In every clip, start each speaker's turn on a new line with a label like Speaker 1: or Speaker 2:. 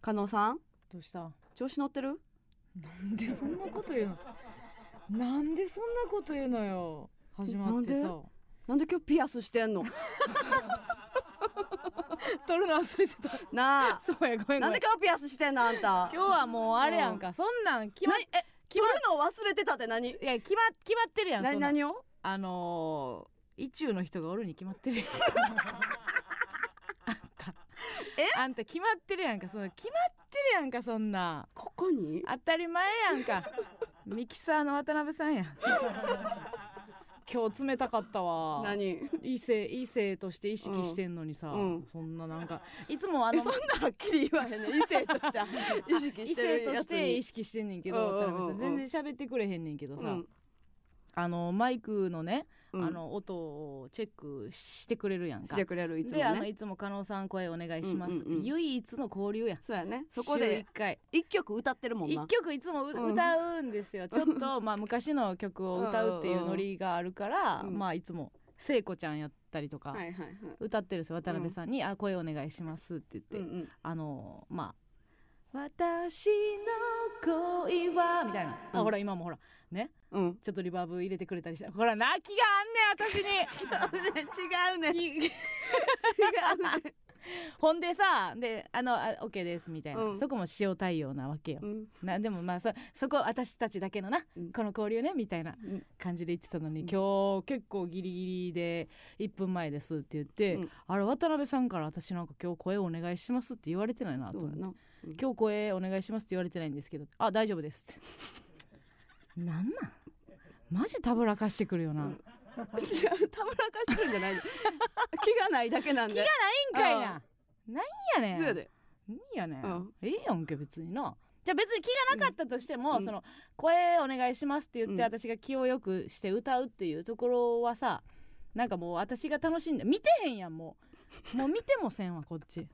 Speaker 1: 加納さん
Speaker 2: どうした
Speaker 1: 調子乗ってる
Speaker 2: なんでそんなこと言うのなんでそんなこと言うのよ始まって
Speaker 1: な
Speaker 2: さ
Speaker 1: んなんで今日ピアスしてんの
Speaker 2: 取るの忘れてた
Speaker 1: な あ
Speaker 2: そうやごめんごめん
Speaker 1: なんで今日ピアスしてんのあんた
Speaker 2: 今日はもうあれやんか、そんなん決まっ
Speaker 1: なえ取るの忘れてたって何
Speaker 2: いや決ま決まってるやん
Speaker 1: な
Speaker 2: そんなん
Speaker 1: 何を
Speaker 2: あのー、意中の人がおるに決まってるやんあんた
Speaker 1: え
Speaker 2: あんた決まってるやんかその決まってるやんかそんなん
Speaker 1: ここに
Speaker 2: 当たり前やんかミキサーの渡辺さ んやん今日冷たかったわ
Speaker 1: 何
Speaker 2: 異性異性として意識してんのにさ、
Speaker 1: うんうん
Speaker 2: そんななんかいつもあ
Speaker 1: え
Speaker 2: の
Speaker 1: そんなはっきり言わへんね異性としては意識
Speaker 2: 異
Speaker 1: して
Speaker 2: 性
Speaker 1: る
Speaker 2: と
Speaker 1: や
Speaker 2: し
Speaker 1: つ
Speaker 2: て
Speaker 1: に
Speaker 2: 意識してんねんけ
Speaker 1: うん
Speaker 2: ど
Speaker 1: うん
Speaker 2: 渡
Speaker 1: うんうん
Speaker 2: 辺さん全然喋ってくれへんねんけどさ、
Speaker 1: うん
Speaker 2: あのマイクのね、
Speaker 1: うん
Speaker 2: あの音をチェックしてくれるやん
Speaker 1: し
Speaker 2: か。
Speaker 1: てくれるいつ
Speaker 2: であ
Speaker 1: も
Speaker 2: の
Speaker 1: ね
Speaker 2: いつも加納さん声お願いしますって、
Speaker 1: うんうんうん
Speaker 2: 唯一の交流やん
Speaker 1: そうやねそこで
Speaker 2: 週1回
Speaker 1: 一曲歌ってるもんな
Speaker 2: 1曲いつもう、
Speaker 1: うん
Speaker 2: 歌うんですよちょっとまあ昔の曲を歌うっていうノリがあるから、
Speaker 1: うん
Speaker 2: まあいつも聖子ちゃんやったりとか
Speaker 1: はいはいはい
Speaker 2: 歌ってるんですよ渡辺さんに「あ声お願いします」って言って、
Speaker 1: うんうん
Speaker 2: あのまあ「私の恋は」みたいな、
Speaker 1: う
Speaker 2: あ
Speaker 1: ん
Speaker 2: ほら今もほらね
Speaker 1: うん
Speaker 2: ちょっとリバーブ入れてくれたりしてほら泣きがあんねん私に
Speaker 1: 違うね違うね
Speaker 2: きほんでさであのあ「OK です」みたいな、
Speaker 1: うん
Speaker 2: そこも塩対応なわけよ、
Speaker 1: うん
Speaker 2: なでもまあそそこ私たちだけのな、
Speaker 1: うん
Speaker 2: この交流ねみたいな
Speaker 1: うん
Speaker 2: 感じで言ってたのに、
Speaker 1: うん
Speaker 2: 今日結構ギリギリで1分前ですって言って、
Speaker 1: うん
Speaker 2: あれ渡辺さんから私なんか今日声お願いしますって言われてないなと
Speaker 1: そう
Speaker 2: 思っ
Speaker 1: や
Speaker 2: て
Speaker 1: な
Speaker 2: 今日声お願いしますって言われてないんですけどあ大丈夫ですって なんなんマジたぶらかしてくるよ
Speaker 1: う
Speaker 2: な、
Speaker 1: んじゃあたぶらかしてるんじゃないの 気がないだけなんで気が
Speaker 2: いいんかいななんやねん
Speaker 1: そうやで
Speaker 2: いいやね、
Speaker 1: うん
Speaker 2: いいやんけ別になじゃあ別に気がなかったとして
Speaker 1: う
Speaker 2: も、
Speaker 1: ん
Speaker 2: その声お願いしますって言って、
Speaker 1: うん
Speaker 2: 私が気をよくして歌うっていうところはさなんかもう私が楽しんで見てへんやんもうもう見てもせんわこっち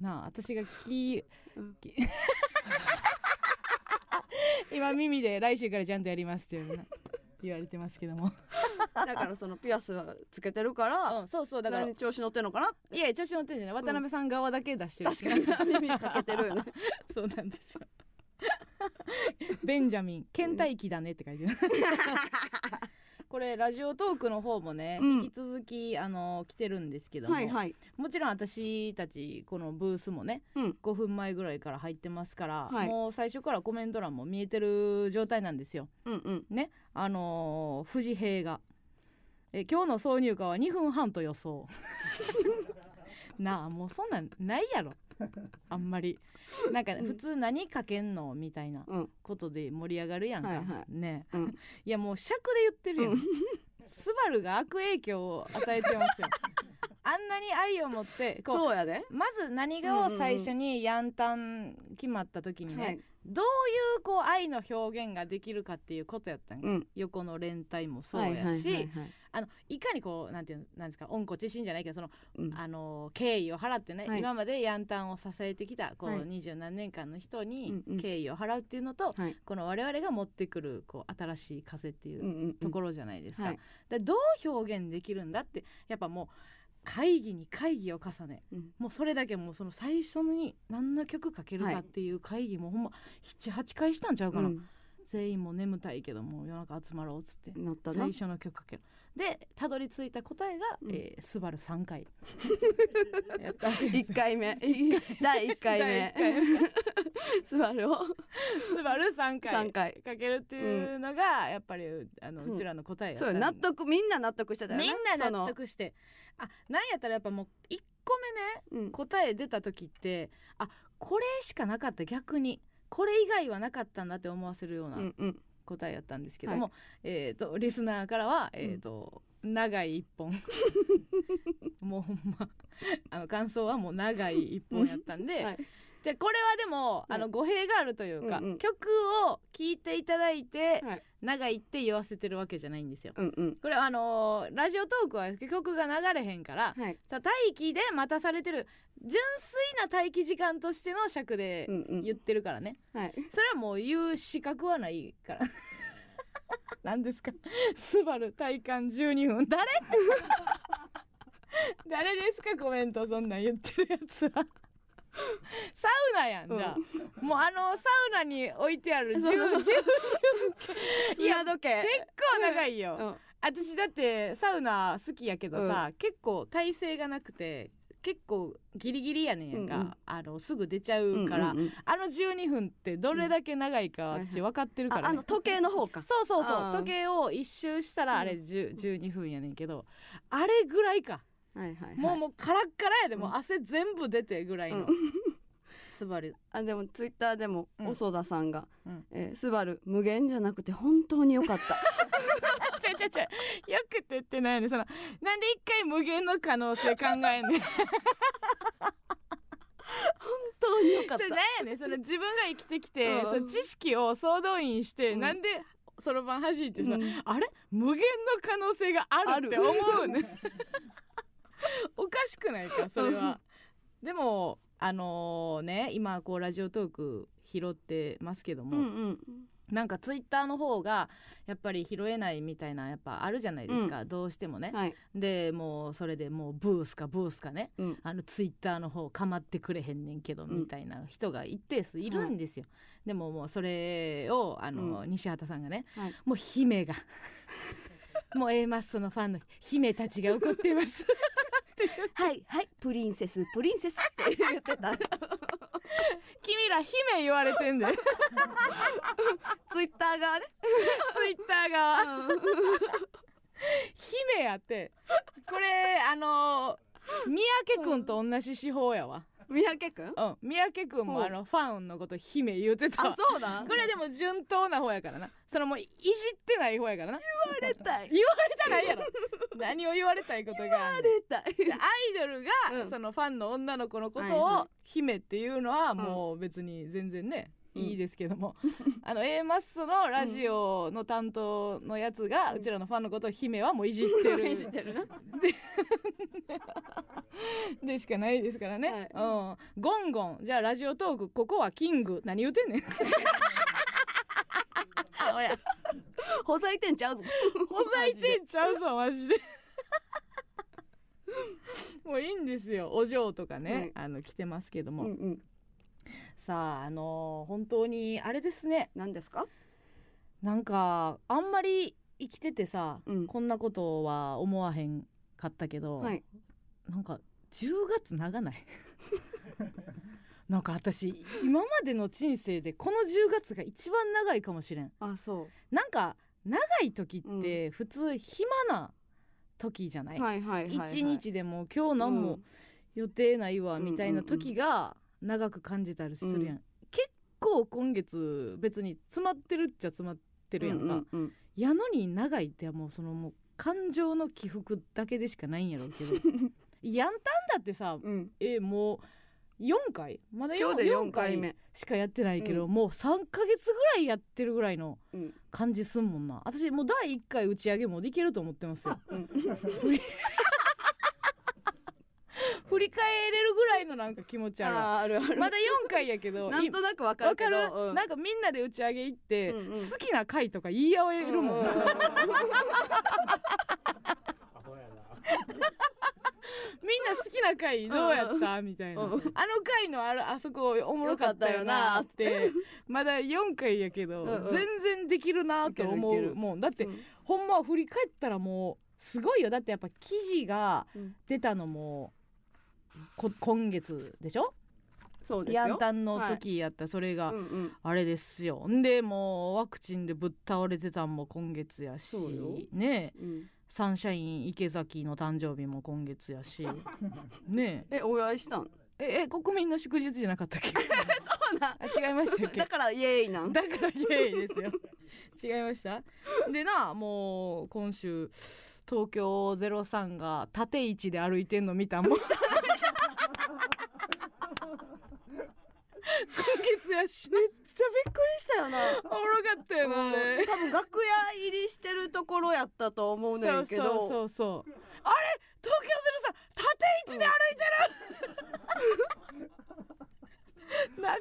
Speaker 2: なあ私が気、
Speaker 1: うん
Speaker 2: 気 今耳で来週からちゃんとやりますっていうのな言われてますけども、
Speaker 1: だからそのピアスはつけてるから
Speaker 2: うん、そうそうだから
Speaker 1: 何
Speaker 2: い
Speaker 1: 調子乗ってんのかな
Speaker 2: やいや調子乗ってんじゃない渡辺さん側だけ出してる
Speaker 1: 確か に耳かけてるよね
Speaker 2: そうなんですよ。ベンジャミン倦怠期だねって書 いてる。これラジオトークの方もね、
Speaker 1: うん
Speaker 2: 引き続きあの来てるんですけども、
Speaker 1: はいはい
Speaker 2: もちろん私たちこのブースもね
Speaker 1: うん
Speaker 2: 5分前ぐらいから入ってますから、
Speaker 1: はい
Speaker 2: もう最初からコメント欄も見えてる状態なんですよ
Speaker 1: うんうん
Speaker 2: ねあのー、藤平がえ今日の挿入歌は2分半と予想 なあもうそんなんないやろあんまりなんか
Speaker 1: うん
Speaker 2: 普通何かけんのみたいな
Speaker 1: うん
Speaker 2: ことで盛り上がるやんか、
Speaker 1: はいは
Speaker 2: ねえ、
Speaker 1: うん
Speaker 2: いやもう尺で言ってるやん、
Speaker 1: うん
Speaker 2: スバルが悪影響を与えてますよあんなに愛を持って こう
Speaker 1: そうやで
Speaker 2: まず何がを最初にヤンタン決まった時にね、
Speaker 1: はい
Speaker 2: どういうこう愛の表現ができるかっていうことやったんか
Speaker 1: うん
Speaker 2: 横の連帯もそう
Speaker 1: はいは
Speaker 2: やし、
Speaker 1: いはいはい
Speaker 2: あのいかにこうなんていうなんですか温故知新じゃないけどその、
Speaker 1: うん
Speaker 2: あの敬意を払ってね、
Speaker 1: はい
Speaker 2: 今までヤンタンを支えてきたこ
Speaker 1: は
Speaker 2: う
Speaker 1: い
Speaker 2: 二十、何年間の人に
Speaker 1: うんうん
Speaker 2: 敬意を払うっていうのと、
Speaker 1: はい
Speaker 2: この我々が持ってくるこう新しい風っていううん
Speaker 1: うん
Speaker 2: ところじゃないですか。
Speaker 1: はい
Speaker 2: でどう表現できるんだってやっぱもう会議に会議を重ね
Speaker 1: うん
Speaker 2: もうそれだけもうその最初に何の曲かけるかっていう会議もほんま78回したんちゃうかな、
Speaker 1: う
Speaker 2: 全員もう眠たいけどもう夜中集まろうっつって
Speaker 1: んなったな
Speaker 2: 最初の曲かけるでたどり着いた答えが「
Speaker 1: うん
Speaker 2: えースバル3回 やったわけです
Speaker 1: 一回 目第一回目
Speaker 2: 第一回目
Speaker 1: 座るを
Speaker 2: スバル3回
Speaker 1: 三回
Speaker 2: かけるっていうのがやっぱりあの
Speaker 1: うん
Speaker 2: うちらの答えやった
Speaker 1: そうよ納得みんな納得してたよね
Speaker 2: みんな納
Speaker 1: その
Speaker 2: 得してあなんやったらやっぱもう1個目ね
Speaker 1: うん
Speaker 2: 答え出た時ってあこれしかなかった逆にこれ以外はなかったんだって思わせるような
Speaker 1: うんうん
Speaker 2: 答えやったんですけども、えー、とリスナーからは、えーと長い一本 もうほんまあの感想はもう長い一本やったんで、
Speaker 1: はい
Speaker 2: じゃあこれはでも、
Speaker 1: うん
Speaker 2: あの語弊があるというか、
Speaker 1: うんうん
Speaker 2: 曲を聴いていただいて、
Speaker 1: はい
Speaker 2: 長いって言わせてるわけじゃないんですよ。
Speaker 1: うんうん
Speaker 2: これはあのーラジオトークは曲が流れへんから、
Speaker 1: はい
Speaker 2: さ待機で待たされてる純粋な待機時間としての尺で
Speaker 1: うんうん
Speaker 2: 言ってるからね、
Speaker 1: はい
Speaker 2: それはもう言う資格はないから何ですかスバル体感12分誰誰ですかコメントそんなん言ってるやつはサウナやんじゃあ、もうあのサウナに置いてある10
Speaker 1: そう
Speaker 2: 10結 いや
Speaker 1: 砂時計
Speaker 2: 構長いよ、
Speaker 1: うん
Speaker 2: 私だってサウナ好きやけどさ、結構体勢がなくて結構ギリギリやねんやんか、
Speaker 1: うんうん
Speaker 2: あのすぐ出ちゃうから、
Speaker 1: うんうんうん
Speaker 2: あの12分ってどれだけ長いか
Speaker 1: うん
Speaker 2: 私分かってるか
Speaker 1: あ
Speaker 2: ら、
Speaker 1: あ
Speaker 2: ね
Speaker 1: の時計の方か
Speaker 2: そうそうそ
Speaker 1: あ
Speaker 2: う
Speaker 1: ー
Speaker 2: 時計を一周したらあれ
Speaker 1: う
Speaker 2: 10 12分やねんけどあれぐらいか
Speaker 1: はいはい、はい、
Speaker 2: もうもうカラッカラやで
Speaker 1: うん
Speaker 2: もう汗全部出てぐらいの、
Speaker 1: う
Speaker 2: スバル
Speaker 1: あでもツイッターでも
Speaker 2: うん
Speaker 1: 細田さんが
Speaker 2: うん
Speaker 1: 「えースバル無限じゃなくて本当に良か った」
Speaker 2: ちゃちゃちゃよくてってないねそのなんで一回無限の可能性考えん ねんそ
Speaker 1: 本当に良かった
Speaker 2: れなんやねんその自分が生きてきて、
Speaker 1: うん
Speaker 2: その知識を総動員して、
Speaker 1: うん
Speaker 2: なんでそろばん弾いてさ、
Speaker 1: うん
Speaker 2: あれ無限の可能性があるって
Speaker 1: ある
Speaker 2: 思うね おかしくないかそれはでもあのね今こうラジオトーク拾ってますけど
Speaker 1: う
Speaker 2: も、
Speaker 1: んうん
Speaker 2: なんかツイッターの方がやっぱり拾えないみたいなやっぱあるじゃないですか、どうしてもね、
Speaker 1: はい
Speaker 2: でもうそれでもうブースかブースかね
Speaker 1: うん
Speaker 2: あのツイッターの方構ってくれへんねんけど
Speaker 1: ん
Speaker 2: みたいな人が一定数いるんですよ、でももうそれをあの、
Speaker 1: う
Speaker 2: 西畑さんがね、
Speaker 1: はい
Speaker 2: もう姫が もう A マッソのファンの姫たちが怒っています
Speaker 1: はいはいプリンセスプリンセスって言って た
Speaker 2: 君ら姫言われてんで ツイッ
Speaker 1: ツイッターがね、
Speaker 2: ターが姫やってこれあの三宅君と同じ手法やわ、
Speaker 1: 三宅くん
Speaker 2: うん、三宅君
Speaker 1: ほ
Speaker 2: も
Speaker 1: う
Speaker 2: あのファンのこと姫言うてた
Speaker 1: あ
Speaker 2: わ
Speaker 1: そうだ
Speaker 2: これでも順当な方やからなそのもういじってない方やからな
Speaker 1: 言われたい
Speaker 2: 言われたないや ろ何を言われたいことがあんねん
Speaker 1: 言われたい
Speaker 2: アイドルが、
Speaker 1: うん
Speaker 2: そのファンの女の子のこと
Speaker 1: はいは
Speaker 2: を姫っていうのはもう別に全然ね、
Speaker 1: うん
Speaker 2: いいですけ ども、あの A マッソのラジオの担当のやつが、うちらのファンのことを姫はもういじっ てる
Speaker 1: いじってるな
Speaker 2: でしかないですからね、うん、ゴンゴンじゃあラジオトークここはキング何言うてんねんお や
Speaker 1: ほざいてんちゃうぞ
Speaker 2: ほざいてんちゃうぞマ ジでもういいんですよお嬢とかね、あの来てますけど
Speaker 1: う
Speaker 2: も、
Speaker 1: んうん
Speaker 2: さああのー本当にあれですね
Speaker 1: 何ですか
Speaker 2: なんかあんまり生きててさ、
Speaker 1: うん
Speaker 2: こんなことは思わへんかったけど、
Speaker 1: はい
Speaker 2: なんか10月長ない なんか私今までの人生でこの10月が一番長いかもしれん
Speaker 1: あそ
Speaker 2: なんか長い時って普通暇な時じゃな
Speaker 1: う
Speaker 2: い、
Speaker 1: はいはいはいはい
Speaker 2: 一日でもう今日何も予定ないわ
Speaker 1: うん
Speaker 2: みたいな時が長く感じたりするやん、結構今月別に詰まってるっちゃ詰まってるやんか、
Speaker 1: うんうん
Speaker 2: やのに長いってもうそのもう感情の起伏だけでしかないんやろうけ どやんたんだってさ
Speaker 1: うんうん
Speaker 2: えもう4回まだ
Speaker 1: 今日で四
Speaker 2: 4
Speaker 1: 回
Speaker 2: 回
Speaker 1: 目
Speaker 2: しかやってないけど、
Speaker 1: う
Speaker 2: もう3ヶ月ぐらいやってるぐらいの
Speaker 1: うん
Speaker 2: 感じすんもんな私もう第1回打ち上げもできると思ってますよ
Speaker 1: うん
Speaker 2: 振り返れるぐらいのなんか気持ちあるわ
Speaker 1: あーあるある
Speaker 2: まだ4回やけど
Speaker 1: なんとなくわ
Speaker 2: いわ
Speaker 1: かる
Speaker 2: か
Speaker 1: け
Speaker 2: る
Speaker 1: ど、う
Speaker 2: なんかみんなで打ち上げ行って、
Speaker 1: うんうん
Speaker 2: 好きな回とか言い合えるもん な、みんな好きな回どうやったみたいな、
Speaker 1: うん
Speaker 2: あの回のあるあそこおもろかったよなってまだ4回やけど、
Speaker 1: うんうん
Speaker 2: 全然できるなと思
Speaker 1: いけるいうける
Speaker 2: もんだって、
Speaker 1: うん
Speaker 2: ほんま振り返ったらもうすごいよだってやっぱ記事が
Speaker 1: うん
Speaker 2: 出たのもこ今月でしょ
Speaker 1: そうですよ
Speaker 2: ヤンタンの時やったそれが、
Speaker 1: うんうん
Speaker 2: あれですよんでもうワクチンでぶっ倒れてたんも今月やし
Speaker 1: そうよ
Speaker 2: ねえ
Speaker 1: うん
Speaker 2: サンシャイン池崎の誕生日も今月やしね
Speaker 1: えお祝いしたん
Speaker 2: えええ国民の祝日じゃなかったっけ
Speaker 1: そうなん
Speaker 2: あ違いまし たっけ
Speaker 1: だからイエーイなん
Speaker 2: だからイエイですよ違いましたでなもう今週東京03が縦位置で歩いてんの見たもん今月やし
Speaker 1: めっちゃびっくりしたよな
Speaker 2: おもろかったよなあれ
Speaker 1: 多分楽屋入りしてるところやったと思うねんけど
Speaker 2: そうそうそうそうあれ東京ゼロさん縦位置で歩いてる、仲
Speaker 1: な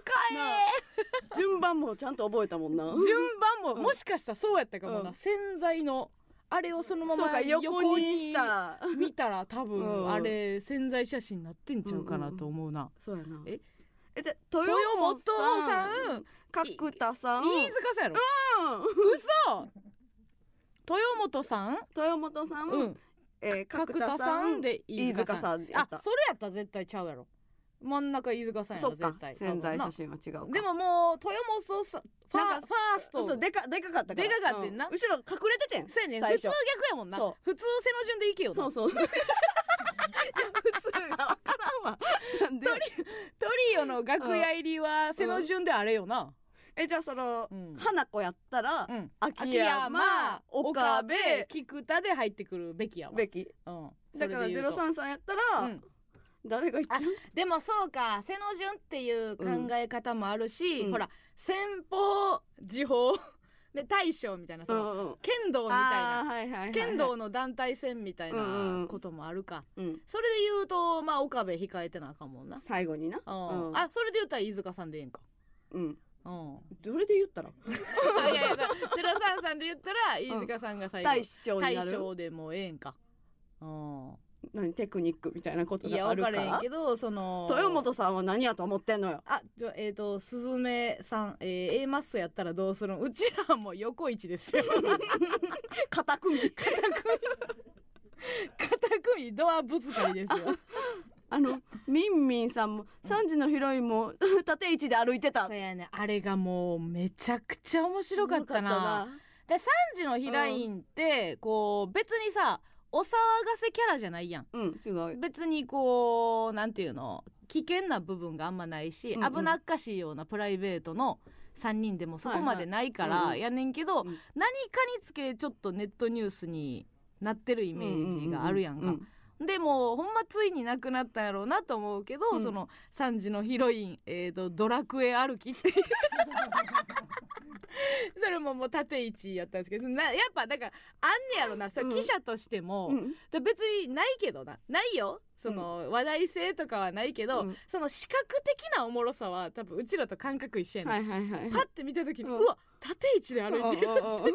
Speaker 1: あ順番もちゃんと覚えたもんな
Speaker 2: え順番も
Speaker 1: ん
Speaker 2: もしかしたらそうやったかもな、
Speaker 1: うん
Speaker 2: 洗剤のあれをそのま
Speaker 1: そう
Speaker 2: ま
Speaker 1: か横にし
Speaker 2: 横に
Speaker 1: た
Speaker 2: 見たら多 分、
Speaker 1: うん
Speaker 2: あれ潜在写真になってんちゃうかなと思うな、
Speaker 1: そうやな
Speaker 2: え
Speaker 1: えじゃ豊本さん角田さん
Speaker 2: 飯塚さんや
Speaker 1: う
Speaker 2: ろ
Speaker 1: ん
Speaker 2: 嘘豊本さん
Speaker 1: 豊本さん、
Speaker 2: うん
Speaker 1: えー角
Speaker 2: 角
Speaker 1: 田
Speaker 2: 田
Speaker 1: さ
Speaker 2: さ
Speaker 1: ん
Speaker 2: ん
Speaker 1: で
Speaker 2: で
Speaker 1: 飯
Speaker 2: 飯
Speaker 1: 塚
Speaker 2: 塚
Speaker 1: さ
Speaker 2: さ
Speaker 1: ん
Speaker 2: ん
Speaker 1: やった
Speaker 2: あそれやったら絶対ちゃうやろ真ん中飯塚さんや
Speaker 1: そ
Speaker 2: ろ
Speaker 1: っか
Speaker 2: 絶対
Speaker 1: 潜在
Speaker 2: 多
Speaker 1: 写
Speaker 2: 分
Speaker 1: 真は違うか
Speaker 2: なでももう豊本さんファ
Speaker 1: な
Speaker 2: ー
Speaker 1: ん
Speaker 2: フ
Speaker 1: か
Speaker 2: ァース
Speaker 1: そ
Speaker 2: ト
Speaker 1: うそうでかでかかったから
Speaker 2: でかかってんな
Speaker 1: う後ろ隠れててん
Speaker 2: そうやね
Speaker 1: 最
Speaker 2: 普
Speaker 1: 初
Speaker 2: 通逆やもんな
Speaker 1: そう
Speaker 2: 普通背の順でいけよな
Speaker 1: そうそう いや普通がわからんわなんで
Speaker 2: トリオの楽屋入りは背の順であれよな
Speaker 1: えじゃあその、
Speaker 2: うん
Speaker 1: 花子やったら、
Speaker 2: うん
Speaker 1: 秋
Speaker 2: 秋
Speaker 1: 山
Speaker 2: 山
Speaker 1: 岡
Speaker 2: 岡
Speaker 1: 部
Speaker 2: 部菊田で入ってくるべきやわ
Speaker 1: べき
Speaker 2: うん
Speaker 1: だから
Speaker 2: それで言うと
Speaker 1: 033やったら、
Speaker 2: うん
Speaker 1: 誰がいっちゃう
Speaker 2: でもそうか背の順っていう考え方もあるし、
Speaker 1: うん
Speaker 2: ほら先方時報 で大将みたいなその、
Speaker 1: うんうん
Speaker 2: 剣道みたい
Speaker 1: あ
Speaker 2: な
Speaker 1: ーはいはいはいはい
Speaker 2: 剣道の団体戦みたい
Speaker 1: うんうん
Speaker 2: なこともあるか、
Speaker 1: うん
Speaker 2: それで言うとまあ岡部控えてなあかんもんな、
Speaker 1: 最後にな
Speaker 2: うん
Speaker 1: うん
Speaker 2: あそれで言ったら飯塚さんでいいんか
Speaker 1: うん
Speaker 2: うん
Speaker 1: どれで言ったら
Speaker 2: いやいやだから033で言ったら飯塚さんが最後、
Speaker 1: 大将にな
Speaker 2: 大
Speaker 1: る
Speaker 2: 将でもええんか、うん、
Speaker 1: 何テクニックみたいなこと
Speaker 2: い
Speaker 1: が
Speaker 2: や
Speaker 1: あ
Speaker 2: 分
Speaker 1: る
Speaker 2: か
Speaker 1: から
Speaker 2: へん
Speaker 1: ら
Speaker 2: けどその
Speaker 1: 豊本さんは何やと思ってんのよ
Speaker 2: あじゃあえっ、とすずめさん、えー、A マッソやったらどうするんうちらも横一ですよ
Speaker 1: 固くみ
Speaker 2: 片組ドアぶつかりですよ
Speaker 1: あのみんみんさんも3時のヒロインも縦位置で歩いてた
Speaker 2: そうやねあれがもうめちゃくちゃ面白かったなで3時のヒラインって、こう別にさお騒がせキャラじゃないやん
Speaker 1: うん違うよ
Speaker 2: 別にこうなんていうの危険な部分があんまないし、
Speaker 1: うんうん
Speaker 2: 危なっかしいようなプライベートの3人でもそこまでないか
Speaker 1: はいは
Speaker 2: ら
Speaker 1: い
Speaker 2: やねんけど、
Speaker 1: うんうん
Speaker 2: 何かにつけちょっとネットニュースになってるイメージがあるやんか、
Speaker 1: う
Speaker 2: でもうほんまついになくなったんやろうなと思うけど、
Speaker 1: うん
Speaker 2: その3時のヒロイン、えー、とドラクエ歩 きっていうそれももう縦一やったんですけどなやっぱだからあんねやろな、さ
Speaker 1: うん
Speaker 2: 記者としても、
Speaker 1: うん
Speaker 2: だ別にないけどなないよその話題性とかはないけど、
Speaker 1: うん
Speaker 2: その視覚的なおもろさは多分うちらと感覚一緒やねん、
Speaker 1: はいはいはい
Speaker 2: パッて見た時に、
Speaker 1: う
Speaker 2: うんわ縦位置で歩いてるこれ
Speaker 1: うんうんうん
Speaker 2: はも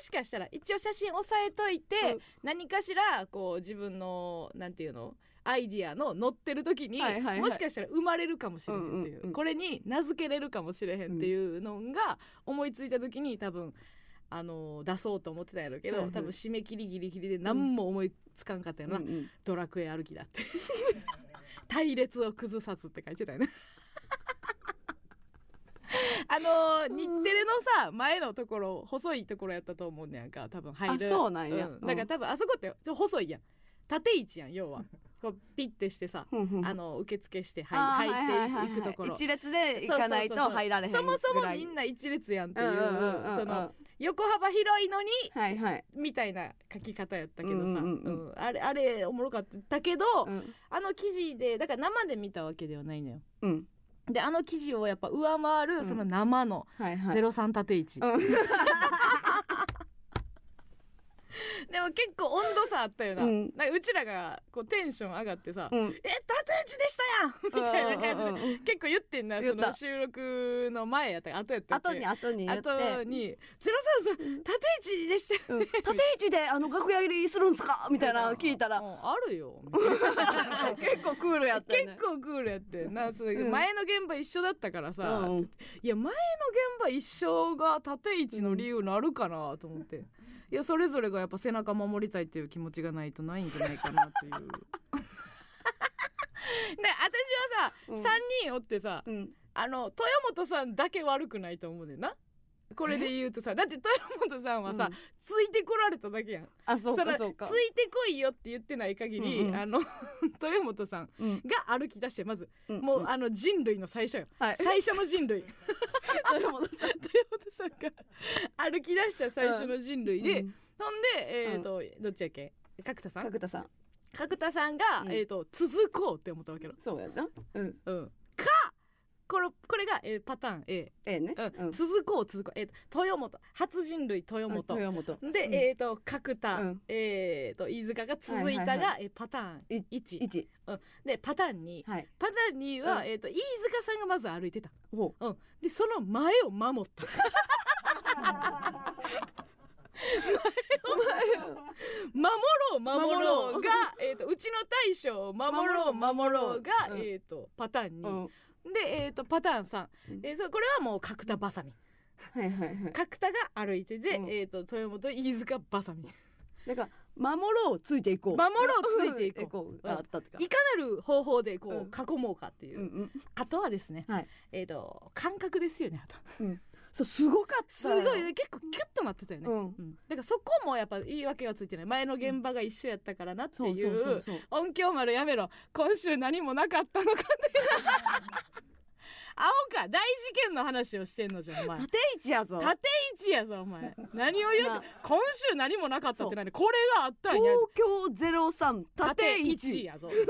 Speaker 2: しかしたら一応写真押さえといて、
Speaker 1: うん
Speaker 2: 何かしらこう自分のなんていうのアイディアの乗ってる時に、
Speaker 1: はいはいはい
Speaker 2: もしかしたら生まれるかもしれへんってい
Speaker 1: うんう
Speaker 2: う,、
Speaker 1: んうん
Speaker 2: これに名付けれるかもしれへんっていうのが思いついた時に多分あの出そうと思ってたんやろうけど、
Speaker 1: はいはい
Speaker 2: 多分締め切りギリギリで何も思いつかんかったよな、
Speaker 1: うんうん
Speaker 2: ドラクエ歩きだって 隊列を崩さずって書いてたよね あのー日テレのさ前のところ細いところやったと思うねやんか多分入る
Speaker 1: あそうなんや
Speaker 2: だから多分あそこってちょ細いやん縦位置やん要はこうピッてしてさ、
Speaker 1: うんうん
Speaker 2: あの受付して
Speaker 1: あ
Speaker 2: 入
Speaker 1: ー
Speaker 2: 入ってい
Speaker 1: ははは
Speaker 2: くところ
Speaker 1: 一列で行かないと
Speaker 2: そうそうそうそう
Speaker 1: 入られへんぐ
Speaker 2: そ
Speaker 1: らい
Speaker 2: もそもみんな一列やんっていう,、
Speaker 1: うんうんうんうん
Speaker 2: その横幅広いのに
Speaker 1: はいはい、
Speaker 2: みたいな書き方やったけどさ、
Speaker 1: うんうんうん
Speaker 2: うんあれあれおもろかったけど、
Speaker 1: うん
Speaker 2: あの記事でだから生で見たわけではないのよ
Speaker 1: うん、
Speaker 2: であの記事をやっぱ上回
Speaker 1: うん
Speaker 2: るその生の
Speaker 1: はいはい
Speaker 2: 03縦1、
Speaker 1: うん
Speaker 2: でも結構温度差あったよな,、
Speaker 1: う
Speaker 2: うんなんかうちらがこうテンション上がってさ「
Speaker 1: うん
Speaker 2: え縦1で したやん!」みたいな感じで、
Speaker 1: うんうんうん
Speaker 2: 結構言ってんな
Speaker 1: 言
Speaker 2: そ
Speaker 1: った
Speaker 2: の収録の前やったか後やったっけ
Speaker 1: 後に後に言って
Speaker 2: 後に「ゼロさんさん縦一でしたよ
Speaker 1: うん縦位置であの楽屋入りするんすかみたいなの聞いたら
Speaker 2: うんあるよ」
Speaker 1: 結構クールやったよね
Speaker 2: 結構クールやってんなそれ
Speaker 1: うん
Speaker 2: 前の現場一緒だったからさ、
Speaker 1: うんうん
Speaker 2: いや前の現場一緒が縦位置の理由なるかなと思って、いやそれぞれがやっぱ背中守りたいっていう気持ちがないとないんじゃないかなっていう。で私はさ、
Speaker 1: うん
Speaker 2: 3人おってさ
Speaker 1: うん
Speaker 2: あの豊本さんだけ悪くないと思うねんなこれで言うとさだって豊本さんはさ、
Speaker 1: うん
Speaker 2: ついてこられただけやん
Speaker 1: あそうか
Speaker 2: の
Speaker 1: そうか
Speaker 2: ついてこいよって言ってない限り、
Speaker 1: うんうん
Speaker 2: あの 豊本さん
Speaker 1: うん
Speaker 2: が歩き出してまず、
Speaker 1: うん
Speaker 2: もう、
Speaker 1: ん
Speaker 2: あの人類の最初よ
Speaker 1: はい
Speaker 2: 最初 の人類豊
Speaker 1: 豊本さん
Speaker 2: 本さんが歩き出した最初の人類で、
Speaker 1: うん
Speaker 2: ほんでえっ、と、どっちやっけ角田さん
Speaker 1: 角田さん
Speaker 2: 角田さんが、
Speaker 1: うん
Speaker 2: えっ、と続こうって思ったわけよ、
Speaker 1: そうやなうん
Speaker 2: うん、かこれこれが、えーパターン A、
Speaker 1: ええね
Speaker 2: うん
Speaker 1: うん
Speaker 2: 続こう続こう、えーと豊本初人類豊
Speaker 1: うん
Speaker 2: 本、
Speaker 1: 豊本
Speaker 2: で、
Speaker 1: うん
Speaker 2: えっ、と角田、
Speaker 1: うん
Speaker 2: えっ、と飯塚が続いたが、
Speaker 1: はいはいは
Speaker 2: えーパターン
Speaker 1: い
Speaker 2: 1
Speaker 1: 一
Speaker 2: でパターン2
Speaker 1: はい
Speaker 2: パターン2は、
Speaker 1: うん
Speaker 2: えー、と飯塚さんがまず歩いてた
Speaker 1: ほう
Speaker 2: うん、でその前を守った 前を守ろう守 ろうが、えー、とうちの大将を守ろう守ろうが、
Speaker 1: うん
Speaker 2: えー、とパターンに、
Speaker 1: うん
Speaker 2: で、えー、とパターン3、
Speaker 1: うん
Speaker 2: えーそうこれはもう角田バサミ
Speaker 1: はいはいはい
Speaker 2: 角田が歩いてて、
Speaker 1: うん
Speaker 2: えー、と豊本飯塚バサミ
Speaker 1: だから守ろうついていこう
Speaker 2: 守ろうついていこう
Speaker 1: があったってか
Speaker 2: いかなる方法でこ
Speaker 1: うん
Speaker 2: う囲もうかっていう、
Speaker 1: うんうん
Speaker 2: あとはですね、
Speaker 1: はい
Speaker 2: えー、と感覚ですよねあと
Speaker 1: そうすごかった
Speaker 2: すご
Speaker 1: よ
Speaker 2: い、ね、結構キュッとなってたよね、
Speaker 1: うん
Speaker 2: うんだからそこもやっぱ言い訳はついてない前の現場が一緒やったからなって
Speaker 1: そ
Speaker 2: いうう,、
Speaker 1: そうそうそう
Speaker 2: 音響丸やめろ今週何もなかったのかって 青か大事件の話をしてんのじゃんお前
Speaker 1: 縦位置やぞ
Speaker 2: 縦一やぞお前何を言うて、
Speaker 1: まあ
Speaker 2: 今週何もなかったって何これがあったんや
Speaker 1: 東京ゼロ三縦位置
Speaker 2: やぞ こんな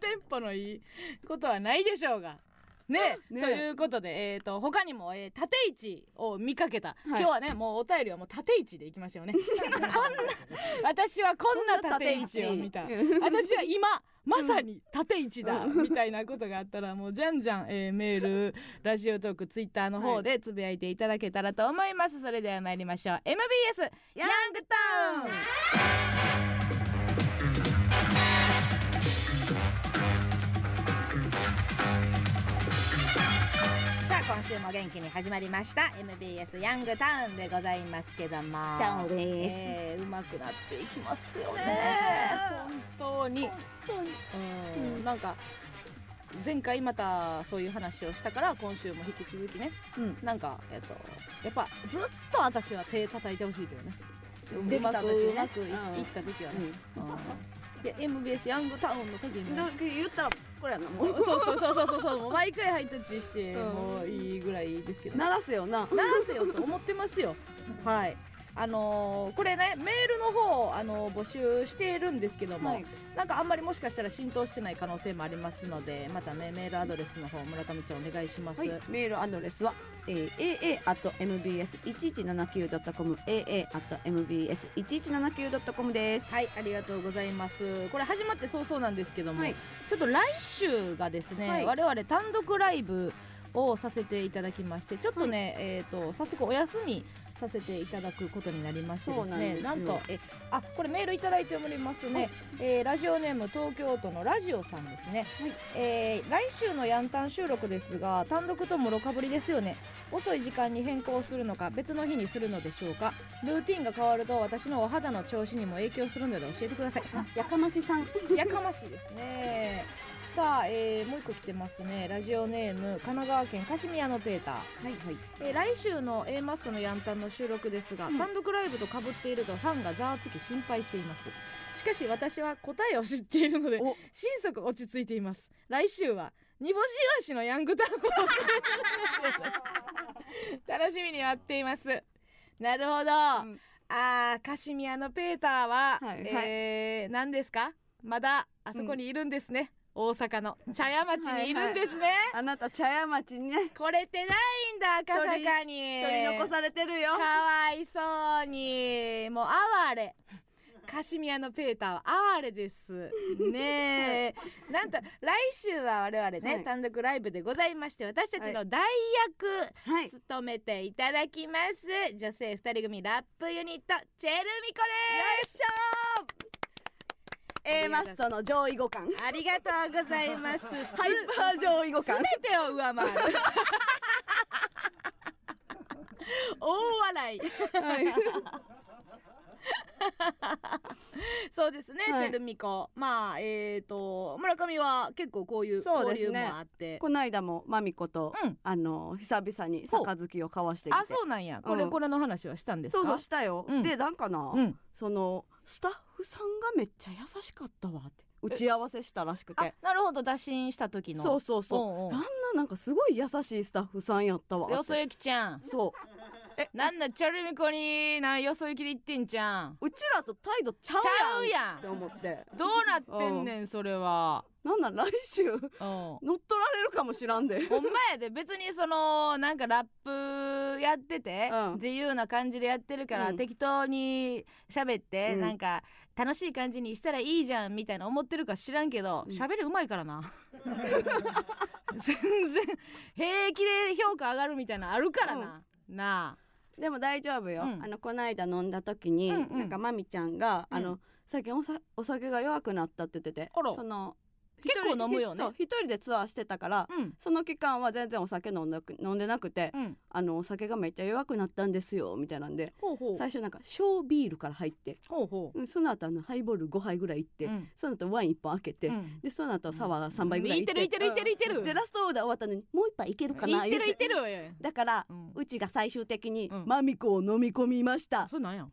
Speaker 2: テンポのいいことはないでしょうが ね
Speaker 1: ね
Speaker 2: ということで、えー、と他にも、えー、縦位置を見かけた、今日はねもうお便りはもう縦位置でいきまし ょうねこんな私はこんな縦位置を見た 私は今まさに縦位置だ、 みたいなことがあったらもうじゃんじゃん、えーメールラジオトークツイッターの方でつぶやいていただけたらと思います、それでは参りましょう MBS ヤングタウン
Speaker 3: さあ今週も元気に始まりました MBS ヤングタウンでございますけども
Speaker 4: ちゃんおです
Speaker 3: えーうまくなっていきますよね
Speaker 2: ねえ本当にうんなんか前回またそういう話をしたから今週も引き続きね、
Speaker 1: うん
Speaker 2: なんかえっとやっぱずっと私は手叩いてほしいけどね
Speaker 1: で
Speaker 2: うまくうまくい,、
Speaker 1: うん
Speaker 2: った時は
Speaker 1: う
Speaker 2: ね、
Speaker 1: ん
Speaker 2: うんいや MBS ヤングタウンの時にね
Speaker 1: だ言ったらこれやなも う
Speaker 2: そうそうそうそうそうそうもう毎回ハイタッチして
Speaker 1: うん
Speaker 2: もういいぐらいですけど
Speaker 1: 鳴らすよな
Speaker 2: 鳴らせよと思ってますよ。はい。あのーこれねメールの方、あのー募集しているんですけども、
Speaker 1: はい
Speaker 2: なんかあんまりもしかしたら浸透してない可能性もありますのでまたねメールアドレスの方村上ちゃんお願いします。
Speaker 1: はい、メールアドレスは、えー、aa.mbs1179.com aa.mbs1179.com です
Speaker 2: はい、ありがとうございます。これ始まって早々なんですけども、
Speaker 1: はい
Speaker 2: ちょっと来週がですね、
Speaker 1: はい
Speaker 2: 我々単独ライブをさせていただきまして、ちょっとね、えっ、と早速お休みさせていただくことになりましてです
Speaker 1: そうなんで
Speaker 2: ね、
Speaker 1: すよ
Speaker 2: なんとえあこれメールいただいておりますね、えーラジオネーム東京都のラジオさんですね。
Speaker 1: はい
Speaker 2: えー来週のヤンタン収録ですが単独ともろかぶりですよね。遅い時間に変更するのか別の日にするのでしょうかルーティンが変わると私のお肌の調子にも影響するので教えてください
Speaker 1: あやかましさん
Speaker 2: やかましいですねさあ、えーもう一個来てますねラジオネーム神奈川県カシミヤのペーター、
Speaker 1: はいはい
Speaker 2: えー来週の A マッソのヤンタンの収録ですが、
Speaker 1: うん
Speaker 2: 単独ライブとかぶっているとファンがざわつき心配していますしかし私は答えを知っているので
Speaker 1: お
Speaker 2: 心底落ち着いています来週は煮干しイワシのヤングタウンを 楽しみに待っていますなるほど、
Speaker 1: ん
Speaker 2: あーカシミヤのペーターは、
Speaker 1: はい
Speaker 2: えー何ですかまだあそこにいるんですね、大阪の茶屋町にいるんですね、
Speaker 1: あなた茶屋町にね
Speaker 2: これてないんだ赤坂に
Speaker 1: 取り残されてるよ
Speaker 2: かわいそうにもう哀れカシミヤのペーターは哀れですねえなんと来週は我々ね、
Speaker 1: はい
Speaker 2: 単独ライブでございまして私たちの代
Speaker 1: は
Speaker 2: 役務めていただきます、女性二人組ラップユニットチェルミコですよあ
Speaker 1: A
Speaker 2: り
Speaker 1: マ
Speaker 2: がとう
Speaker 1: ッソの上位互換
Speaker 2: ありがとうございます
Speaker 1: ハイパー上位互
Speaker 2: す
Speaker 1: 換
Speaker 2: べてを上回る 大笑い
Speaker 1: はい
Speaker 2: そうですね、
Speaker 1: はい
Speaker 2: チェルミコまあえっ、と村上は結構こういう
Speaker 1: そう
Speaker 2: 交
Speaker 1: です
Speaker 2: 流
Speaker 1: ね
Speaker 2: もあって
Speaker 1: この間もまみこと、
Speaker 2: うん
Speaker 1: あの久々に杯を交わしてきて
Speaker 2: あそうなんやこれ、
Speaker 1: うん
Speaker 2: これの話はしたんですか
Speaker 1: そうそうしたよ、
Speaker 2: うん
Speaker 1: でなんかな、
Speaker 2: うん
Speaker 1: そのスタッフさんがめっちゃ優しかったわって打ち合わせしたらしく
Speaker 2: あ
Speaker 1: て
Speaker 2: なるほど打診した時の
Speaker 1: そうそうそう
Speaker 2: おうおう
Speaker 1: あんななんかすごい優しいスタッフさんやったわって
Speaker 2: よそゆきちゃん
Speaker 1: そ
Speaker 2: なんだチェルミコになよそゆきで言ってんじゃん
Speaker 1: ううちらと態度ちゃ
Speaker 2: ちゃ
Speaker 1: う
Speaker 2: う
Speaker 1: やん
Speaker 2: や
Speaker 1: っ
Speaker 2: ん
Speaker 1: て思って
Speaker 2: どうなってんねんそれは
Speaker 1: なんなん来週
Speaker 2: うんほ
Speaker 1: 乗っ取られるかもしらん で
Speaker 2: んまやで別にそのなんかラップやってて、
Speaker 1: うん
Speaker 2: 自由な感じでやってるから、
Speaker 1: うん
Speaker 2: 適当に喋って、
Speaker 1: うん
Speaker 2: なんか楽しい感じにしたらいいじゃんみたいな思ってるか知らんけど
Speaker 1: うん
Speaker 2: 喋、りうまいからな 全然平気で評価上がるみたいなのあるからな、な
Speaker 1: でも大丈夫よ、
Speaker 2: うん
Speaker 1: あのこの間飲んだ時に、
Speaker 2: うんうん
Speaker 1: なんかまみちゃんが、
Speaker 2: うん
Speaker 1: あの最近おさお酒が弱くなったって言ってて
Speaker 2: あら
Speaker 1: その
Speaker 2: 結構飲むよね
Speaker 1: そう一人でツアーしてたから、
Speaker 2: うん
Speaker 1: その期間は全然お酒飲んだく飲んでなくて、
Speaker 2: うん
Speaker 1: あのお酒がめっちゃ弱くなったんですよみたいなんで
Speaker 2: ほうほう
Speaker 1: 最初なんか小ビールから入って、
Speaker 2: ほうほ
Speaker 1: うん、その後あのハイボール5杯ぐらいいって、
Speaker 2: ううん
Speaker 1: その後ワイン1本開けて、
Speaker 2: うん
Speaker 1: でその後サワー3杯ぐらいいって
Speaker 2: いってるいってるいってるいってる
Speaker 1: でラストオーダー終わったのにもう1杯いけるか
Speaker 2: い
Speaker 1: な
Speaker 2: ってるい
Speaker 1: 言
Speaker 2: ってる
Speaker 1: だから、
Speaker 2: う
Speaker 1: うんちが最終的に
Speaker 2: うん
Speaker 1: マミコを飲み込みました、
Speaker 2: それなんや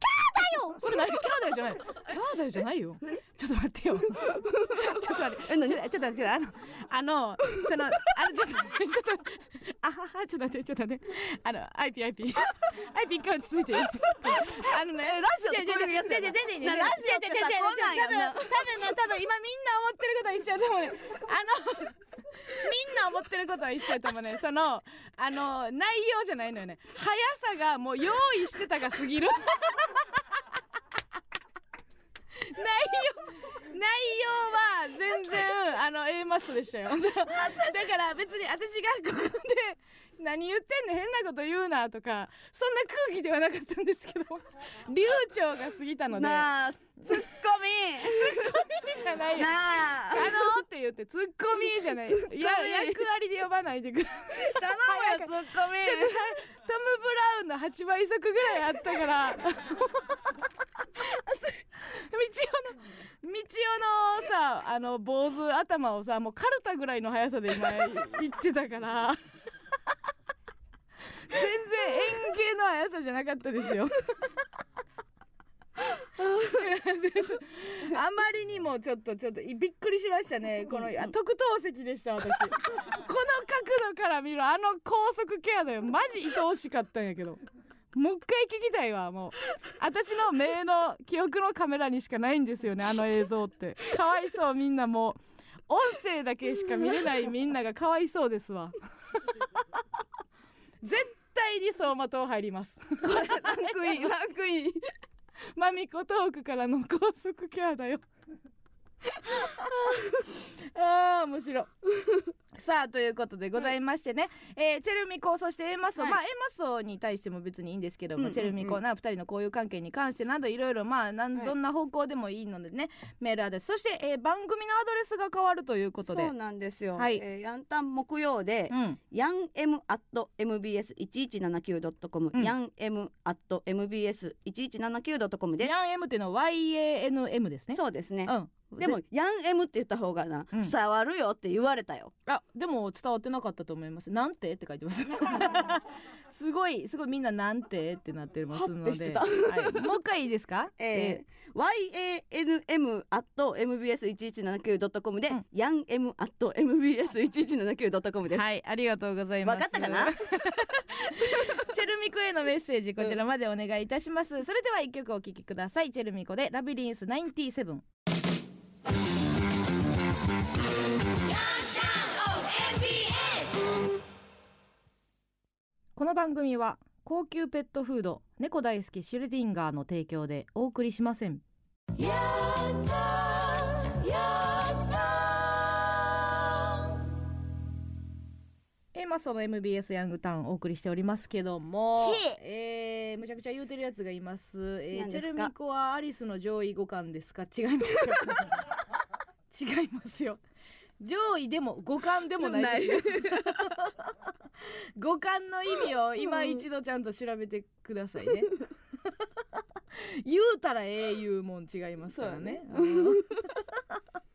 Speaker 2: キャーだよそれ何キャーだよじゃないキャーだよじゃないよちょっと 待ってよちょっと待って
Speaker 1: え何
Speaker 2: ちょっとちょっと待ってちょっとあのあのそのあのちょっと待ってちょっと待ってあははちょっと待ってちょっと待ってあの IPIPIP 一回落ち着いていいあのね
Speaker 1: えラジオでこういうやつやな
Speaker 2: 違う違う違う違う違う
Speaker 1: なラジオってさこんなんやな
Speaker 2: 多分多分ね多分今みんな思ってることは一緒やと思うねあのみんな思ってることは一緒やと思うねそのあの内容じゃないのよね速さがもう用意してたが過ぎる 内容内容は全然 あの A マストでしたよそうだから別に私がここで何言ってんねん変なこと言うなとかそんな空気ではなかったんですけど流暢が過ぎたので
Speaker 1: なあツッコ ミ
Speaker 2: じゃないよ
Speaker 1: な
Speaker 2: あ
Speaker 1: あ
Speaker 2: のーって言ってツッコミじゃないい
Speaker 1: ミ
Speaker 2: や役割で呼ばないでくださ
Speaker 1: 頼
Speaker 2: い
Speaker 1: むよツッコミ
Speaker 2: ちょっとトム・ブラウンの8倍速ぐらいあったからみちおのみちおのさあの坊主頭をさもうカルタぐらいの速さで今言ってたから全然円形の速さじゃなかったですよ あまりにもちょっとちょっとびっくりしましたねこのあ特等席でした私この角度から見るあの高速ケアだよマジ愛おしかったんやけどもう一回聞きたいわもう私の目の記憶のカメラにしかないんですよねあの映像ってかわいそうみんなもう音声だけしか見れないみんながかわいそうですわ絶対に相馬灯入ります
Speaker 1: ランクインランクイン
Speaker 2: マミコトークからの高速ケア だよ。あー面白いさあということでございましてね、えーチェルミコそして A マッソ、
Speaker 1: はい
Speaker 2: まあ A マッソに対しても別にいいんですけど
Speaker 1: う
Speaker 2: も、
Speaker 1: んうんうん
Speaker 2: チェルミコな2人の交友関係に関してなどいろいろまあなん、
Speaker 1: はい
Speaker 2: どんな方向でもいいのでねメールアドレスそして、えー番組のアドレスが変わるということで
Speaker 1: そうなんですよ、
Speaker 2: はい
Speaker 1: えーヤンタン木曜で、
Speaker 2: うん
Speaker 1: ヤン M at MBS 一一七九ドットコム、
Speaker 2: うん
Speaker 1: ヤン M at MBS 一一七九ドットコムです。
Speaker 2: ヤン M っていうのは YANM ですね
Speaker 1: そうですね。
Speaker 2: うん、
Speaker 1: でもヤン M って言った方がな、
Speaker 2: うん
Speaker 1: 伝わるよって言われたよ。
Speaker 2: あでも伝わってなかったと思います。なんてって書いて ます。すごいすごいみんななんてってなってます
Speaker 1: は
Speaker 2: の
Speaker 1: ってして
Speaker 2: で。
Speaker 1: た
Speaker 2: はい、もう一回いいですか？
Speaker 1: えー、Y A N M at MBS 一一七九ドットコムで、
Speaker 2: うん
Speaker 1: ヤン M at MBS 一一七九ドットコム
Speaker 2: え
Speaker 1: です。
Speaker 2: はいありがとうございま
Speaker 1: わ
Speaker 2: す。
Speaker 1: かったかな？
Speaker 2: チェルミコへのメッセージこちらまでお願いいたします。それでは一曲お聴きください。チェルミコでラビリンス97。この番組は高級ペットフード猫大好きシュレディンガーの提供でお送りしません。えー、まあその MBS ヤングタウンお送りしておりますけども、えー、むちゃくちゃ言うてるやつがいます。えー、
Speaker 1: 何
Speaker 2: チ
Speaker 1: ですか
Speaker 2: ェルミコはアリスの上位互換ですか違います よ。違いますよ。上位でも五感でもないですよ。五感の意味を今一度ちゃんと調べてください ね。言うたらええ言うもん違いますからね。うん言っ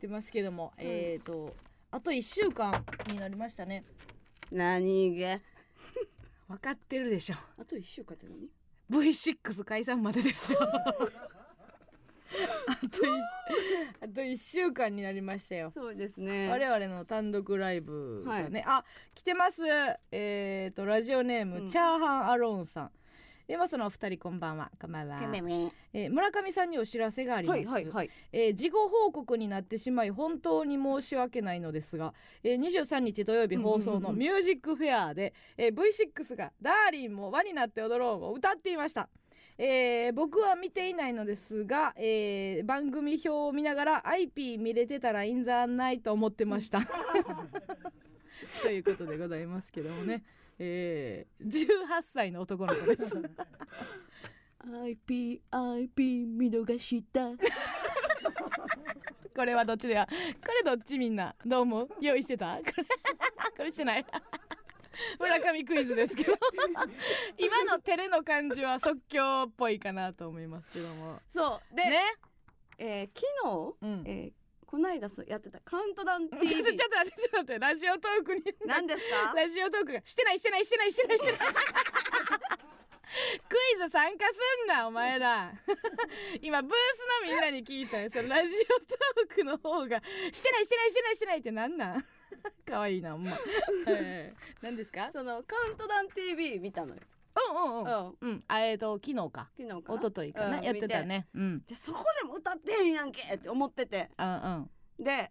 Speaker 2: てますけども、えっ、とあと一週間になりましたね。
Speaker 1: 何が？
Speaker 2: 分かってるでしょ。
Speaker 1: あと一週間って何？
Speaker 2: V6 解散までですよ。あと一あと一週間になりましたよ。
Speaker 1: そうですね。
Speaker 2: 我々の単独ライブがね、あ来てますえっ、とラジオネーム、
Speaker 1: うん
Speaker 2: チャーハンアローンさん今そのお二人こんばんはこんばんは、えー村上さんにお知らせがありま
Speaker 1: は
Speaker 2: す、
Speaker 1: いはいはい。
Speaker 2: えー事後報告になってしまい本当に申し訳ないのですが、えー、23日土曜日放送の「ミュージックフェアで」えー V6 が「ダーリンも輪になって踊ろう」を歌っていました。えー僕は見ていないのですが、えー番組表を見ながら IP 見れてたらいいんじゃないと思ってました。 ということでございますけどもね、えー18歳の男の子です。
Speaker 1: I P I P 見逃した。
Speaker 2: これはどっちだよこれどっちみんなどう思う用意してたこれこれしてない村上クイズですけど今の照れの感じは即興っぽいかなと思いますけども
Speaker 1: そうで、
Speaker 2: ね
Speaker 1: えー昨日、
Speaker 2: うん
Speaker 1: えーこの間そうやってたカウントダウン
Speaker 2: ちょっと
Speaker 1: TV
Speaker 2: ちょっと待ってちょっと待ってラジオトークに
Speaker 1: 何です か
Speaker 2: ラジオトークがしてないしてないしてないしてないしてないクイズ参加すんなお前ら今ブースのみんなに聞いたやつラジオトークの方がしてないしてないしてないしてないってなんなん可愛いなほんま、えー、何ですか
Speaker 1: そのカウントダウン TV 見たのよ、
Speaker 2: うん
Speaker 1: うん、
Speaker 2: うんうん
Speaker 1: 昨
Speaker 2: うんあえっ、と昨日か
Speaker 1: 日かな
Speaker 2: 一昨日かな、
Speaker 1: うん
Speaker 2: やってたねうん
Speaker 1: でそこでも歌ってへんやんけって思ってて
Speaker 2: あ
Speaker 1: で、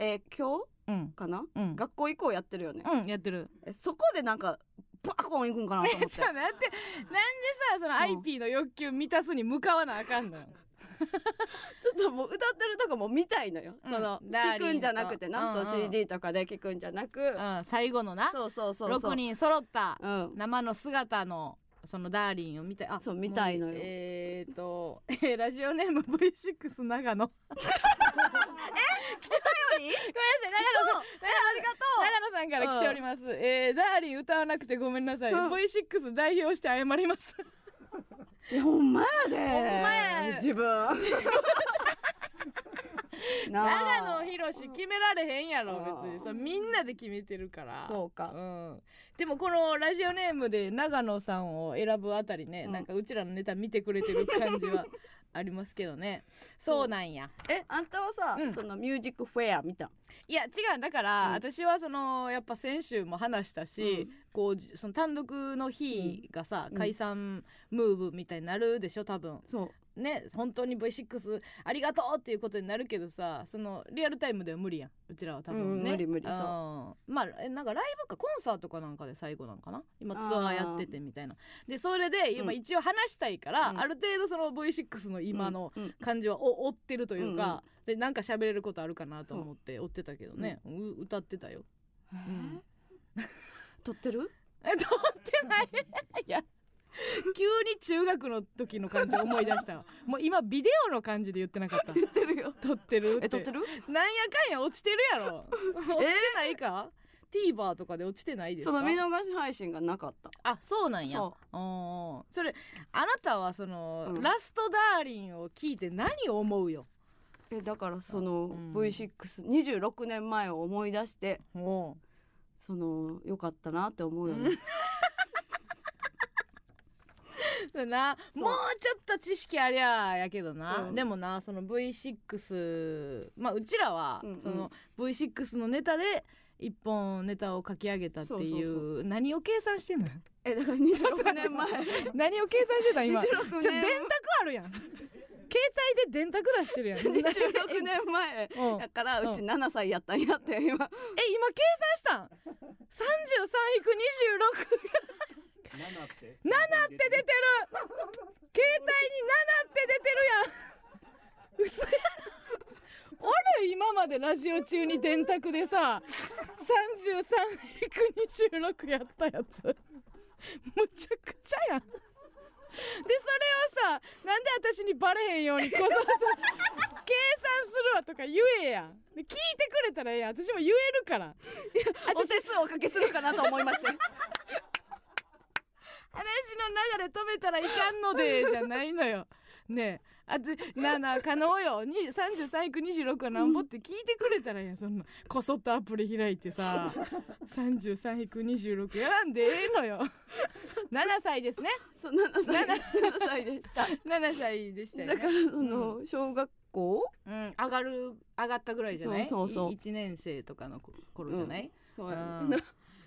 Speaker 1: えー今日
Speaker 2: うんうん
Speaker 1: かな
Speaker 2: うん
Speaker 1: 学校以降やってるよね、
Speaker 2: うんやってる
Speaker 1: えそこでなんかバコン行くんかなと思っ
Speaker 2: じ
Speaker 1: て
Speaker 2: ゃあなんでなんでさその IP の欲求満たすに向かわなあかんのよ
Speaker 1: ちょっともう歌ってるとこも見たいのよ、
Speaker 2: うん
Speaker 1: その
Speaker 2: ダーリン
Speaker 1: 聞くんじゃなくてな、
Speaker 2: うんうん
Speaker 1: そう CD とかで聞くんじゃなく、
Speaker 2: うん、最後のな
Speaker 1: そうそうそうそう
Speaker 2: 6人揃った
Speaker 1: うん
Speaker 2: 生の姿のそのダーリンを見たいあ
Speaker 1: そう見たいのよ
Speaker 2: もうえー、と、 えーラジオネーム V6 長野ごめんな
Speaker 1: りそう
Speaker 2: さい長野さん
Speaker 1: えあ
Speaker 2: 長野さんから来ております、えー、ダーリン歌わなくてごめんなさい、
Speaker 1: うん
Speaker 2: V6 代表して謝ります
Speaker 1: りがとういやほんまやで
Speaker 2: ほんまや
Speaker 1: 自 分なあ
Speaker 2: 長野博士決められへんやろ別に
Speaker 1: うん
Speaker 2: それみんなで決めてるから
Speaker 1: そうか
Speaker 2: うん、でもこのラジオネームで長野さんを選ぶあたりね、
Speaker 1: うん
Speaker 2: なんかうちらのネタ見てくれてる感じはありますけ どねそうなんや
Speaker 1: えあんたはさ、
Speaker 2: うん
Speaker 1: そのミュージックフェア見たん
Speaker 2: いや違うだから、
Speaker 1: うん
Speaker 2: 私はそのやっぱ先週も話したし、
Speaker 1: う
Speaker 2: こうじその単独の日がさ、
Speaker 1: うん
Speaker 2: 解散ムーブみたいになるでしょ多分
Speaker 1: そう
Speaker 2: ね本当に V6 ありがとうっていうことになるけどさそのリアルタイムでは無理やんうちらは多分ね、
Speaker 1: うん無理無理そうん
Speaker 2: まあえなんかライブかコンサートかなんかで最後なんかな今ツアーやっててみたいなでそれで今
Speaker 1: うん
Speaker 2: 一応話したいから、
Speaker 1: うん
Speaker 2: ある程度その V6 の今の
Speaker 1: うんうん
Speaker 2: 感じはお追ってるというか、でなんか喋れることあるかなと思って追ってたけどね、う歌ってたよ、うん
Speaker 1: 撮ってる
Speaker 2: え通ってない いや急に中学の時の感じ思い出したわもう今ビデオの感じで言ってなかった
Speaker 1: 撮ってるよ
Speaker 2: 撮ってるって
Speaker 1: え撮ってる
Speaker 2: なんやかんや落ちてるやろ落ちてないか、TVer とかで落ちてないです
Speaker 1: そ
Speaker 2: か
Speaker 1: の見逃し配信がなかった
Speaker 2: あそうなんや
Speaker 1: そ
Speaker 2: おーそれあなたはその、
Speaker 1: うん
Speaker 2: ラストダーリンを聞いて何を思うよ
Speaker 1: えだからその
Speaker 2: うん
Speaker 1: V626 年前を思い出して
Speaker 2: お
Speaker 1: その良かったなって思うよね、
Speaker 2: だなもうちょっと知識ありゃやけどな、
Speaker 1: うん
Speaker 2: でもなその V6 まあうちらは、
Speaker 1: うんうん
Speaker 2: その V6 のネタで一本ネタを書き上げたっていう
Speaker 1: そうそう
Speaker 2: 何を計算してんの
Speaker 1: えだから
Speaker 2: ちょっと
Speaker 1: 26
Speaker 2: 待って
Speaker 1: 年前
Speaker 2: 何を計算してた今 ちょ
Speaker 1: 26
Speaker 2: 電卓
Speaker 1: 年
Speaker 2: あるやん携帯で電卓出して るやん
Speaker 1: 26年前
Speaker 2: うん
Speaker 1: だから
Speaker 2: うん
Speaker 1: うち7歳やったんやって今
Speaker 2: え今計算したん ?33 引く26
Speaker 4: 7って
Speaker 2: 7って出てる携帯に7って出てるやん嘘やろおる今までラジオ中に電卓でさ33引く26やったやつむちゃくちゃやんでそれをさなんで私にバレへんようにこそこそ計算するわとか言えやで聞いてくれたらええやん私も言えるから
Speaker 1: お手数おかけするかなと思いま した
Speaker 2: 話の流れ止めたらいかんのでじゃないの よ。ねえ。あつなあなあ可能よに33区26はなんぼって聞いてくれたらいいやんそんなこそっとアプリ開いて さ33区26やらんでええ のよ7歳ですね
Speaker 1: そう7歳7歳でした
Speaker 2: 7歳でしたよね
Speaker 1: だからその小学校
Speaker 2: うん、上がる上がったぐらいじゃない
Speaker 1: そうそうそう
Speaker 2: 1年生とかの頃頃じゃない、
Speaker 1: そう
Speaker 2: う
Speaker 1: や
Speaker 2: ん
Speaker 1: ね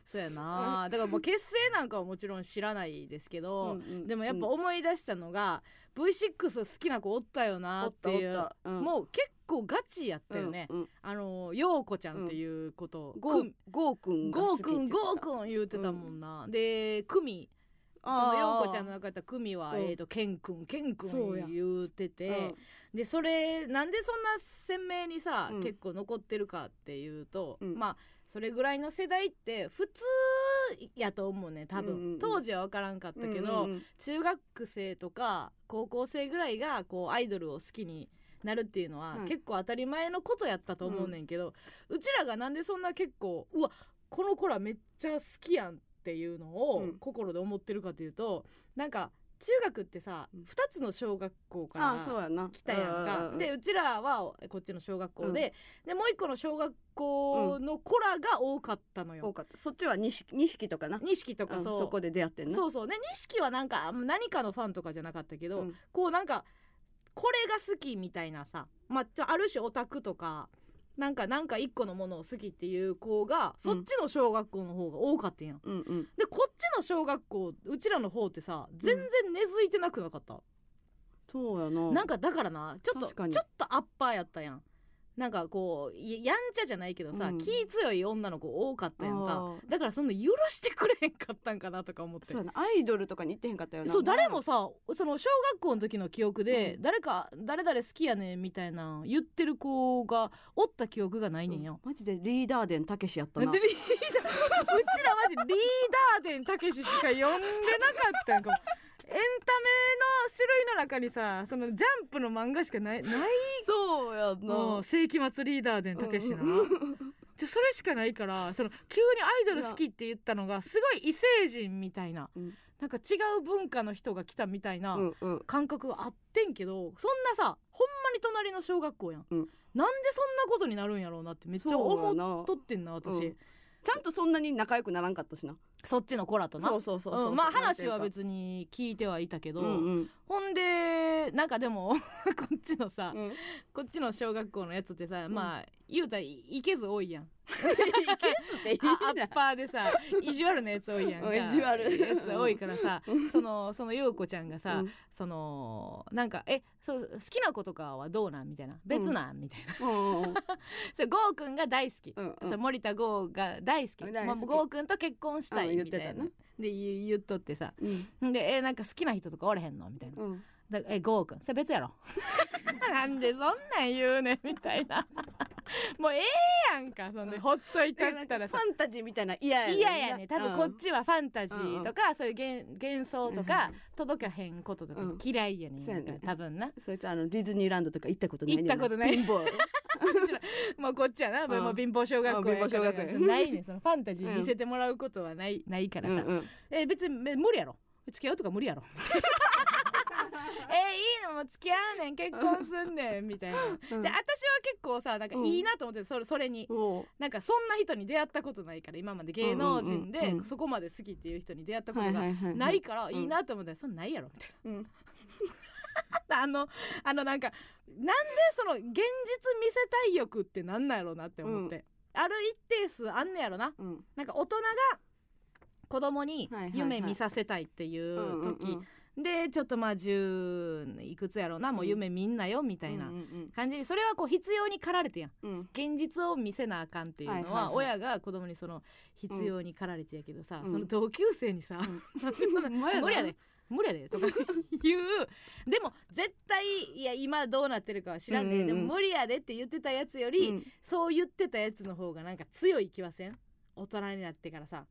Speaker 2: そうやなだからもう結成なんかはもちろん知らないですけど、
Speaker 1: うんうん
Speaker 2: でもやっぱ思い出したのが、V6 好きな子おったよなっていう
Speaker 1: おったおったうん
Speaker 2: もう結構ガチやったよね、
Speaker 1: うんうん
Speaker 2: あの陽子ちゃんっていうこと
Speaker 1: ゴ
Speaker 2: ゴ
Speaker 1: ーゴーくんが好
Speaker 2: ー
Speaker 1: き
Speaker 2: くん
Speaker 1: って言
Speaker 2: ゴ
Speaker 1: って
Speaker 2: ー
Speaker 1: た
Speaker 2: くん言うてたもんな、で久美そ
Speaker 1: あ
Speaker 2: の
Speaker 1: ー
Speaker 2: 陽子ちゃんの中やった久美は、
Speaker 1: うん
Speaker 2: えー、とケンくんケンく
Speaker 1: そうや
Speaker 2: ん言うてて、
Speaker 1: うん
Speaker 2: でそれなんでそんな鮮明にさ、
Speaker 1: うん
Speaker 2: 結構残ってるかっていうと、
Speaker 1: うん
Speaker 2: まあそれぐらいの世代って普通やと思うね多分、
Speaker 1: うんうんうん
Speaker 2: 当時は分からんかったけ
Speaker 1: うん
Speaker 2: ど、
Speaker 1: うんうん
Speaker 2: 中学生とか高校生ぐらいがこうアイドルを好きになるっていうのは、
Speaker 1: うん
Speaker 2: 結構当たり前のことやったと思うねんけど、うちらがなんでそんな結構うわこの子らめっちゃ好きやんっていうのを
Speaker 1: うん
Speaker 2: 心で思ってるかというと、なんか中学ってさ、
Speaker 1: う
Speaker 2: 二
Speaker 1: ん
Speaker 2: 2つの小学校か
Speaker 1: ああそう
Speaker 2: ら
Speaker 1: やな
Speaker 2: 来たやんか、
Speaker 1: うん
Speaker 2: でうちらはこっちの小学校で,、でもう一個の小学校の子らが多かったの
Speaker 1: 多
Speaker 2: よ。
Speaker 1: かったそっちは錦錦とかな
Speaker 2: 錦と
Speaker 1: う
Speaker 2: か
Speaker 1: ん
Speaker 2: そう
Speaker 1: そこで出会ってんな
Speaker 2: そうそうね錦はなんかあんま何かのファンとかじゃなかったけど、
Speaker 1: うん
Speaker 2: こうなんかこれが好きみたいなさ、まあちょ、ある種オタクとかなんかなんか一個のものを好きっていう子がそっちの小学校の方が多かったんや、ん、
Speaker 1: うんうん
Speaker 2: でこっちの小学校うちらの方ってさ全然根付いてなくなかった、
Speaker 1: そうやな
Speaker 2: なんかだからなちょっと
Speaker 1: 確かに
Speaker 2: ちょっとアッパーやったやんなんかこうややんちゃじゃないけどさ、
Speaker 1: うん
Speaker 2: 気強い女の子多かったやん
Speaker 1: あ
Speaker 2: か
Speaker 1: ー
Speaker 2: だからそんな許してくれへんかったんかなとか思って
Speaker 1: そうやなアイドルとかに行ってへんかったよな
Speaker 2: そう誰もさその小学校の時の記憶で、
Speaker 1: う
Speaker 2: 誰か誰々好きやねんみたいなん言ってる子がおった記憶がないねんよ。
Speaker 1: マジでリーダーデンたけしやった
Speaker 2: でリ
Speaker 1: な
Speaker 2: ーダーうちらマジリーダーデンたけししか呼んでなかったんかもエンタメの種類の中にさそのジャンプの漫画しかないない
Speaker 1: そうや
Speaker 2: の
Speaker 1: な
Speaker 2: 世紀末リーダーデンたけしな。でそれしかないからその急にアイドル好きって言ったのがすごい異星人みたいな、
Speaker 1: うん
Speaker 2: なんか違う文化の人が来たみたいな、
Speaker 1: うんうん
Speaker 2: 感覚があってんけどそんなさほんまに隣の小学校やん、
Speaker 1: うん
Speaker 2: なんでそんなことになるんやろうなってめっちゃ思っ
Speaker 1: っ
Speaker 2: とってんな私、
Speaker 1: うんちゃんとそんなに仲良くならんかったしな
Speaker 2: そっちの子らとな
Speaker 1: そうそうそうそう
Speaker 2: うんまあ話は別に聞いてはいたけど、
Speaker 1: うんうん
Speaker 2: ほんでなんかでも こっちのさ、
Speaker 1: うん
Speaker 2: こっちの小学校のやつってさ、
Speaker 1: ん
Speaker 2: まあ言うたらいいけず多いやん
Speaker 1: っていい
Speaker 2: あア
Speaker 1: な
Speaker 2: ッパーでさ意地悪なやつ多いやんか
Speaker 1: うん意地悪
Speaker 2: やつ多いからさそのその陽子ちゃんがさ、
Speaker 1: うん
Speaker 2: そのなんか「えそう好きな子とかはどうなん?」みたいな「別なん?」みたいな
Speaker 1: うんうん
Speaker 2: 「そうゴーくんが大好き」
Speaker 1: うんうん
Speaker 2: そう森田剛が大好き
Speaker 1: 大好き
Speaker 2: まあ、ゴーくんと結婚したい」
Speaker 1: うん言
Speaker 2: み
Speaker 1: ったて
Speaker 2: いな、
Speaker 1: たね
Speaker 2: で言う言っとってさ
Speaker 1: うん
Speaker 2: 「でえなんか好きな人とかおれへんの?」みたいな
Speaker 1: うん
Speaker 2: 「だえゴーくんそれ別 やろ」「なんでそんなん言うねん」みたいな もうええやんかそんでほっといたったら
Speaker 1: フ
Speaker 2: さ
Speaker 1: ァンタジーみたいな嫌やねん
Speaker 2: 嫌やね多分こ
Speaker 1: うん
Speaker 2: っちはファンタジーとか、そういう幻幻想とか、届かへんこととか
Speaker 1: うん
Speaker 2: 嫌いやねん、
Speaker 1: そうやね
Speaker 2: 多分な
Speaker 1: そいつあのディズニーランドとか行ったことないねん
Speaker 2: 行ったことない
Speaker 1: 貧乏
Speaker 2: まあこっちはな、もう貧乏小学校や
Speaker 1: うん貧乏小学校や
Speaker 2: ないねんそのファンタジー見せてもらうことはない、ないから
Speaker 1: う
Speaker 2: さ、
Speaker 1: んうん
Speaker 2: え別にえ無理やろ付き合うとか 無理やろえいいのもう付き合うねん結婚すんねんみたいな、
Speaker 1: うん
Speaker 2: で私は結構さなんかいいなと思ってそれそれに、
Speaker 1: おう
Speaker 2: なんかそんな人に出会ったことないから今まで芸能人
Speaker 1: うんうん
Speaker 2: で
Speaker 1: うんうん
Speaker 2: そこまで好きっていう人に出会ったこ
Speaker 1: は
Speaker 2: と
Speaker 1: いは
Speaker 2: が
Speaker 1: いはい
Speaker 2: な
Speaker 1: はいい
Speaker 2: からいいなと思ったらそんなんないやろみたい
Speaker 1: うん
Speaker 2: な あのあのなんかなんでその現実見せたい欲ってなんなんやろうなって思って、ある一定数あんねやろな
Speaker 1: うん
Speaker 2: なんか大人が子供に
Speaker 1: はいはいはい
Speaker 2: 夢見させたいっていう時、
Speaker 1: うんうん
Speaker 2: でちょっとまあ10いくつやろうなもう夢みんなよみたいな
Speaker 1: うんうん
Speaker 2: 感じでそれはこう必要に駆られてやん
Speaker 1: うん
Speaker 2: 現実を見せなあかんっていうの
Speaker 1: は
Speaker 2: は,、
Speaker 1: いはいはい
Speaker 2: 親が子供にその必要に駆られてやけどさ、
Speaker 1: うん
Speaker 2: その同級生にさ「なんで そんな
Speaker 1: まやな
Speaker 2: 無理やで無理やで」とか 言うでも絶対いや今どうなってるかは知らんね、
Speaker 1: うんうんうん
Speaker 2: でも無理やでって言ってたやつよ
Speaker 1: う
Speaker 2: り、
Speaker 1: ん
Speaker 2: そう言ってたやつの方がなんか強い気はせん大人になってからさ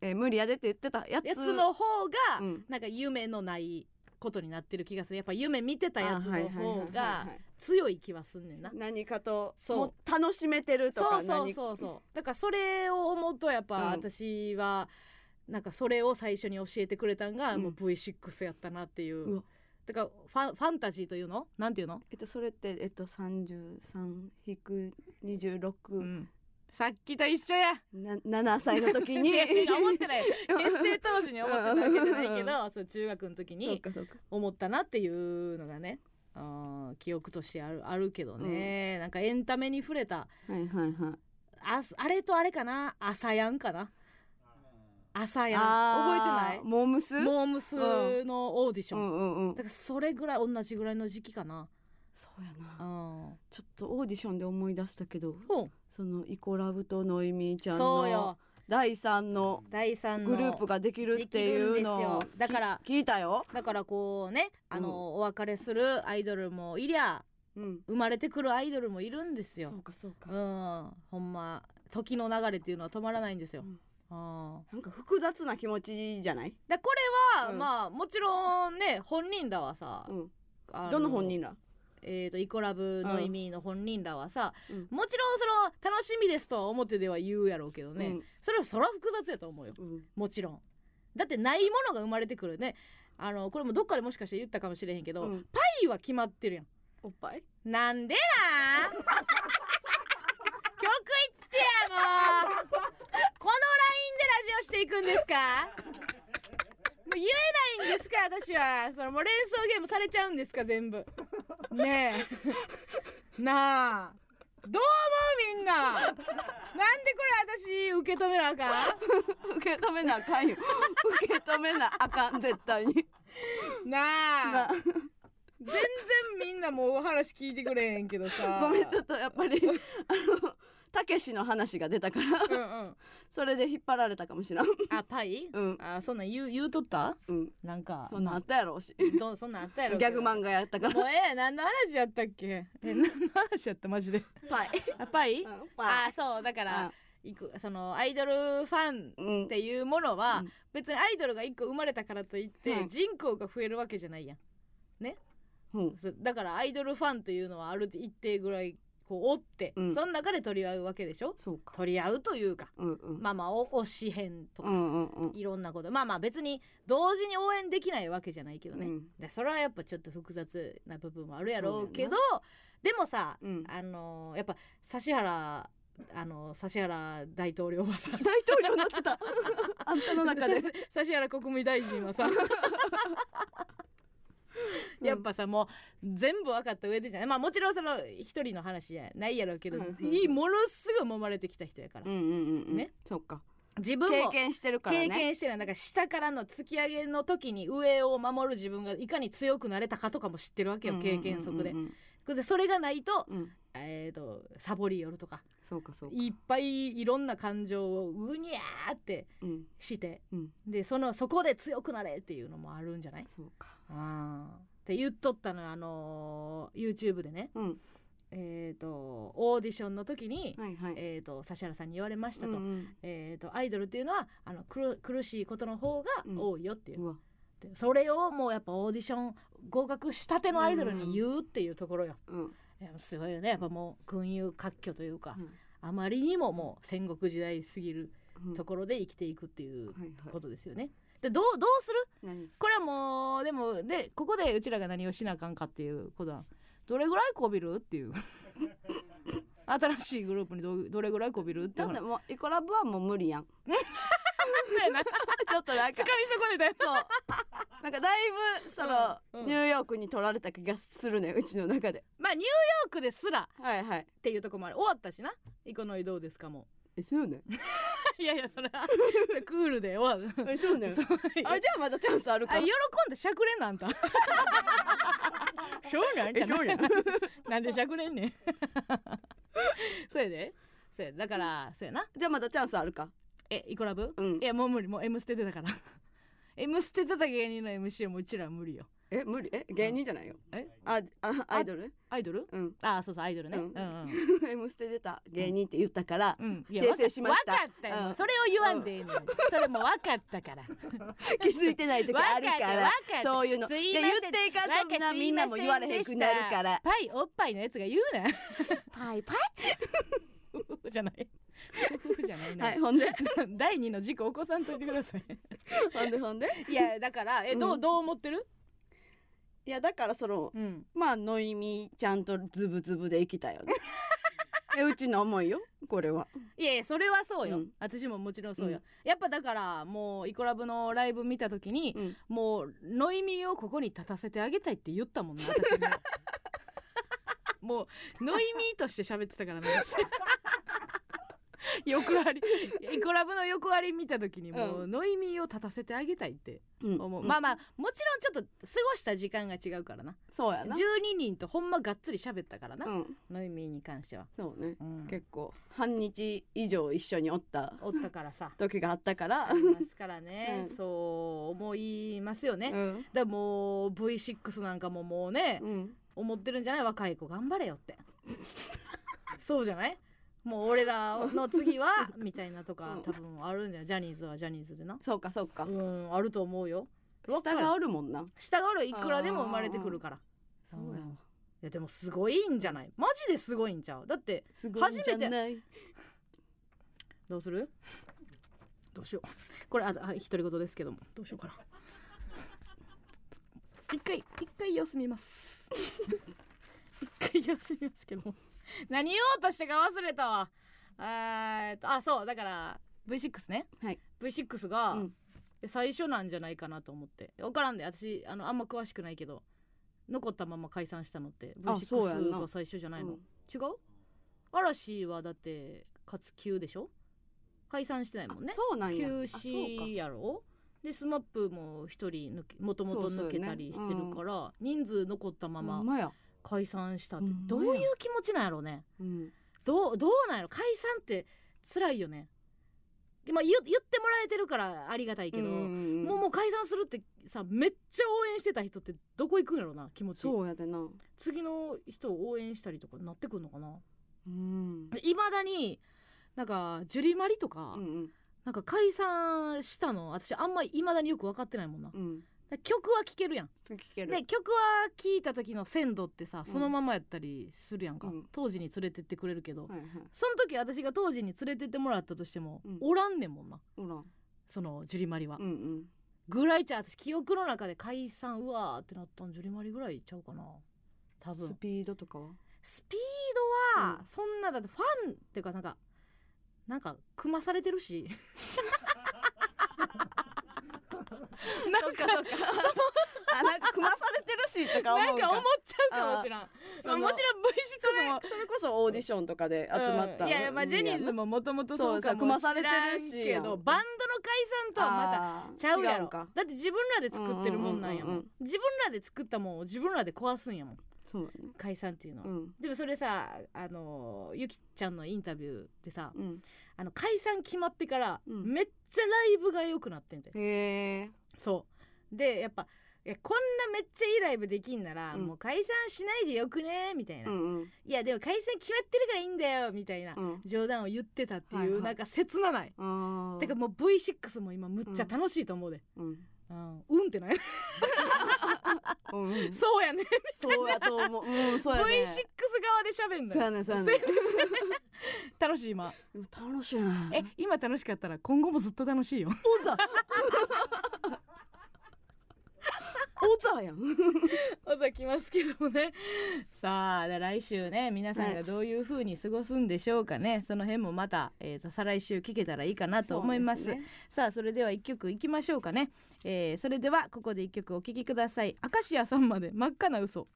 Speaker 1: えー無理やでって言ってたやつ
Speaker 2: やつの方が、
Speaker 1: うん
Speaker 2: なんか夢のないことになってる気がするやっぱ夢見てたやつ
Speaker 1: あは
Speaker 2: の
Speaker 1: いはいはい
Speaker 2: 方
Speaker 1: はい
Speaker 2: が強い気はすんねんな。
Speaker 1: 何かと
Speaker 2: そう
Speaker 1: もう楽しめてると
Speaker 2: そ
Speaker 1: か
Speaker 2: うそう
Speaker 1: 何
Speaker 2: そうそうだからそれを思うとやっぱ
Speaker 1: うん
Speaker 2: 私は、なんかそれを最初に教えてくれたんが
Speaker 1: うん
Speaker 2: もう V6 やったなっていう、
Speaker 1: うわ
Speaker 2: だからファンファンタジーというのなんていうの、
Speaker 1: えっとそれってえっと三十三引く二十
Speaker 2: う
Speaker 1: 六
Speaker 2: んさっきと一緒や
Speaker 1: な七歳の時に
Speaker 2: いやいや思ってない
Speaker 1: うん
Speaker 2: 結成当時に思ってたわけじゃないけどそう中学の時
Speaker 1: そう
Speaker 2: に
Speaker 1: かそうか
Speaker 2: 思ったなっていうのがねあー記憶としてあるあるけどね、なんかエンタメに触れた
Speaker 1: はいはいはい
Speaker 2: ああれとあれかな朝やんかな朝やん
Speaker 1: あ
Speaker 2: 覚え
Speaker 1: ー
Speaker 2: てない
Speaker 1: モームス
Speaker 2: モームスのオーディシ
Speaker 1: う
Speaker 2: ョン、
Speaker 1: んうんうん
Speaker 2: だからそれぐらい同じぐらいの時期かな
Speaker 1: そうや
Speaker 2: う、
Speaker 1: なんちょっとオーディションで思い出したけど
Speaker 2: ほう
Speaker 1: そのイコラブとノイミーちゃん
Speaker 2: そうよ
Speaker 1: の第三の
Speaker 2: 第三の
Speaker 1: グループができるっていうのを
Speaker 2: できるんですよだから
Speaker 1: き聞いたよ、
Speaker 2: だからこうねあの、
Speaker 1: うん
Speaker 2: お別れするアイドルもいりゃ
Speaker 1: うん、
Speaker 2: 生まれてくるアイドルもいるんですよ
Speaker 1: そうかそうか、
Speaker 2: うんほんま時の流れっていうのは止まらないんですよ、
Speaker 1: うん
Speaker 2: あ
Speaker 1: なんか複雑な気持ちじゃない、
Speaker 2: でこれは、
Speaker 1: うん
Speaker 2: まあもちろんね本人らはさ、
Speaker 1: うん、
Speaker 2: あ
Speaker 1: どの本人ら
Speaker 2: えー、とイコラブの意味の本人らはさ、
Speaker 1: うん
Speaker 2: もちろんその楽しみですとは表では言うやろうけどね、それはそら複雑やと思うよ
Speaker 1: うんうん
Speaker 2: もちろんだってないものが生まれてくるねあのこれもどっかでもしかして言ったかもしれへんけど、
Speaker 1: うん
Speaker 2: パイは決まってるやん
Speaker 1: おっぱ い
Speaker 2: なん でな曲いってやもうこのラインでラジオしていくんですかもう言えないんですか私はそのもう連想ゲームされちゃうんですか全部ねえなあどう思うみんななんでこれ私受け止めなあかん
Speaker 1: 受け止めなあかんよ 受け止めなあかん絶対に
Speaker 2: な
Speaker 1: な
Speaker 2: あ全然みんなもうお話聞いてくれへんけどさ
Speaker 1: ごめんちょ
Speaker 2: っ
Speaker 1: っとやっぱりあのたけしの話が出たから
Speaker 2: と、うんうん、
Speaker 1: それで引っ張られたかもしらん
Speaker 2: あパイ、
Speaker 1: うん
Speaker 2: あそんなん言う言うとった
Speaker 1: うん
Speaker 2: なんか
Speaker 1: そんなんあ
Speaker 2: ま
Speaker 1: ったやろうし
Speaker 2: あどうそんなんあったやろ
Speaker 1: ギャグ
Speaker 2: ン
Speaker 1: 漫画やったから
Speaker 2: もうええ何の話やったっけえ何の話やったマ ジで
Speaker 1: パイ
Speaker 2: あパイ、
Speaker 1: うん
Speaker 2: あ
Speaker 1: パイ
Speaker 2: そうだからいくそのアイドルファン
Speaker 1: うん
Speaker 2: っていうものは、
Speaker 1: うん
Speaker 2: 別にアイドルが一個生まれたからといって、
Speaker 1: はい
Speaker 2: 人口が増えるわけじゃないやん
Speaker 1: うん
Speaker 2: そうだからアイドルファンというのはある一定ぐらいこうおって、
Speaker 1: うん
Speaker 2: その中で取り合うわけでしょ
Speaker 1: そうか
Speaker 2: 取り合うというか
Speaker 1: うんうん
Speaker 2: まあまあお推し編と
Speaker 1: う
Speaker 2: か、
Speaker 1: んうんうん
Speaker 2: いろんなことまあまあ別に同時に応援できないわけじゃないけどね、
Speaker 1: うん
Speaker 2: でそれはやっぱちょっと複雑な部分もあるやろうけど
Speaker 1: そ
Speaker 2: でもさ、
Speaker 1: うん
Speaker 2: あのーやっぱ指原あのー指原大統領はさ
Speaker 1: 大統領になってた あんたの中で
Speaker 2: 指原国務大臣は さやっぱさもう全部分かった上でじゃないまあもちろんその一人の話じゃないやろうけど、
Speaker 1: うんうん
Speaker 2: いいものすごい揉まれてきた人やから、
Speaker 1: うんうんうんうん
Speaker 2: ね
Speaker 1: そうか
Speaker 2: 自分
Speaker 1: 経
Speaker 2: も
Speaker 1: 験してるから
Speaker 2: 経
Speaker 1: ね
Speaker 2: 験してるだから下からの突き上げの時に上を守る自分がいかに強くなれたかとかも知ってるわけよ経験則で
Speaker 1: うんうん
Speaker 2: でそれがないと,、
Speaker 1: うんうんうん
Speaker 2: えー、とサボりよるとか
Speaker 1: そうかそうか
Speaker 2: いっぱいいろんな感情をうにゃーって
Speaker 1: うん
Speaker 2: して
Speaker 1: うん
Speaker 2: でそのそこで強くなれっていうのもあるんじゃない
Speaker 1: そうか
Speaker 2: あーって言っとったのよあのー YouTube でね、
Speaker 1: うん
Speaker 2: えー、とオーディションの時に、
Speaker 1: はいはい
Speaker 2: えー、と指原さんに言われました
Speaker 1: う
Speaker 2: と。
Speaker 1: ん
Speaker 2: えー、とアイドルっていうのはあの苦苦しいことの方が多いよっていう
Speaker 1: うんうわ
Speaker 2: ってそれをもうやっぱオーディション合格したてのアイドルに言うっていうところよ、
Speaker 1: うん
Speaker 2: いやすごいよねやっぱもう群雄割拠というか、
Speaker 1: うん
Speaker 2: あまりにももう戦国時代すぎる
Speaker 1: うん
Speaker 2: ところで生きていくっていう
Speaker 1: はいはい
Speaker 2: ことですよね。でどうどうする
Speaker 1: 何
Speaker 2: これはもうでもでここでうちらが何をしなあかんかっていうことはどれぐらいこびるっ ていう新しいグループにどうどれぐらいこびるって
Speaker 1: だ
Speaker 2: ほ
Speaker 1: っ
Speaker 2: ら
Speaker 1: てもうイコラブはもう無理や ん
Speaker 2: そうやな
Speaker 1: ちょっとなん
Speaker 2: つか
Speaker 1: か
Speaker 2: み損ねたよ
Speaker 1: そうなんかだいぶその、
Speaker 2: うんうん
Speaker 1: ニューヨークに取られた気がするねうちの中で
Speaker 2: まあニューヨークですらっ
Speaker 1: はいはい
Speaker 2: ていうところもある終わったしなイコノイどうですかもう
Speaker 1: えそうね
Speaker 2: いやいやそれはそれ クールで終わる。
Speaker 1: えそうね
Speaker 2: そういや
Speaker 1: あじゃあまたチャンスあるか
Speaker 2: あ
Speaker 1: ら
Speaker 2: 喜んで しゃくれんなあんた。しょうがないんじゃない。 なんでしゃくれん ねん。そうやで。そうやだからそうやな。
Speaker 1: じゃあまたチャンスあるか
Speaker 2: えイコラブ？
Speaker 1: うん
Speaker 2: いやもう無理もう M ステ出たから。M ステ出た芸人の MC はもううちらは無理よ。
Speaker 1: え無理え芸人じゃないよ
Speaker 2: え
Speaker 1: ああアイドル
Speaker 2: アイドル？
Speaker 1: うん
Speaker 2: あそうそうアイドルね。う
Speaker 1: うんん
Speaker 2: うん。
Speaker 1: M ステ出た芸人って言ったから、
Speaker 2: うん、いや
Speaker 1: 訂
Speaker 2: わか
Speaker 1: 正しました
Speaker 2: わかったよ、
Speaker 1: うん
Speaker 2: もうそれを言わんでええのよそれもう分かったから
Speaker 1: 気づいてない時あるから
Speaker 2: わかったわかった
Speaker 1: そういうの
Speaker 2: す
Speaker 1: で
Speaker 2: い
Speaker 1: 言
Speaker 2: ません
Speaker 1: っていかんとなみんなも言われへんくなるから
Speaker 2: パイおっぱいのやつが言うな
Speaker 1: パイパ
Speaker 2: 夫婦じゃない 夫婦じゃない
Speaker 1: イ
Speaker 2: な、
Speaker 1: はいほんで
Speaker 2: 第二の事故起こさんといてください
Speaker 1: ほんでほんで
Speaker 2: いやだからえどう、
Speaker 1: うん
Speaker 2: どう思ってる
Speaker 1: いやだからその
Speaker 2: うん
Speaker 1: まあノイミちゃんとズブズブで生きた よねえうちの思いよこれはい
Speaker 2: やいやそれはそうよ、
Speaker 1: うん
Speaker 2: 私ももちろんそうよ、やっぱだからもうイコラブのライブ見た時に、
Speaker 1: うん
Speaker 2: もうノイミをここに立たせてあげたいって言ったもんな私も もうノイミとして喋ってたからね私 横ありイコラブの横あり見た時にもう、
Speaker 1: う
Speaker 2: ノイミを立たせてあげたいって
Speaker 1: うん
Speaker 2: 思う、
Speaker 1: うん
Speaker 2: まあまあもちろんちょっと過ごした時間が違うからな
Speaker 1: そうやな
Speaker 2: 12人とほんまがっつり喋ったからな、
Speaker 1: うん
Speaker 2: ノイミーに関しては、
Speaker 1: そうね
Speaker 2: うん
Speaker 1: 結構半日以上一緒におった
Speaker 2: おったからさ
Speaker 1: 時があったから
Speaker 2: ありますからね、
Speaker 1: うん
Speaker 2: そう思いますよね、
Speaker 1: う
Speaker 2: だか
Speaker 1: ん
Speaker 2: らもう V6 なんかももうね、
Speaker 1: うん
Speaker 2: 思ってるんじゃない若い子頑張れよって そうじゃないもう俺らの 次はみたいなとか
Speaker 1: うん
Speaker 2: 多分あるんじゃないジャニーズはジャニーズでな
Speaker 1: そうかそうか
Speaker 2: うんあると思うよ
Speaker 1: 下があるもんな
Speaker 2: 下があるいくらでも生まれてくるから
Speaker 1: そうやわ
Speaker 2: いやでもすごいんじゃないマジですごいんちゃうだって
Speaker 1: すごいんじゃ
Speaker 2: 初
Speaker 1: ない
Speaker 2: どうする どうしようこれああ独り言ですけどもどうしようかな一回一回様子見ます 一回様子見ますけども何言おうとしたか忘れたわえーっとあそうだから V6 ね、
Speaker 1: はい
Speaker 2: V6 が、
Speaker 1: うん
Speaker 2: 最初なんじゃないかなと思って分からんで私あのあんま詳しくないけど残ったまま解散したのって
Speaker 1: あそうやん
Speaker 2: V6
Speaker 1: な
Speaker 2: が最初じゃない
Speaker 1: う
Speaker 2: の、
Speaker 1: ん
Speaker 2: 違う嵐はだって活休でしょ解散してないもんね
Speaker 1: そうなんや
Speaker 2: 休
Speaker 1: あそう
Speaker 2: 止やろでスマップも一人抜けもとも
Speaker 1: そ
Speaker 2: と
Speaker 1: うそう
Speaker 2: 抜
Speaker 1: よね
Speaker 2: けたりしてるから、人数残ったま
Speaker 1: かほん
Speaker 2: ま
Speaker 1: まや、
Speaker 2: 解散したって、
Speaker 1: ほんまや
Speaker 2: どういう気持ちなんやろうね
Speaker 1: うん、
Speaker 2: どうどうなんやろ解散って辛いよねでまあ、言言ってもらえてるからありがたいけど、
Speaker 1: ん
Speaker 2: もうもう解散するってさめっちゃ応援してた人ってどこ行くんやろうな気持ち
Speaker 1: そうやでな
Speaker 2: 次の人を応援したりとかなってくるのかな
Speaker 1: うん
Speaker 2: いまだになんかジュリマリとか、
Speaker 1: うんうん
Speaker 2: なんか解散したの私あんまいまだによく分かってないもんなだか
Speaker 1: うん
Speaker 2: ら曲は聴けるやん
Speaker 1: 聞ける
Speaker 2: で曲は聴いた時の鮮度ってさ
Speaker 1: うん
Speaker 2: そのままやったりするやんか、
Speaker 1: うん
Speaker 2: 当時に連れてってくれるけど、
Speaker 1: はいはい
Speaker 2: その時私が当時に連れてってもらったとしても、
Speaker 1: うん
Speaker 2: おらんねんもんな
Speaker 1: ほら
Speaker 2: そのジュリマリは、
Speaker 1: うんうん
Speaker 2: ぐらいちゃう私記憶の中で解散うわーってなったんジュリマリぐらいちゃうかな多分
Speaker 1: スピードとかは
Speaker 2: スピードは、
Speaker 1: うん
Speaker 2: そんなだってファンっていうかなんかなんか組まされて るし なんか
Speaker 1: あなんか組まされてるしとか思う
Speaker 2: なんか思っちゃうかもしらん
Speaker 1: あー
Speaker 2: まあ、もちろん V6 も
Speaker 1: それこそオーディションとかで集まった、
Speaker 2: うんいやいやまあジェニーズももともとそうか
Speaker 1: そう
Speaker 2: も
Speaker 1: さ
Speaker 2: しら
Speaker 1: 組まされ
Speaker 2: ん
Speaker 1: てるし
Speaker 2: け
Speaker 1: やん
Speaker 2: どバンドの解散とはまた
Speaker 1: ま
Speaker 2: ちゃうやろ
Speaker 1: か
Speaker 2: だって自分らで作ってるもんなんやも
Speaker 1: う
Speaker 2: ん,、
Speaker 1: んうんうん
Speaker 2: 自分らで作ったもんを自分らで壊すんやもん
Speaker 1: そうだね
Speaker 2: 解散っていうのは、
Speaker 1: うん
Speaker 2: でもそれさあのゆきちゃんのインタビューでさ
Speaker 1: うん
Speaker 2: あの解散決まってから
Speaker 1: うん
Speaker 2: めっちゃライブが良くなってんだよ、
Speaker 1: へえ
Speaker 2: そうでやっぱいやこんなめっちゃいいライブできんなら、
Speaker 1: うん
Speaker 2: もう解散しないでよくねみたいな、
Speaker 1: うんうん
Speaker 2: いやでも解散決まってるからいいんだよみたいな、
Speaker 1: うん
Speaker 2: 冗談を言ってたっていう、
Speaker 1: はいはい
Speaker 2: なんか切なない、
Speaker 1: あー
Speaker 2: てかもう V6 も今むっちゃ楽しいと思うで、
Speaker 1: うん
Speaker 2: うん、うんってない
Speaker 1: うんうん
Speaker 2: そうやね
Speaker 1: そうやと思ううんそうや
Speaker 2: V6
Speaker 1: ね
Speaker 2: 側で喋ん
Speaker 1: そう
Speaker 2: の
Speaker 1: や
Speaker 2: よ
Speaker 1: ねそうやね
Speaker 2: 楽しい今
Speaker 1: でも楽しいな
Speaker 2: え今楽しかったら今後もずっと楽しいよ
Speaker 1: オ ザオザやん
Speaker 2: また来ますけどもねさあだ来週ね皆さん
Speaker 1: は
Speaker 2: が
Speaker 1: い
Speaker 2: どういう風に過ごすんでしょうかね、その辺もまた、えー、と再来週聞けたらいいかなと思います
Speaker 1: そうでね
Speaker 2: さあそれでは一曲いきましょうかね、えーそれではここで一曲お聴きください明石家さんまで真っ赤な嘘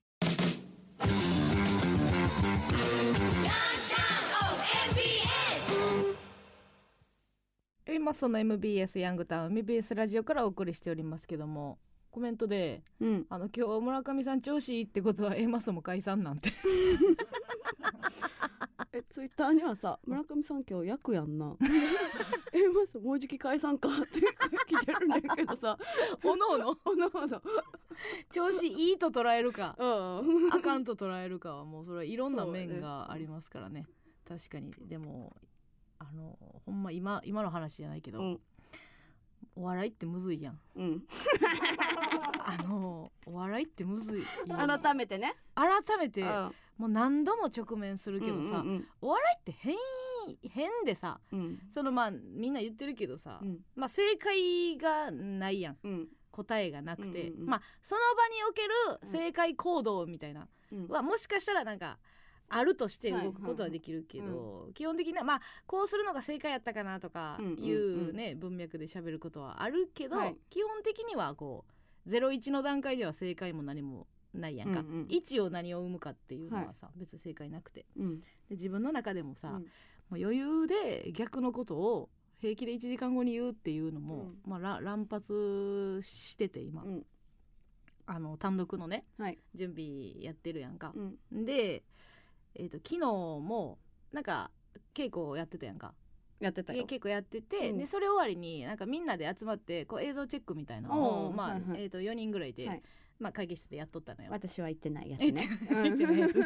Speaker 2: 今その MBS ヤングタウン MBS ラジオからお送りしておりますけどもコメントで
Speaker 1: うん
Speaker 2: あの今日村上さん調子いいってことは A マスも解散なんて
Speaker 1: えツイッターにはさ村上さん今日役やんな えまずもうじき解散かって来てるんだけどさ
Speaker 2: おのおの
Speaker 1: おなかさ
Speaker 2: 調子いいと捉えるか
Speaker 1: うん
Speaker 2: あかんと捉えるかはもうそれはいろんな
Speaker 1: そうね
Speaker 2: 面がありますからね確かにでもあのほんま今今の話じゃないけど、
Speaker 1: うん
Speaker 2: お笑いってむずいやん
Speaker 1: うん
Speaker 2: あのお笑いってむずい
Speaker 1: 改めてね
Speaker 2: 改めて
Speaker 1: うん
Speaker 2: もう何度も直面するけどさ、
Speaker 1: うんうん
Speaker 2: お笑いって変変でさ
Speaker 1: うん
Speaker 2: そのまあみんな言ってるけどさ、
Speaker 1: うん
Speaker 2: まあ正解がないやん
Speaker 1: うん
Speaker 2: 答えがなくて、
Speaker 1: うんうんうん
Speaker 2: まあその場における正解行動みたいな
Speaker 1: うん
Speaker 2: はもしかしたらなんかあるとして動くことはできるけど、
Speaker 1: はいは
Speaker 2: 基本的なまあこうするのが正解やったかなとか
Speaker 1: うんうんうん
Speaker 2: いうね、文脈で喋ることはあるけど、
Speaker 1: はい
Speaker 2: 基本的にはこう01の段階では正解も何もないやんか、
Speaker 1: うんうん
Speaker 2: 1を何を生むかっていうのはさ、別に正解なくて
Speaker 1: うん
Speaker 2: で自分の中でもさ、
Speaker 1: うん
Speaker 2: もう余裕で逆のことを平気で1時間後に言うっていうのも、まあ、ら乱発してて今、
Speaker 1: うん
Speaker 2: あの単独のね
Speaker 1: はい
Speaker 2: 準備やってるやんか
Speaker 1: う。ん
Speaker 2: で、えー、と昨日もなんか稽古をやってたやんか
Speaker 1: やってた
Speaker 2: で
Speaker 1: よ
Speaker 2: 稽古やってて、
Speaker 1: うん
Speaker 2: でそれ終わりになんかみんなで集まってこう映像チェックみたいなのを、
Speaker 1: おー
Speaker 2: まあ
Speaker 1: はいはい
Speaker 2: えー、と4人ぐらいで、
Speaker 1: はい
Speaker 2: まあ、会議室でやっとったのよ。
Speaker 1: 私は言ってないや
Speaker 2: え
Speaker 1: つ
Speaker 2: っと
Speaker 1: ね
Speaker 2: 言ってないやつ
Speaker 1: う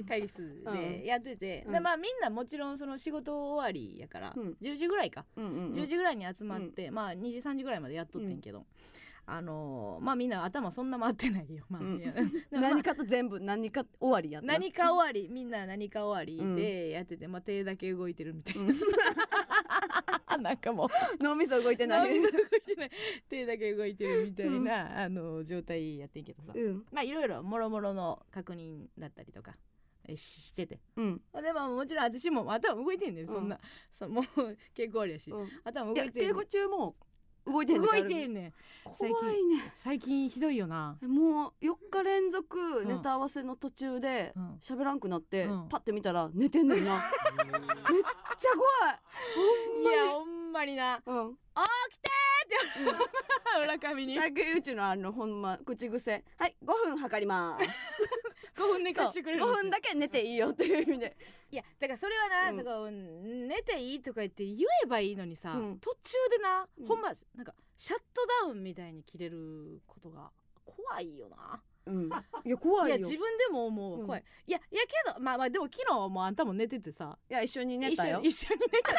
Speaker 1: ん
Speaker 2: 会議室
Speaker 1: うん
Speaker 2: でやってて、
Speaker 1: うん
Speaker 2: でまあみんなもちろんその仕事終わりやから、
Speaker 1: うん
Speaker 2: 10時ぐらいか、
Speaker 1: うんうんうん
Speaker 2: 10時ぐらいに集まって、まあ2時3時ぐらいまでやっとってんけど、あのーまあみんな頭そんな回ってないよ、まあ
Speaker 1: うん
Speaker 2: いや でもまあ
Speaker 1: 何かと全部何か終わりやった
Speaker 2: 何か終わりみんな何か終わりでやってて、まあ、手だけ動いてるみたいな、 なんかもう
Speaker 1: 脳みそ動いてない
Speaker 2: 脳みそ動いてない手だけ動いてるみたいな、あの状態やってんけどさ、
Speaker 1: うん
Speaker 2: まあいろいろもろもろの確認だったりとかえししてて
Speaker 1: うん
Speaker 2: まあでももちろん私も頭動いてんねんそんな、 そもう稽古ありやし、
Speaker 1: うん
Speaker 2: 頭動い
Speaker 1: いや
Speaker 2: てん
Speaker 1: 稽
Speaker 2: ねん
Speaker 1: 古中も動いてんねん
Speaker 2: 動いてんねん
Speaker 1: 怖いね
Speaker 2: 最近ひどいよな
Speaker 1: もう4日連続ネタ合わせの途中で
Speaker 2: うん
Speaker 1: 喋らんくなって、
Speaker 2: うん
Speaker 1: パッて見たら寝てんねんな めっちゃ
Speaker 2: いやほんまにな
Speaker 1: 怖いうん
Speaker 2: 村上に
Speaker 1: 最近 YouTube のあのほんま口癖はい5分測ります
Speaker 2: 5分寝かしてくれる
Speaker 1: 5分だけ寝ていいよっていう意味で
Speaker 2: いやだからそれはな、
Speaker 1: うん
Speaker 2: だからうん寝ていいとか言って言えばいいのにさ、
Speaker 1: うん
Speaker 2: 途中でな、
Speaker 1: うん
Speaker 2: ほんまなんかシャットダウンみたいに切れることが怖いよな
Speaker 1: うんいや怖
Speaker 2: い
Speaker 1: いよ
Speaker 2: や自分でも思うわ
Speaker 1: うん
Speaker 2: 怖い、いやいやけどまあまあでも昨日もあんたも寝ててさ
Speaker 1: いや一緒に寝たよ
Speaker 2: 一緒に一緒に寝てて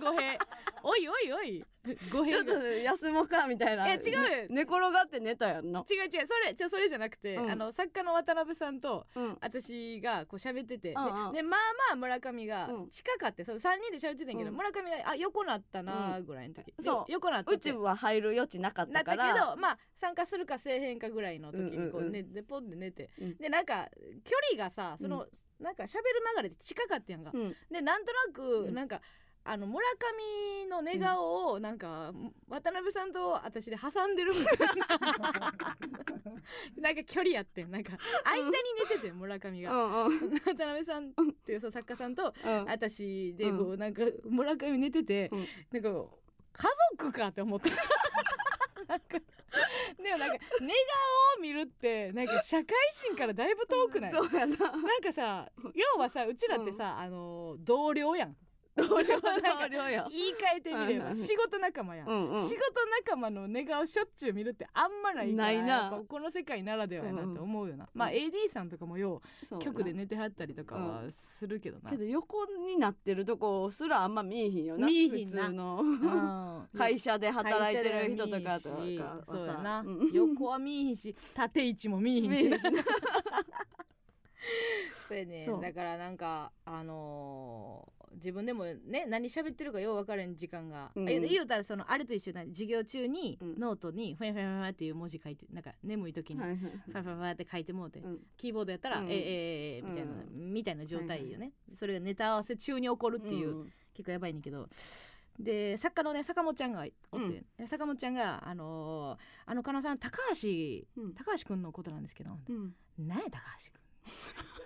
Speaker 2: ごへいごへいおいおいおいご へい
Speaker 1: ちょっと
Speaker 2: ごへい
Speaker 1: 休もうかみたいない
Speaker 2: や違うよ
Speaker 1: ね寝転がって寝たやんな、
Speaker 2: 違う違うそれじゃそれじゃなくて、
Speaker 1: うん
Speaker 2: あの作家の渡辺さんと
Speaker 1: うん、
Speaker 2: 私がこう喋ってて、で
Speaker 1: うんうん
Speaker 2: でまあまあ村上が
Speaker 1: うん
Speaker 2: 近かって、その3人で喋ってたんやけど、
Speaker 1: うん
Speaker 2: 村上が「あ横なったな」ぐらいの時、
Speaker 1: うん
Speaker 2: で
Speaker 1: そう
Speaker 2: 横なった
Speaker 1: う
Speaker 2: って
Speaker 1: ちは入る余地なかっ
Speaker 2: な
Speaker 1: た
Speaker 2: った
Speaker 1: か
Speaker 2: け
Speaker 1: ら
Speaker 2: どまあ参加するかせえへんかぐらいの時にこ
Speaker 1: うんうんう
Speaker 2: うん寝てポンで寝て、
Speaker 1: うん
Speaker 2: でなんか距離がさその、なんか喋る流れで近かったやんか、
Speaker 1: うん
Speaker 2: でなんとな
Speaker 1: う
Speaker 2: く
Speaker 1: ん
Speaker 2: なんか、あの村上の寝顔をなんか、渡辺さんと私で挟んでるみたい ななんか距離やってんなんか間に寝てて村
Speaker 1: う
Speaker 2: 上が、
Speaker 1: んうん
Speaker 2: 渡辺さんっていうその作家さんと
Speaker 1: うん
Speaker 2: 私でこうなんか村上寝てて、
Speaker 1: うん
Speaker 2: なんか家族かって思った なんかでもなんか寝顔を見るってなんか社会人からだいぶ遠くない、
Speaker 1: そう やな
Speaker 2: なんかさ要はさうちらってさ、あの同僚やん
Speaker 1: 同僚同僚や
Speaker 2: 言い換えてみれ
Speaker 1: うんう
Speaker 2: ば
Speaker 1: ん
Speaker 2: 仕事仲間やん、
Speaker 1: うんうん
Speaker 2: 仕事仲間の寝顔しょっちゅう見るってあんまないから
Speaker 1: ないな
Speaker 2: やっぱこの世界ならではやなって思うよな、まあ AD さんとかもよ
Speaker 1: そう
Speaker 2: う
Speaker 1: やな
Speaker 2: 局で寝てはったりとかはするけどな、
Speaker 1: けど横になってるとこすらあんま見えへんよな
Speaker 2: 見えへんな
Speaker 1: 普通の
Speaker 2: うん
Speaker 1: 会社で働いてる人とか
Speaker 2: 会
Speaker 1: と
Speaker 2: 社
Speaker 1: か
Speaker 2: でもいいし
Speaker 1: はさ
Speaker 2: そうやな、
Speaker 1: うん
Speaker 2: 横は見えひんし縦位置も見えひんし
Speaker 1: 見え
Speaker 2: な
Speaker 1: ひんしな
Speaker 2: そうやね
Speaker 1: そう
Speaker 2: だからなんかあのー自分でもね何喋ってるかよう分からん時間が、
Speaker 1: うん
Speaker 2: あ言う言うたらそのあれと一緒だ授業中に
Speaker 1: うん
Speaker 2: ノートにファファファファっていう文字書いてなんか眠い時に
Speaker 1: は
Speaker 2: フ
Speaker 1: いはい
Speaker 2: ァファファって書いてもうて、
Speaker 1: うん
Speaker 2: キーボードやったら、
Speaker 1: うん
Speaker 2: ええええええみたいな、みたいな状態よね、それがネタ合わせ中に起こるっていう、
Speaker 1: うん
Speaker 2: 結構やばいねんけどで作家のね坂本ちゃんがおって、坂本ちゃんがあのーあの加納さん高橋
Speaker 1: うん
Speaker 2: 高橋くんのことなんですけど
Speaker 1: う、ん
Speaker 2: 何や高橋くんっ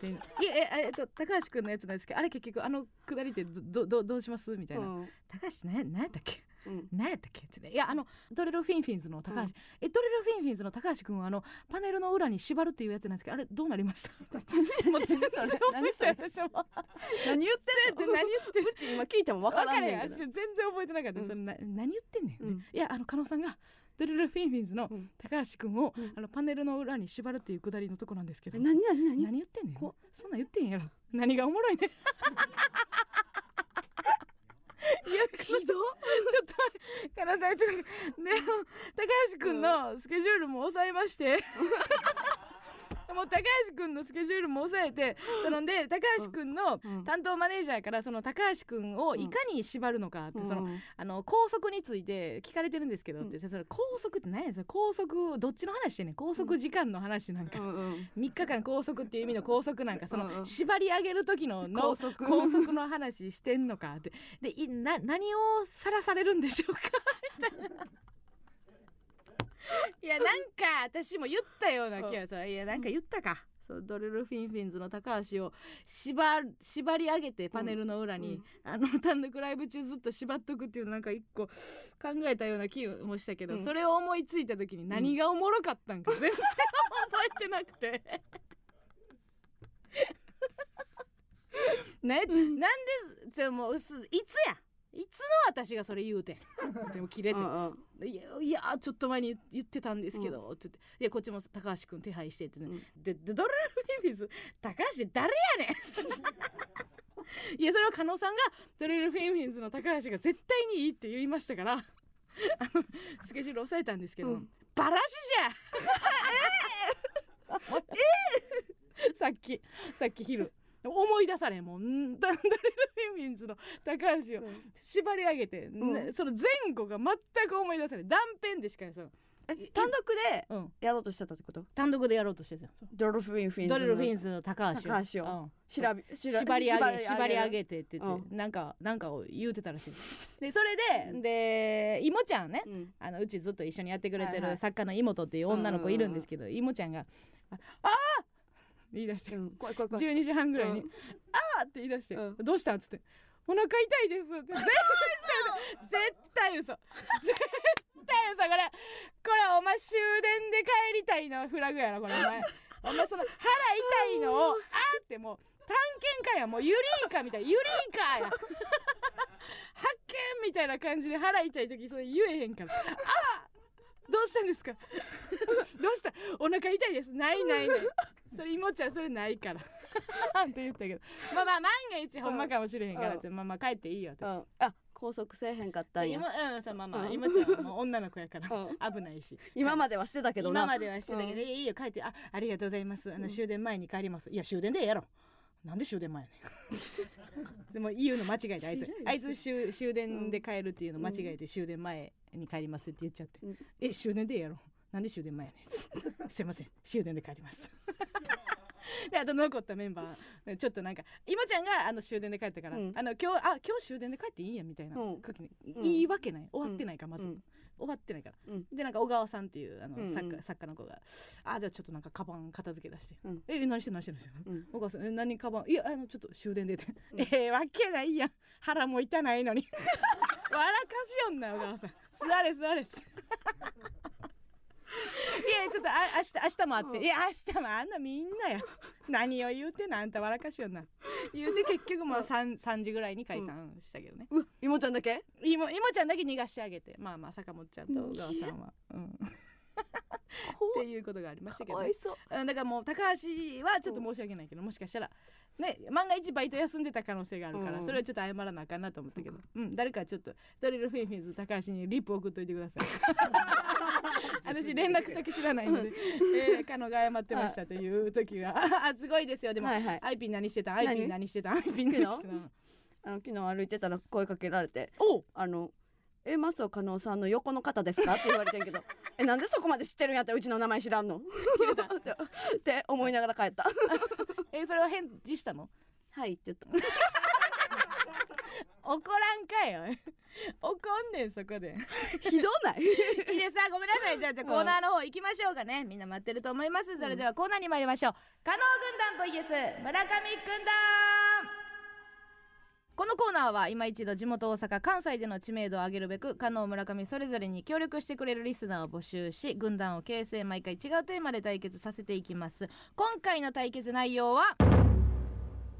Speaker 2: ていやえええっと高橋くんのやつなんですけどあれ結局あのくだりってどどどうしますみたいな、高橋何や何やったっけ
Speaker 1: うん
Speaker 2: 何やったっけって言っていやあのドレロフィンフィンズの高橋、
Speaker 1: うん
Speaker 2: えドレロフィンフィンズの高橋くんはあのパネルの裏に縛るっていうやつなんですけどあれどうなりましたもう全然覚えてない私も
Speaker 1: 何言ってんの
Speaker 2: 何言ってる
Speaker 1: うち今聞いても分からんねん
Speaker 2: わ
Speaker 1: け
Speaker 2: か
Speaker 1: ど
Speaker 2: るやん私全然覚えてなかった、
Speaker 1: うん
Speaker 2: そのな何言ってんねん、
Speaker 1: うん
Speaker 2: いやあの加納さんがドリルフィンフィンズの
Speaker 1: うん
Speaker 2: 高橋君を、
Speaker 1: うん
Speaker 2: あのパネルの裏に縛るっていうくだりのとこなんですけど
Speaker 1: 何何何
Speaker 2: 何言ってんねん
Speaker 1: こ
Speaker 2: そんなん言ってんやろ何がおもろいねんいや ちょっ
Speaker 1: ひどっ
Speaker 2: と金沢言ってたけどでも高橋君のスケジュールも抑えまして もう高橋君のスケジュールも抑えてそので高橋君の
Speaker 1: うん
Speaker 2: 担当マネージャーからその高橋君をいかに縛るのかってその、
Speaker 1: うん
Speaker 2: あの校則について聞かれてるんですけどって、それ校則って何やそれ校則どっちの話してんねん校則時間の話なんか、
Speaker 1: うん
Speaker 2: 3日間拘束っていう意味の拘束なんかそ
Speaker 1: うんう
Speaker 2: の
Speaker 1: ん
Speaker 2: 縛り上げる時のの
Speaker 1: 拘 束
Speaker 2: 拘束の話してんのかってでいな何をさらされるんでしょうか みたいないやなんか私も言ったような気がするいやなんか言ったか。そうドルルフィンフィンズの高橋を縛る縛り上げてパネルの裏に、あの単独ライブ中ずっと縛っとくっていうのなんか一個考えたような気もしたけど、
Speaker 1: うん
Speaker 2: それを思いついた時に何がおもろかったんか全然覚えてなくて。 ね、なんでじゃもうすいつやいつの私がそれ言うてんでも切れて
Speaker 1: うんうん
Speaker 2: いやいやちょっと前に言言ってたんですけど、って言っていやこっちも高橋君手配してって、ねででドルルフィンフィンズ高橋って誰やね んいやそれは加納さんがドルルフィンフィンズの高橋が絶対にいいって言いましたからあのスケジュール抑えたんですけど、
Speaker 1: うん
Speaker 2: バラシ じゃ さっきさっき昼思い出されんもうんダンドリルフィミンズの高橋を縛り上げて、
Speaker 1: ん
Speaker 2: ねその前後が全く思い出されん断片でしかないその、
Speaker 1: え単独で
Speaker 2: うん、
Speaker 1: やろうとしてたってこと
Speaker 2: 単独でやろうとしてたよその
Speaker 1: ドルフィンフィンズ
Speaker 2: ド
Speaker 1: の
Speaker 2: リルフィンズの高橋
Speaker 1: 高橋
Speaker 2: うん
Speaker 1: 調べしら
Speaker 2: 縛り上げ縛り上げてって言って、
Speaker 1: う
Speaker 2: なんかなんかを言うてたらしいでそれででいもちゃんね
Speaker 1: うん
Speaker 2: あのうちずっと一緒にやってくれて
Speaker 1: はいは
Speaker 2: る
Speaker 1: い
Speaker 2: 作家の妹っていう女の子いるんですけど、いもちゃんが「ああー!」言い出して
Speaker 1: うん怖い怖い怖い
Speaker 2: 12時半ぐらいに
Speaker 1: う
Speaker 2: 「あー!」って言い出して「
Speaker 1: うん
Speaker 2: どうしたん?」っつって「お腹痛いです」って絶対絶対嘘絶対嘘これこれお前終電で帰りたいのフラグやろこれお前お前その腹痛 いのを「あー!」ってもう探検家やもうユリーカみたいなユリーカや発見みたいな感じで腹痛い時それ言えへんから「あーどうしたんですか どうしたお腹痛いですないないないそれいもちゃんそれないからって言ったけどまあまあ万が一ほんまかもしれへんからって、まあまあ帰っていいよって
Speaker 1: う、んあ拘束せえへんかったんや
Speaker 2: 今うんそうまあまあ、
Speaker 1: うん
Speaker 2: いもちゃんはもう女の子やから
Speaker 1: うん
Speaker 2: 危ないし
Speaker 1: 今まではしてたけどな
Speaker 2: 今まではしてたけど、
Speaker 1: うん
Speaker 2: いいよ帰ってあありがとうございますあの終電前に帰ります、いや終電でええやろなんで終電前やねん でも言うの間違えてあいつ
Speaker 1: 知らんよ
Speaker 2: あいつ終終電で帰るっていうの間違えて終電前に帰りますって言っちゃって、
Speaker 1: うん
Speaker 2: え終電でええやろなんで終電前やねんちょっと すいません終電で帰ります であと残ったメンバーちょっとなんか今ちゃんがあの終電で帰ったから、
Speaker 1: うん
Speaker 2: あの今日あ今日終電で帰っていいんやみたいな
Speaker 1: うん
Speaker 2: 空気に、
Speaker 1: うん
Speaker 2: いいわけない終わってないからまず、
Speaker 1: うん
Speaker 2: 終わってないから、
Speaker 1: うん
Speaker 2: でなんか小川さんっていうあの、
Speaker 1: うんうん
Speaker 2: 作家作家の子が「あじゃあちょっとなんかカバン片付け出して、
Speaker 1: うん
Speaker 2: え何してん何してん何してん
Speaker 1: うん
Speaker 2: 小川さんえ何カバンいやあのちょっと終電で」って「
Speaker 1: うん
Speaker 2: ええわけないやん腹も痛ないのに 笑かしよんな小川さん座れ座れ」 いやちょっとあ明日明日もあって、いや明日もあんなみんなや何を言うてんのあんた笑かしよんな言うて結局まあ 3, 3時ぐらいに解散したけどね、
Speaker 1: うわいもちゃんだけ
Speaker 2: いもいもちゃんだけ逃がしてあげてまあまあ坂本ちゃんと小川さんは、うん、っていうことがありました
Speaker 1: か
Speaker 2: けど、
Speaker 1: わ
Speaker 2: ね
Speaker 1: い、そう
Speaker 2: うんだからもう高橋はちょっと申し訳ないけどもしかしたらね万が一バイト休んでた可能性があるから、
Speaker 1: うん
Speaker 2: それはちょっと謝らなあかんなと思ったけどうん誰かちょっとドリルフィンフィンズ高橋にリップ送っといてくだ さい私連絡先知らな いので、えー、カノが謝ってましたという時があすごいですよでも、
Speaker 1: はいはい
Speaker 2: アイピン何してたアイピン
Speaker 1: 何
Speaker 2: 何してたアイピン何してた
Speaker 1: あの昨日歩いてたら声かけられて
Speaker 2: おう
Speaker 1: あの「えマスオ加納さんの横の方ですか?」って言われてんけど 「えなんでそこまで知ってるんやったらうちの名前知らんの? 」ってって思いながら帰った「
Speaker 2: えーそれは返事したの
Speaker 1: はい」って言った
Speaker 2: 怒らんかい よ怒んねんそこ で
Speaker 1: ひど ない
Speaker 3: いいですあごめんなさいじゃあじゃあコーナーの方行きましょうかねみんな待ってると思いますそれではコーナーに参りましょう加納軍団 VS 村上軍団
Speaker 2: このコーナーは今一度地元大阪関西での知名度を上げるべく加納村上それぞれに協力してくれるリスナーを募集し軍団を形成毎回違うテーマで対決させていきます今回の対決内容は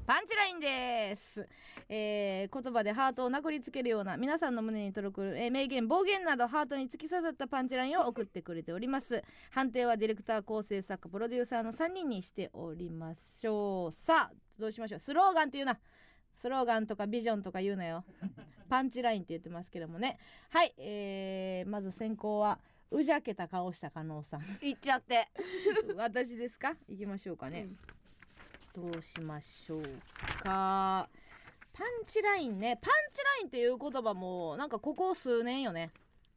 Speaker 2: パンチラインです、えー言葉でハートを殴りつけるような皆さんの胸に届く、えー名言暴言などハートに突き刺さったパンチラインを送ってくれております判定はディレクター構成作家プロデューサーの3人にしておりましょうさあどうしましょうスローガンっていうなスローガンとかビジョンとか言うなよパンチラインって言ってますけどもねはい、えー、まず先行はうじゃけた顔した加納さん
Speaker 1: 言っちゃって
Speaker 2: 私ですか行きましょうかね、どうしましょうかパンチラインねパンチラインっていう言葉もなんかここ数年よね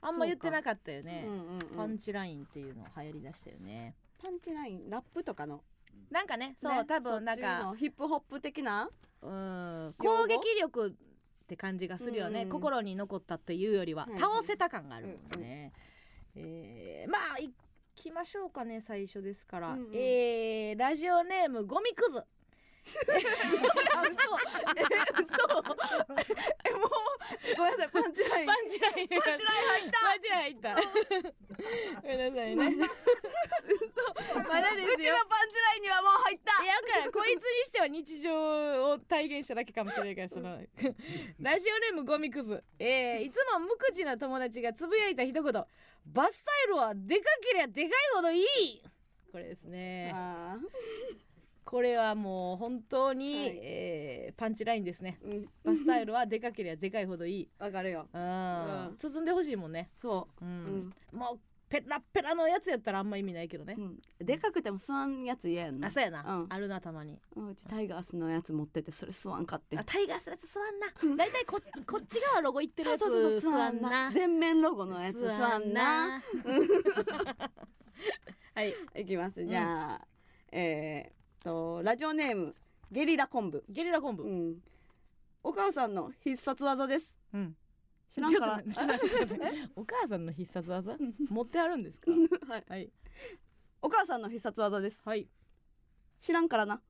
Speaker 2: あんま言ってなかったよね、
Speaker 1: うんうんうん
Speaker 2: パンチラインっていうの流行りだしたよね
Speaker 1: パンチラインラップとかの
Speaker 2: なんかねそう、
Speaker 1: ね
Speaker 2: 多分なん
Speaker 1: そっち
Speaker 2: か
Speaker 1: のヒップホップ的な
Speaker 2: うん
Speaker 1: 用語
Speaker 2: 攻撃力って感じがするよね、
Speaker 1: うん
Speaker 2: 心に残ったというよりは、
Speaker 1: はいはい
Speaker 2: 倒せた感があるもんね、えーまあいきましょうかね最初ですから、
Speaker 1: うんうん
Speaker 2: えーラジオネームゴミくず
Speaker 1: あ 嘘 え嘘えもうごめんなさいパンチライン
Speaker 2: パンチラインパンチライン入ったパンチライン入ったごめんなさいね
Speaker 1: うちのパ
Speaker 2: まだですよ
Speaker 1: ンチラインにはもう入った
Speaker 2: いやだからこいつにしては日常を体現しただけかもしれないからそのラジオネームゴミくず、えーいつも無口な友達がつぶやいた一言「バスタイルはでかけりゃでかいほどいい!」これですね
Speaker 1: あー
Speaker 2: これはもう本当に、
Speaker 1: はい
Speaker 2: えーパンチラインですね
Speaker 1: うん
Speaker 2: バスタイルはでかけりゃでかいほどいい
Speaker 1: わかるよ
Speaker 2: うん、
Speaker 1: うん
Speaker 2: 包んでほしいもんね
Speaker 1: そうう、
Speaker 2: ん
Speaker 1: うん
Speaker 2: もうペラッペラのやつやったらあんま意味ないけどね
Speaker 1: う、ん、でかくても吸わんやつ嫌やんな
Speaker 2: あそうやな、
Speaker 1: うん
Speaker 2: あるなたまに
Speaker 1: うんうちタイガースのやつ持っててそれ吸わんかって
Speaker 2: あタイガースのやつ座んな大体こ こっち側ロゴいってるやつ
Speaker 1: そうそうそう
Speaker 2: 座
Speaker 1: 吸わん
Speaker 2: ん
Speaker 1: な
Speaker 2: な
Speaker 1: 全面ロゴのやつ吸わんな
Speaker 2: はい
Speaker 1: いきますじゃあ、えーっとラジオネームゲリラ昆布、
Speaker 2: ゲリラ昆布、
Speaker 1: うん、お母さんの必殺技です
Speaker 2: うん
Speaker 1: 知らんから
Speaker 2: ちょっと待ってちょっと待って お母さんの必殺技持ってあるんですか
Speaker 1: はい
Speaker 2: はい
Speaker 1: お母さんの必殺技です
Speaker 2: はい
Speaker 1: 知らんからな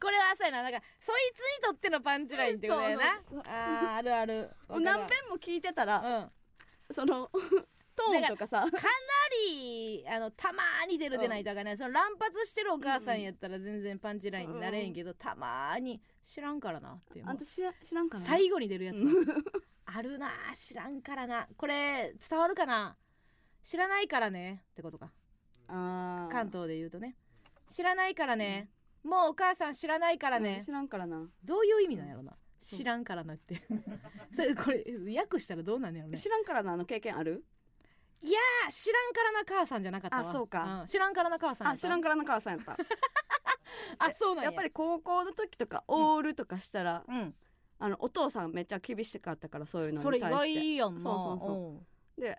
Speaker 2: これはそうやななんかそいつにとってのパンチラインってことやな
Speaker 1: そうそうそう
Speaker 2: あーあるあるわかるわ
Speaker 1: 何遍も聞いてたら
Speaker 2: うん
Speaker 1: その トーンとかさ
Speaker 2: かなりあのたまーに出る出ないとかね、その乱発してるお母さんやったら全然パンチラインになれへんけど、たまーに「知らんからな」っていう
Speaker 1: あ
Speaker 2: も
Speaker 1: ん
Speaker 2: う
Speaker 1: た知ら知らんからな
Speaker 2: 最後に出る やつあるなー知らんからなこれ伝わるかな知らないからねってことか
Speaker 1: あー
Speaker 2: 関東で言うとね知らないからね、もうお母さん知らないから
Speaker 1: うん
Speaker 2: ね、
Speaker 1: 知らんからな
Speaker 2: どういう意味なんやろな
Speaker 1: う
Speaker 2: 知らんからなって それこれ訳したらどうなんやろね
Speaker 1: 知らんからなの経験ある
Speaker 2: あ知らんからな母さんじゃなかったわ
Speaker 1: あそうか、
Speaker 2: ん知らんからな母さんや
Speaker 1: あ
Speaker 2: った
Speaker 1: 知らんからな母さんや った
Speaker 2: あそうなん
Speaker 1: や
Speaker 2: や
Speaker 1: っぱり高校の時とかオールとかしたら、
Speaker 2: うん
Speaker 1: あのお父さんめっちゃ厳しかったからそういうのに
Speaker 2: それ
Speaker 1: 対
Speaker 2: 意
Speaker 1: して
Speaker 2: 外やんな
Speaker 1: そうそう
Speaker 2: そ
Speaker 1: で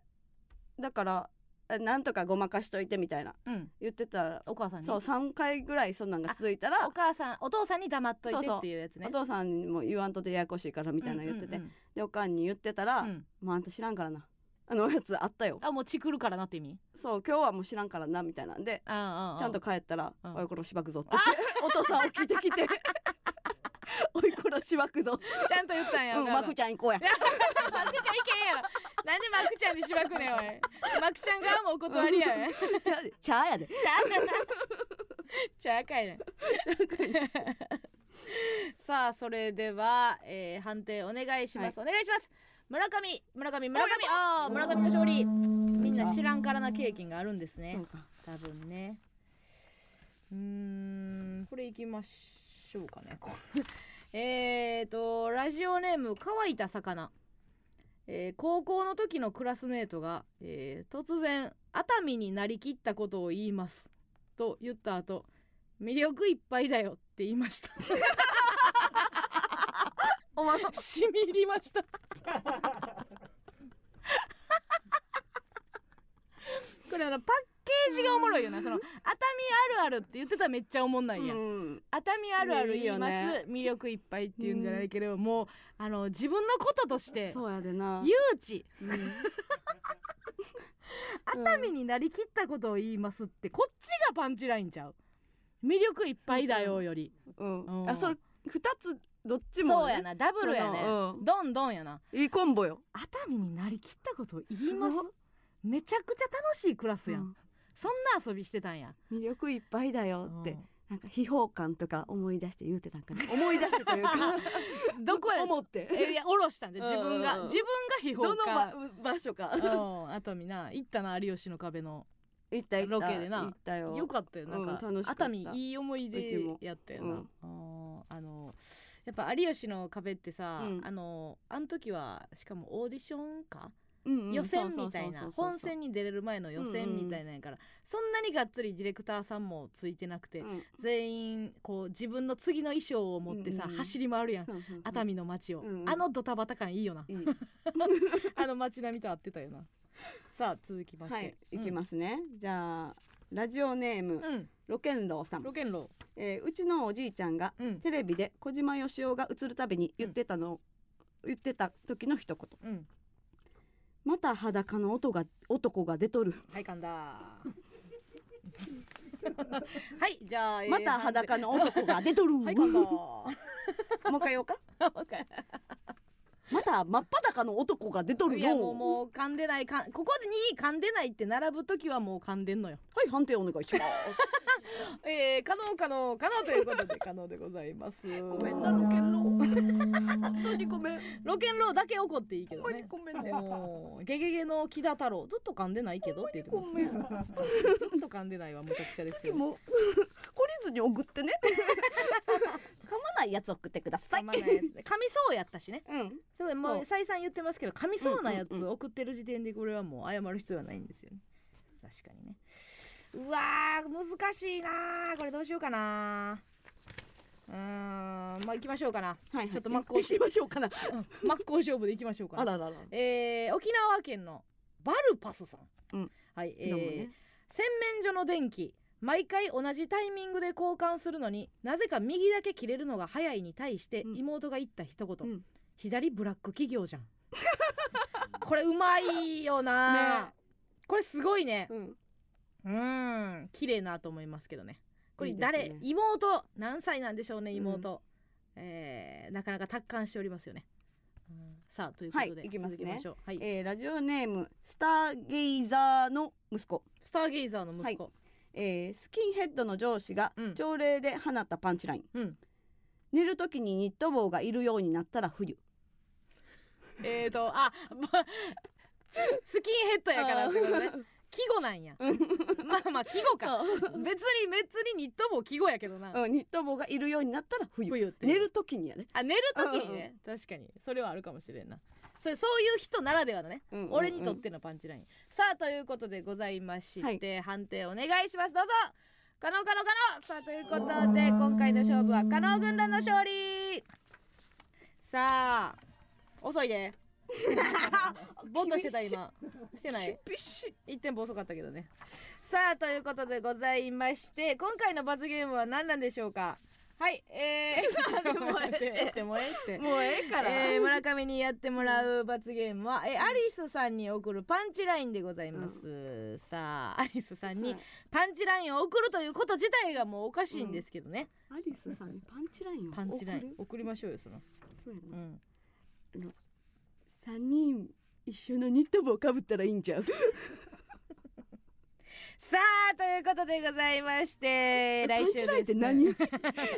Speaker 1: だからえなんとかごまかしといてみたいな
Speaker 2: う、うん、
Speaker 1: 言ってたら、
Speaker 2: お母さんに
Speaker 1: そう3回ぐらいそんなんが続いたら
Speaker 2: お母さんお父さんに黙っといて
Speaker 1: そうそう
Speaker 2: っていうやつね
Speaker 1: お父さんにも言わんとでややこしいからみたいなの言ってて、
Speaker 2: うんうんうん
Speaker 1: でおかんに言ってたら「
Speaker 2: うん
Speaker 1: もうあんた知らんからな」あのやつあったよ
Speaker 2: あもうチクるからなって意味
Speaker 1: そう今日はもう知らんからなみたいなんで
Speaker 2: ああああ
Speaker 1: ちゃんと帰ったら「
Speaker 2: うん
Speaker 1: おいこらしばくぞ」って言ってお父さん起きて きて「おいこらしばくぞ」
Speaker 2: ちゃんと言ったんや
Speaker 1: うん「まく
Speaker 2: ち
Speaker 1: ちゃん行こうや」
Speaker 2: ゃんマクちゃんいけんやろなんでマクちゃんにしばく ねんおいマクちゃん側もお断りやん
Speaker 1: 「ちゃちゃあやで
Speaker 2: ちゃうかな。ちゃうかいな。 さあそれでは、えー、判定お願いします、お願いします。村上村上村上ああー村上の勝利。みんな知らんからな経験があるんですね
Speaker 1: そう。か
Speaker 2: 多分ね。うーんこれいきましょうかね。これ えーとラジオネーム乾いた魚。えー高校の時のクラスメートが、えー突然熱海になりきったことを言いますと言った後魅力いっぱいだよって言いました
Speaker 1: お前
Speaker 2: しみ入りま したこれあのパッケージがおもろいよなその熱海あるあるって言ってたらめっちゃおもんないやん
Speaker 1: うん
Speaker 2: 熱海あるある言います
Speaker 1: いいよね
Speaker 2: 魅力いっぱいって言うんじゃないけれどもうあの自分のこととして
Speaker 1: そうやでな
Speaker 2: 誘致
Speaker 1: うん
Speaker 2: 熱海になりきったことを言いますってこっちがパンチラインちゃう魅力いっぱいだよより
Speaker 1: うん、
Speaker 2: うん
Speaker 1: あそれ二つどっちも、ね、
Speaker 2: そうやなダブルやね
Speaker 1: そのうん
Speaker 2: どんどんやない
Speaker 1: いコンボよ
Speaker 2: 熱海になりきったことを言います
Speaker 1: すご
Speaker 2: めちゃくちゃ楽しいクラスやん、
Speaker 1: うん
Speaker 2: そんな遊びしてたんや
Speaker 1: 魅力いっぱいだよって、
Speaker 2: うん
Speaker 1: なんか秘宝感とか思い出して言うてたんか な思い出してと いうか
Speaker 2: どこや
Speaker 1: 思って
Speaker 2: えいや下ろしたんで
Speaker 1: うん
Speaker 2: 自分が
Speaker 1: うん
Speaker 2: 自分が秘
Speaker 1: ど
Speaker 2: 宝
Speaker 1: の
Speaker 2: か
Speaker 1: 場場所か
Speaker 2: うん熱海な行ったな有吉の壁の
Speaker 1: 行った行った
Speaker 2: ロケでな
Speaker 1: 行ったよ
Speaker 2: よかったよなんか,、
Speaker 1: うん楽しかった
Speaker 2: 熱海いい思いう
Speaker 1: ち
Speaker 2: 出
Speaker 1: も
Speaker 2: やったよな、あーあのやっぱ有吉の壁ってさ、
Speaker 1: うん
Speaker 2: あのあの時はしかもオーディションか、
Speaker 1: うんうん
Speaker 2: 予選みた
Speaker 1: そうそう
Speaker 2: いな
Speaker 1: そうそう
Speaker 2: 本戦に出れる前の予選みたいなんやから、そんなにがっつりディレクターさんもついてなくて、
Speaker 1: うん
Speaker 2: 全員こう自分の次の衣装を持ってさ、
Speaker 1: うんうん
Speaker 2: 走り回るやん、
Speaker 1: そうそうそう
Speaker 2: 熱海の街を、
Speaker 1: うんうん
Speaker 2: あのドタバタ感いいよな
Speaker 1: いい
Speaker 2: あの街並みと合ってたよなさあ続きまして、
Speaker 1: はい行き
Speaker 2: す
Speaker 1: ますね、じゃあラジオネーム、
Speaker 2: うん、
Speaker 1: ロケンロウさん
Speaker 2: ロ、ケンロ
Speaker 1: えーうちのおじいちゃんが
Speaker 2: ーうん
Speaker 1: テレビで小島よしおが映るたびに言ってたの、言ってた時の一言
Speaker 2: うん
Speaker 1: また裸の音が男が出とる
Speaker 2: はい噛んだはいじゃあ、えー
Speaker 1: また裸の男が出とる、
Speaker 2: はい
Speaker 1: もうん
Speaker 2: 噛
Speaker 1: 一
Speaker 2: だ
Speaker 1: 回言おう かまた真っ裸の男が出とる
Speaker 2: い
Speaker 1: よ
Speaker 2: やもうもう噛んでないかんここに噛んでないって並ぶ時はもう噛んでんのよ
Speaker 1: はい判定お願いします
Speaker 2: えー、可能可能可能ということで可能でございます
Speaker 1: ごめんなロケンロー本当にごめん
Speaker 2: ロケンローだけ怒っていいけど
Speaker 1: ほんまに
Speaker 2: ね
Speaker 1: ごめんね
Speaker 2: もうゲゲゲの木田太郎ずっと噛んでないけどって言って
Speaker 1: ご
Speaker 2: ます
Speaker 1: めん
Speaker 2: ずっと噛んでないはむちゃくちゃです
Speaker 1: 次
Speaker 2: よ
Speaker 1: もこずに送ってね噛まないやつ送ってください
Speaker 2: 噛まないやつで噛みそうやったしね
Speaker 1: うん
Speaker 2: すごいも
Speaker 1: そう
Speaker 2: う再三言ってますけど噛みそうなや
Speaker 1: うんうん
Speaker 2: つ送ってる時点でこれはもう謝る必要はないんですよね確かにね
Speaker 3: うわー難しいなーこれどうしようかなーうーんまあ行きましょうかな
Speaker 1: はい、はい、
Speaker 2: ちょっと真
Speaker 1: ま
Speaker 2: っ向
Speaker 1: いきましょう かな
Speaker 2: 真っ向勝負でいきましょうか
Speaker 1: あららら
Speaker 2: えー、沖縄県のバルパスさ
Speaker 1: う
Speaker 2: ん、
Speaker 1: ん
Speaker 2: はい、え
Speaker 1: どうも
Speaker 2: ー
Speaker 1: ね
Speaker 2: 洗面所の電気毎回同じタイミングで交換するのになぜか右だけ切れるのが早いに対して
Speaker 1: うん
Speaker 2: 妹が言った一言、
Speaker 1: うん
Speaker 2: 左ブラック企業じゃん これうまいよな、
Speaker 1: ね
Speaker 2: これすごいね
Speaker 1: うん
Speaker 2: うん綺麗なと思いますけどねこれ
Speaker 1: いいですね
Speaker 2: 誰妹何歳なんでしょうね妹、えーなかなか達観しておりますよね、うんさあということで、
Speaker 1: はいいきますね
Speaker 2: 続けましょうはい、
Speaker 1: えー、ラジオネームスターゲイザーの息子
Speaker 2: スターゲイザーの息子、
Speaker 1: えースキンヘッドの上司が
Speaker 2: うん
Speaker 1: 朝礼で放ったパンチライン、
Speaker 2: うん
Speaker 1: 寝る時にニット帽がいるようになったら冬
Speaker 2: えーとあ ばスキンヘッドやからってことね季語なんやまあまあ季語か
Speaker 1: そう
Speaker 2: 別に別にニット帽季語やけどな、
Speaker 1: うんニット帽がいるようになったら冬
Speaker 2: 冬って
Speaker 1: 寝る時にやね、
Speaker 2: あ寝る時にね、確かにそれはあるかもしれんなそれそういう人ならではだね、
Speaker 1: うんうんうん
Speaker 2: 俺にとってのパンチラインさあということでございまして、判定お願いしますどうぞ
Speaker 3: 可能可能可能さあということで今回の勝負は可能軍団の勝利
Speaker 2: さあ遅いでボンとしてた今してない
Speaker 1: びっしり
Speaker 2: 一点遅かったけどね
Speaker 3: さあということでございまして今回の罰ゲームは何なんでしょうかはいえー
Speaker 2: もうええってもうええって
Speaker 1: もうええから、
Speaker 2: えー村上にやってもらう罰ゲームは、えーアリスさんに送るパンチラインでございます、さあアリスさんに
Speaker 1: はい
Speaker 2: パンチラインを送るということ自体がもうおかしいんですけどね、
Speaker 1: アリスさんにパンチラインを
Speaker 2: パンチライ
Speaker 1: 送
Speaker 2: ン
Speaker 1: る
Speaker 2: 送りましょうよその、
Speaker 1: そうや
Speaker 2: う
Speaker 1: な、
Speaker 2: ん、
Speaker 1: 三人一緒のニット帽かぶったらいいんちゃう
Speaker 3: さあということでございまして
Speaker 1: パ
Speaker 3: 来
Speaker 1: ン
Speaker 3: 週
Speaker 1: チラインって何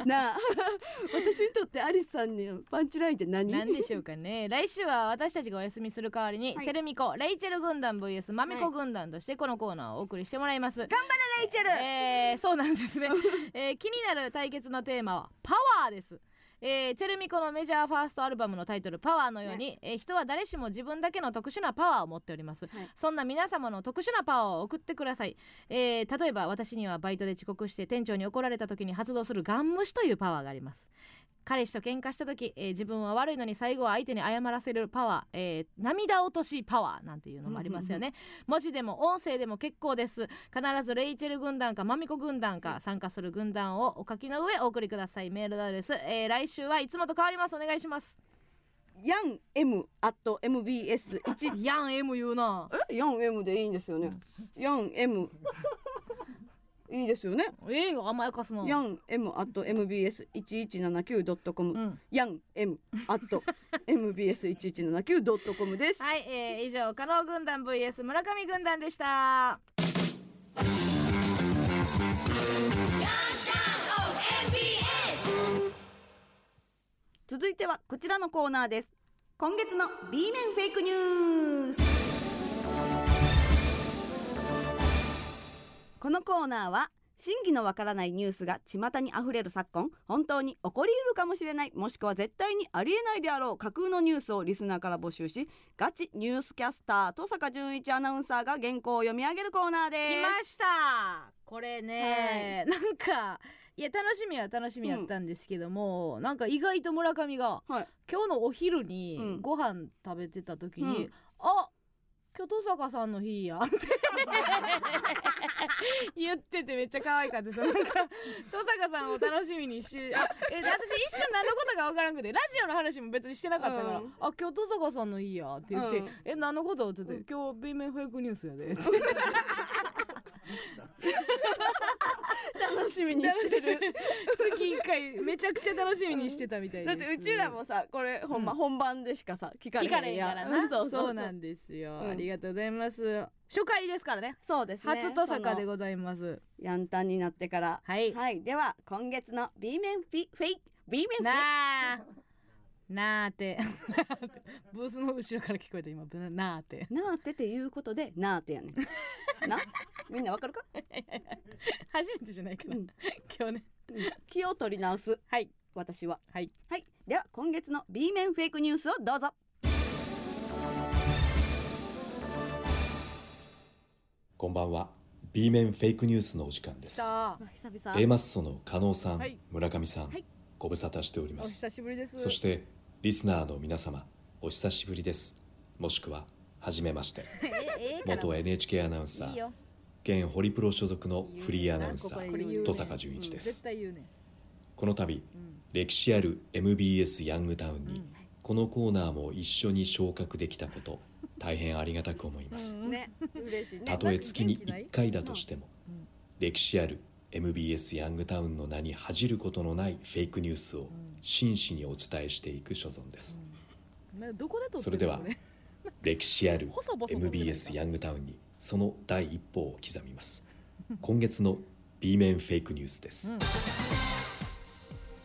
Speaker 1: なあ 私にとってアリスさんのパンチラインって何
Speaker 2: 何でしょうかね来週は私たちがお休みする代わりに、
Speaker 1: はい
Speaker 2: チェルミコレイチェル軍団 VS マミコ軍団としてこのコーナーをお送りしてもらいます、
Speaker 3: レイチェル
Speaker 2: えーそうなんです ね、えー気になる対決のテーマはパワーですえーチェルミコのメジャーファーストアルバムのタイトル「パワーのように、えー人は誰しも自分だけの特殊なパワーを持っております、
Speaker 1: はい
Speaker 2: そんな皆様の特殊なパワーを送ってください、えー例えば私にはバイトで遅刻して店長に怒られた時に発動するガン無視というパワーがあります彼氏と喧嘩した時、えー自分は悪いのに最後は相手に謝らせるパワー、えー涙落としパワーなんていうのもありますよね文字でも音声でも結構です必ずレイチェル軍団かマミコ軍団か参加する軍団をお書きの上お送りくださいメールアドレス、えー来週はいつもと変わりますお願いします
Speaker 1: ヤン M at MBS 一
Speaker 2: ヤン M 言うな
Speaker 1: えヤン M でいいんですよねヤン M いいですよね
Speaker 2: ええん甘やかすの
Speaker 1: ヤン M at MBS 一一七九ドットコム
Speaker 2: うん
Speaker 1: ヤン M at MBS 一一七九ドットコムです
Speaker 2: はい、えー以上加納軍団 VS 村上軍団でした
Speaker 1: 続いてはこちらのコーナーです今月の B 面フェイクニュースこのコーナーは真偽のわからないニュースが巷にあふれる昨今本当に起こりうるかもしれないもしくは絶対にありえないであろう架空のニュースをリスナーから募集しガチニュースキャスター登坂淳一アナウンサーが原稿を読み上げるコーナーで
Speaker 2: 来ましたこれね、なんかいや楽しみは楽しみやったんですけども、なんか意外と村上が
Speaker 1: す。はい、
Speaker 2: 今日のお昼
Speaker 1: う
Speaker 2: に
Speaker 1: ん
Speaker 2: ご飯食べてた時に、
Speaker 1: うん
Speaker 2: あ今日登坂さんの日やって 言っててめっちゃ可愛かったですなんか登坂さんを楽しみにしあえ私一瞬何のことか分からなくてラジオの話も別にしてなかったから「
Speaker 1: うん
Speaker 2: あ今日登坂さんの日や」って言って「
Speaker 1: うん
Speaker 2: え何のこと?」って言って「今日 B 面フェイクニュースやで」って
Speaker 1: 楽しみにしてる
Speaker 2: 月一回めちゃくちゃ楽しみにしてたみたいで
Speaker 1: だ
Speaker 2: す
Speaker 1: ってうちらもさこれほんま本番でしかさ聞かれ
Speaker 2: 聞
Speaker 1: へんや
Speaker 2: かれへんから
Speaker 1: う
Speaker 2: なん
Speaker 1: そうそう
Speaker 2: そうなんですよ、
Speaker 1: うん
Speaker 2: ありがとうございます初回ですからね
Speaker 1: そうですね
Speaker 2: 初登坂
Speaker 1: そ
Speaker 2: で
Speaker 1: の
Speaker 2: ございます
Speaker 1: ヤンタンになってから
Speaker 2: はい
Speaker 1: はいでは今月の B 面フィフェイ B 面フェイ
Speaker 2: なあなーて ブースの後ろから聞こえた今ぶなーて
Speaker 1: なーてっていうことでなーてやね んなみんなわかるか、
Speaker 2: 初めてじゃないかな、
Speaker 1: うん
Speaker 2: 今日ね
Speaker 1: うん気を取り直す
Speaker 2: はい
Speaker 1: 私は
Speaker 2: はい
Speaker 1: はいでは今月の B 面フェイクニュースをどうぞ
Speaker 5: こんばんは B 面フェイクニュースのお時間です
Speaker 2: さあ
Speaker 1: 久
Speaker 5: A
Speaker 1: 々
Speaker 5: マッソの加納さん、
Speaker 2: はい
Speaker 5: 村上さん、
Speaker 1: はい
Speaker 5: ご無沙汰しておりま
Speaker 2: お
Speaker 5: す
Speaker 2: 久しぶりです
Speaker 5: そしてリスナーの皆様お久しぶりですもしくは初めまして
Speaker 3: ええから
Speaker 5: 元 NHK アナウンサ
Speaker 3: いい
Speaker 5: ー
Speaker 3: よ
Speaker 5: 現ホリプロ所属のフリーアナウンサ
Speaker 2: こ
Speaker 5: ー
Speaker 2: れ言うね
Speaker 5: 登坂淳一で
Speaker 2: 絶
Speaker 5: す、
Speaker 2: 対言うね
Speaker 5: この度
Speaker 2: うん
Speaker 5: 歴史ある MBS ヤングタウン
Speaker 2: う
Speaker 5: に
Speaker 2: ん
Speaker 5: このコーナーも一緒に昇格できたこと大変ありがたく思います
Speaker 1: ね嬉しい
Speaker 5: たとえ月に
Speaker 2: 元気ない
Speaker 5: 1回だとしても
Speaker 2: うん
Speaker 5: 歴史ある MBS ヤングタウンの名に恥じることのないフェイクニュースを真摯にお伝えしていく所存です
Speaker 2: などこで撮ってるの
Speaker 5: それでは
Speaker 2: これ
Speaker 5: 歴史ある
Speaker 2: 細々と
Speaker 5: MBS ヤングタウンにその第一歩を刻みます今月の B 面フェイクニュースです、
Speaker 2: うん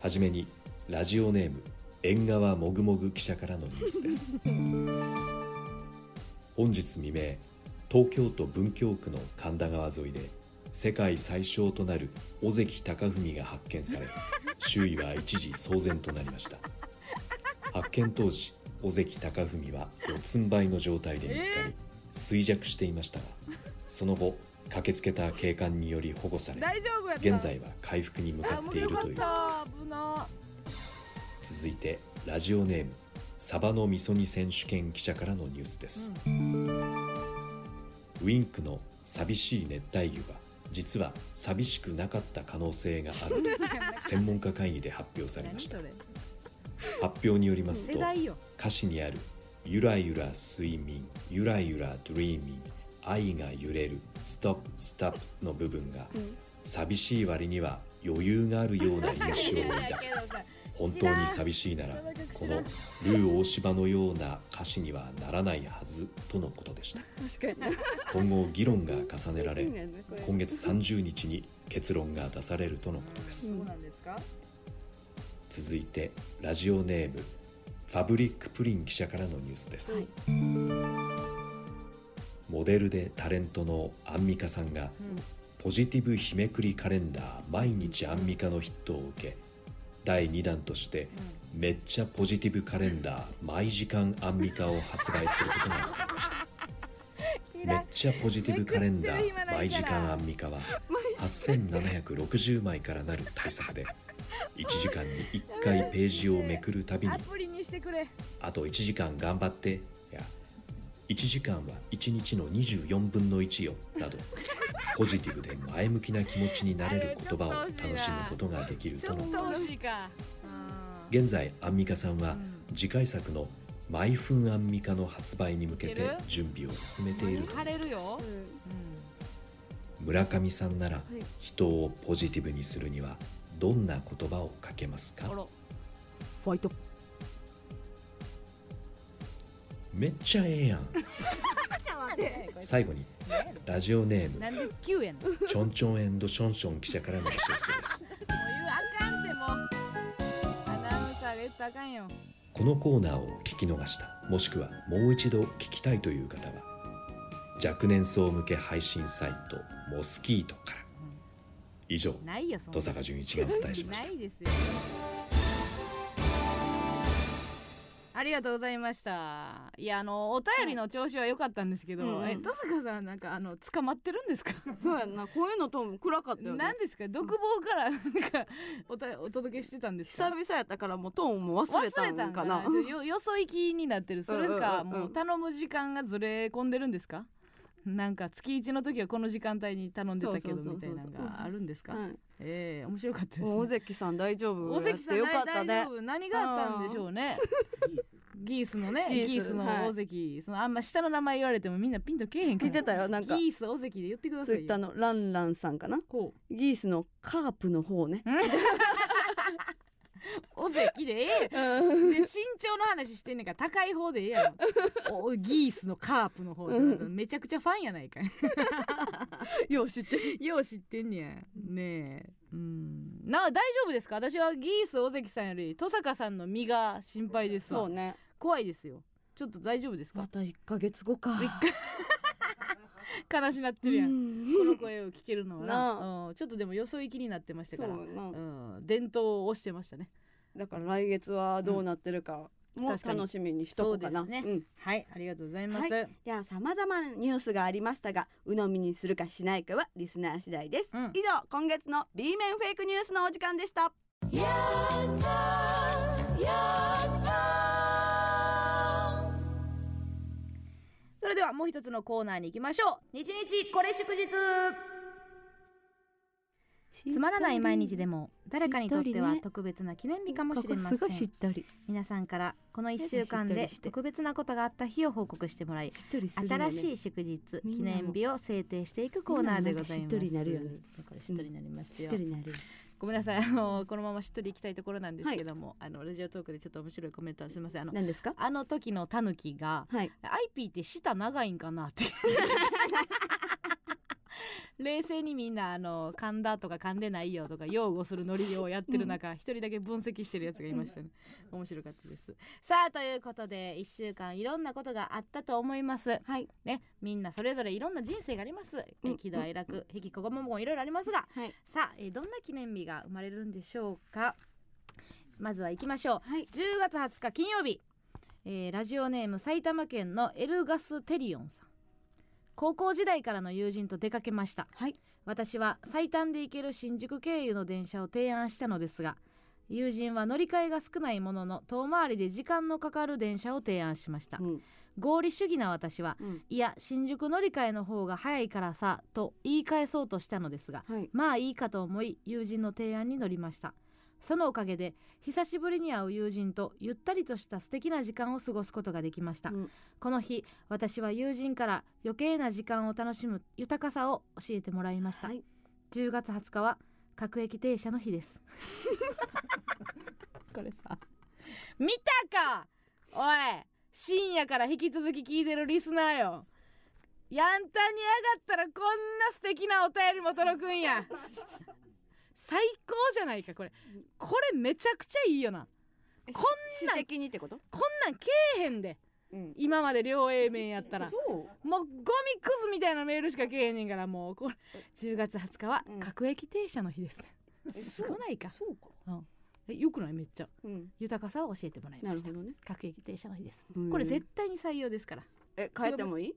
Speaker 5: はじめにラジオネーム縁側もぐもぐ記者からのニュースです 本日未明東京都文京区の神田川沿いで世界最小となる尾関貴文が発 見され周囲は一時騒然となりました発見当時尾関貴文は四つん這いの状態で見つかり、衰弱していましたがその後駆けつけた警官により保護され
Speaker 2: 大丈夫やった
Speaker 5: 現在は回復に向かっているということです
Speaker 2: 危な
Speaker 5: 続いてラジオネームサバの味噌煮選手権記者からのニュースです、ウィンクの寂しい熱帯魚が実は寂しくなかった可能性があると専門家会議で発表されま
Speaker 2: 何
Speaker 5: し
Speaker 2: そ
Speaker 5: た
Speaker 2: れ
Speaker 5: 発表によります
Speaker 2: 世
Speaker 5: と
Speaker 2: 代よ
Speaker 5: 歌詞にある「ゆらゆら睡眠ゆらゆらドリーミン愛が揺れるストップストップ」の部分が、寂しい割には余裕があるような 印象を抱
Speaker 2: だけどさ
Speaker 5: 本当に寂しいならこのルー大柴のような歌詞にはならないはずとのことでした
Speaker 1: 確かに
Speaker 5: 今後議論が重ねられ
Speaker 1: ねこれ
Speaker 5: 今月30日に結論が出されるとのことです
Speaker 2: そうなんですか
Speaker 5: 続いてラジオネームファブリックプリン記者からのニュースです、
Speaker 1: はい
Speaker 5: モデルでタレントのアンミカさんが、ポジティブ日めくりカレンダー毎日アンミカのヒットを受け第2弾として、めっちゃポジティブカレンダー毎時間アンミカを発売することが分かりましためっちゃポジティブカレンダ
Speaker 2: めくってる暇ないか
Speaker 5: ー
Speaker 2: ら
Speaker 5: 毎時間アンミカは8760枚からなる大作で1時間に1回ページをめくるたびに
Speaker 2: アプリにしてくれ
Speaker 5: あと1時間頑張ってや1時間は1日の24分の1よなどポジティブで前向きな気持ちになれる言葉を楽しむことができる
Speaker 2: ちょ
Speaker 5: と
Speaker 2: っ
Speaker 5: のこと
Speaker 2: 惜しいか
Speaker 5: 現在アンミカさんは次回作の「毎分アンミカ」の発売に向け
Speaker 2: いけ
Speaker 5: て
Speaker 2: る
Speaker 5: 準備を進めていると
Speaker 2: 晴れるよ
Speaker 5: 村上さんなら人をポジティブにするにはどんな言葉をかけます
Speaker 2: あ
Speaker 5: から
Speaker 1: ホワイト
Speaker 5: めっちゃええやん最後にラジオネーム
Speaker 2: なんで9円もう
Speaker 5: ちょんちょんションション記者からのお知らせです
Speaker 2: あかんってもうアナウンサーが言ったらあかんよ
Speaker 5: このコーナーを聞き逃したもしくはもう一度聞きたいという方は若年層向け配信サイトモスキートから以上
Speaker 2: ないよそんな
Speaker 5: 登坂淳一がお伝えしました
Speaker 2: ないですよありがとうございましたいやあのお便りの調子は良かったんですけど、
Speaker 1: うんうん
Speaker 2: え登坂さんなんかあの捕まってるんですか
Speaker 1: そうやんな声のトーン暗かったよね
Speaker 2: 何ですか独房からなんかおたお届けしてたんです
Speaker 1: 久
Speaker 2: か
Speaker 1: 々やったからもうトーンも忘れたんかな
Speaker 2: 忘れたんちょよよそ行きになってるそれか、
Speaker 1: うんうんうんうん
Speaker 2: もう頼む時間がずれ込んでるんですかなんか月一の時はこの時間帯に頼んでたけど
Speaker 1: そうそうそうそう
Speaker 2: みたいなのがあるんですか、
Speaker 1: はい
Speaker 2: ええ面白かったですね
Speaker 1: 大関さん大丈夫
Speaker 2: 大関さん
Speaker 1: やってよかった
Speaker 2: 大
Speaker 1: ね
Speaker 2: 丈夫何があったんでしょうねギースのね
Speaker 1: ギース
Speaker 2: ギースの大関、そのあんま下の名前言われてもみんなピンとけえへんから
Speaker 1: 聞いてたよなんか
Speaker 2: ギース大関で言ってくださ
Speaker 1: ツ
Speaker 2: い
Speaker 1: イ
Speaker 2: よ
Speaker 1: ッターの ランランさんかな
Speaker 2: こう
Speaker 1: ギースのカープの方ね
Speaker 2: 尾関でええやん
Speaker 1: うん
Speaker 2: で身長の話してんねんから高い方でええ やんおギースのカープの方で
Speaker 1: う
Speaker 2: めちゃくちゃファンやないかい
Speaker 1: よう知ってる
Speaker 2: よう知ってんねやねえうんなあ大丈夫ですか私はギース尾関さんより登坂さんの身が心配で す
Speaker 1: そ
Speaker 2: わ
Speaker 1: うね
Speaker 2: 怖いですよちょっと大丈夫ですか
Speaker 1: た一ヶ月後か
Speaker 2: 悲しなってるやん、この声を聞けるのはなうん、ちょっとでもよそ行きになってました
Speaker 1: そ
Speaker 2: から
Speaker 1: うな
Speaker 2: うん、伝統を押してましたね
Speaker 1: だから来月はどうなってるかも
Speaker 2: 確かに
Speaker 1: 楽しみにしとこうかな
Speaker 2: そうです
Speaker 1: うん
Speaker 2: はいありがとうございます、
Speaker 1: はじゃあ様々なニュースがありましたが鵜呑みにするかしないかはリスナー次第です、
Speaker 2: うん
Speaker 1: 以上今月の B 面フェイクニュースのお時間でした
Speaker 3: それではもう一つのコーナーに行きましょう日日これ祝日つまらない毎日でも誰かにとっては特別な記念日かもしれません
Speaker 1: とり
Speaker 3: 皆さんからこの1週間で特別なことがあった日を報告してもらい
Speaker 1: しっとり
Speaker 3: 新しい祝日
Speaker 1: み
Speaker 3: 記
Speaker 1: んなも
Speaker 3: 念日を制定していくコーナーでございます
Speaker 1: みんなもなんかしっとりなるよね
Speaker 3: これしっとりになります
Speaker 1: しっ
Speaker 3: よ、
Speaker 1: とりなる
Speaker 2: ごめんなさいあのこのまましっとりいきたいところなんですけども、あのラジオトークでちょっと面白いコメントすみませんあの
Speaker 1: 何ですか
Speaker 2: あの時のタヌキが
Speaker 1: はい
Speaker 2: 「アイピーって舌長いんか な」って冷静にみんなあの噛んだとか噛んでないよとか擁護するノリをやってる中一人だけ分析してるやつがいましたね面白かったです
Speaker 3: さあということで1週間いろんなことがあったと思います
Speaker 1: はい
Speaker 3: ねみんなそれぞれいろんな人生があります、
Speaker 1: う
Speaker 3: え
Speaker 1: ん
Speaker 3: 喜怒哀楽へきこごもごもいろいろありますが
Speaker 1: はい
Speaker 3: さあ、えーどんな記念日が生まれるんでしょうかまずは行きましょう
Speaker 1: はい
Speaker 3: 10月20日金曜日、えーラジオネーム埼玉県のエルガステリオンさん高校時代からの友人と出かけました、
Speaker 1: はい
Speaker 3: 私は最短で行ける新宿経由の電車を提案したのですが友人は乗り換えが少ないものの遠回りで時間のかかる電車を提案しました
Speaker 1: うん
Speaker 3: 合理主義な私は
Speaker 1: うん
Speaker 3: いや新宿乗り換えの方が早いからさと言い返そうとしたのですが
Speaker 1: はい
Speaker 3: まあいいかと思い友人の提案に乗りましたそのおかげで久しぶりに会う友人とゆったりとした素敵な時間を過ごすことができました、
Speaker 1: うん
Speaker 3: この日私は友人から余計な時間を楽しむ豊かさを教えてもらいました、
Speaker 1: はい
Speaker 3: 10月20日は各駅停車の日です
Speaker 1: これさ
Speaker 2: 見たかおい深夜から引き続き聞いてるリスナーよやんたんに上がったらこんな素敵なお便りも届くんや最高じゃないかこれこれめちゃくちゃいいよなこ
Speaker 1: んな的にってこと
Speaker 2: こんなんけえへんで
Speaker 1: うん
Speaker 2: 今まで両 A 面やったら
Speaker 1: そう
Speaker 2: もうゴミクズみたいなメールしかけえへんねんからもうこれ10月20日は
Speaker 1: うん
Speaker 2: 各駅停車の日ですね、
Speaker 1: え
Speaker 2: すごないか
Speaker 1: そうか
Speaker 2: えよくないめっちゃ
Speaker 1: うん
Speaker 2: 豊かさを教えてもらい
Speaker 1: な
Speaker 2: ま
Speaker 1: る
Speaker 2: した
Speaker 1: ほどね
Speaker 2: 各駅停車の日です
Speaker 1: うん
Speaker 2: これ絶対に採用ですから
Speaker 1: え変えてもいい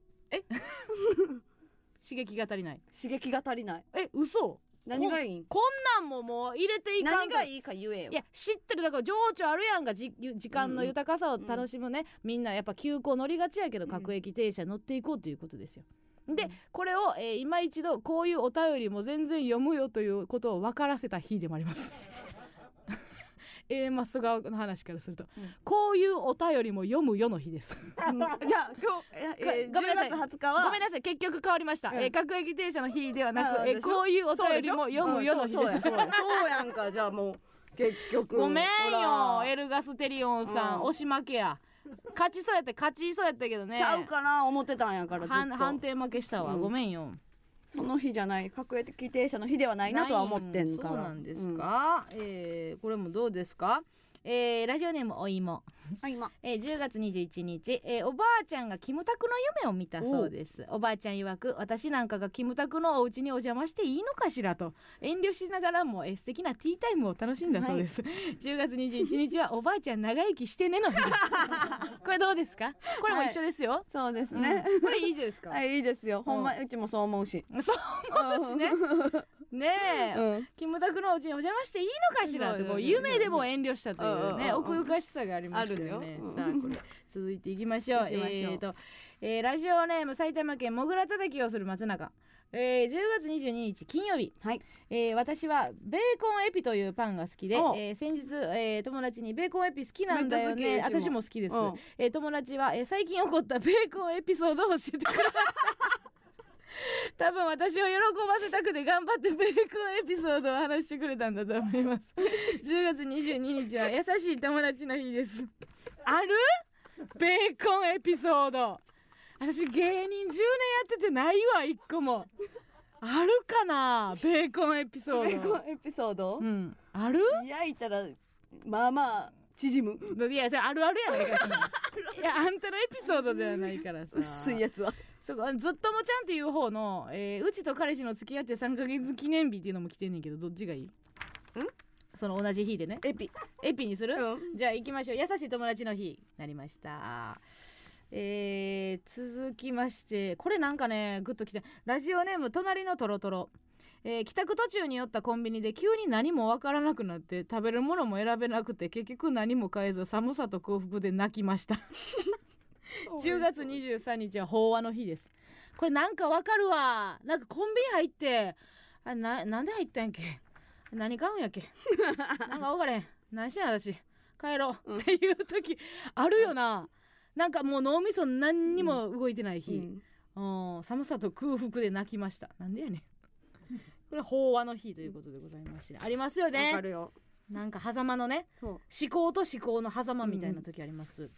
Speaker 2: 刺激が足りない
Speaker 1: 刺激が足りない
Speaker 2: え嘘
Speaker 1: 何がいいん
Speaker 2: こんなんももう入れていかん
Speaker 1: 何
Speaker 2: と
Speaker 1: がいいか言えよ
Speaker 2: いや知ってるだから情緒あるやんがじ時間の豊かさを楽しむね、みんなやっぱ急行乗りがちやけど
Speaker 1: うん
Speaker 2: 各駅停車乗っていこうということですよ。で、
Speaker 1: うん
Speaker 2: これを、えー今一度こういうお便りも全然読むよということを分からせた日でもあ ります。A マス側の話からすると、
Speaker 1: うん
Speaker 2: こういうお便りも読むよの日です。
Speaker 1: うんじゃあ今日ええ
Speaker 2: ごごめんなさ
Speaker 1: 10
Speaker 2: い
Speaker 1: 月20日は
Speaker 2: ごめんなさい結局変わりました、
Speaker 1: うん
Speaker 2: えー各駅停車の日ではな
Speaker 1: あ
Speaker 2: く、
Speaker 1: ー
Speaker 2: えー
Speaker 1: でしょ
Speaker 2: こういうお
Speaker 1: そう
Speaker 2: 便
Speaker 1: で
Speaker 2: り
Speaker 1: しょ
Speaker 2: も読むよの日です。
Speaker 1: うんそうやそうやそうやん かじゃあもう結局
Speaker 2: ごめん
Speaker 1: ほ
Speaker 2: よ
Speaker 1: ら
Speaker 2: エルガステリオンさん、
Speaker 1: うん
Speaker 2: 押し負けや勝ちそうやった勝ちそうやったけどね
Speaker 1: ちゃうかな思ってたんやからずっ
Speaker 2: 判
Speaker 1: と
Speaker 2: 判定負けしたわ、
Speaker 1: うん
Speaker 2: ごめんよ
Speaker 1: その日じゃない各駅停車の日ではないなとは思ってんから
Speaker 2: そうなんです、か、えーこれもどうですか
Speaker 3: えーラジオネームお芋、
Speaker 1: うんはい今
Speaker 3: えー10月21日、えーおばあちゃんがキムタクの夢を見たそうですおばあちゃん曰く私なんかがキムタクのお家にお邪魔していいのかしらと遠慮しながらも、えー素敵なティータイムを楽しんだそうです、10月21日はおばあちゃん長生きして ねの日ですこれどうですかこれも一緒ですよ、
Speaker 1: そうですね、
Speaker 3: これいいじゃないですか、
Speaker 1: はいいいですよほんまうちもそう思う し
Speaker 3: そう
Speaker 1: 思
Speaker 3: しねねえ、
Speaker 1: うん
Speaker 3: キムタクのお家にお邪魔していいのかしらとこ
Speaker 1: そうそうそう
Speaker 3: う夢でも遠慮したという
Speaker 1: うんうんう
Speaker 3: ね
Speaker 1: ん
Speaker 3: 奥ゆかしさがありますけどね
Speaker 1: あるようん
Speaker 3: さあこれ続いていきましょう
Speaker 1: 行きましょう
Speaker 3: えーと、えーラジオネーム埼玉県もぐらたたきをする松永えー10月22日金曜日、
Speaker 1: はい
Speaker 3: えー私はベーコンエピというパンが好きで、え
Speaker 1: お
Speaker 3: ー先日、えー友達に「ベーコンエピ好きなんだよ
Speaker 1: めっちゃ
Speaker 3: ね
Speaker 1: 好きうちも
Speaker 3: 私も好きです」
Speaker 1: うん
Speaker 3: えー友達は、えー最近起こったベーコンエピソードを教えてくれました
Speaker 2: 多分私を喜ばせたくて頑張ってベルクンエピソードを話してくれたんだと思います10月22日は優しい友達の日です
Speaker 6: あるベーコンエピソード私芸人10年やっててないわ一個もあるかなベーコンエピ ソード
Speaker 1: ベーコンエピソード、
Speaker 6: うんある
Speaker 1: 焼いたらまあまあ縮む
Speaker 6: いやそれあるあるやないかそんなんいやあんたのエピソードではないからさ
Speaker 1: 薄いやつは
Speaker 2: そこずっともちゃんっていう方の、えーうちと彼氏の付き合って3ヶ月記念日っていうのも来てんねんけどどっちがいいんその同じ日でね
Speaker 1: エピ
Speaker 2: エピにする、
Speaker 1: うん
Speaker 2: じゃあ行きましょう優しい友達の日なりましたえー、続きましてこれなんかねグッときてラジオネーム隣のトロトロえー帰宅途中に寄ったコンビニで急に何もわからなくなって食べるものも選べなくて結局何も買えず寒さと幸福で泣きました 10月23日は飽和の日ですこれなんかわかるわなんかコンビニ入ってあななんで入ったんやっけ何買うんやっけなんか分からへん何してんの私帰ろう、っていう時あるよななんかもう脳みそ何にも動いてない日、
Speaker 1: うん
Speaker 2: うん寒さと空腹で泣きましたなんでやねん これ飽和の日ということでございまして、ありますよ
Speaker 1: わ
Speaker 2: ね
Speaker 1: かるよ
Speaker 2: なんか狭間のね
Speaker 1: そう
Speaker 2: 思考と思考の狭間みたいな時あります、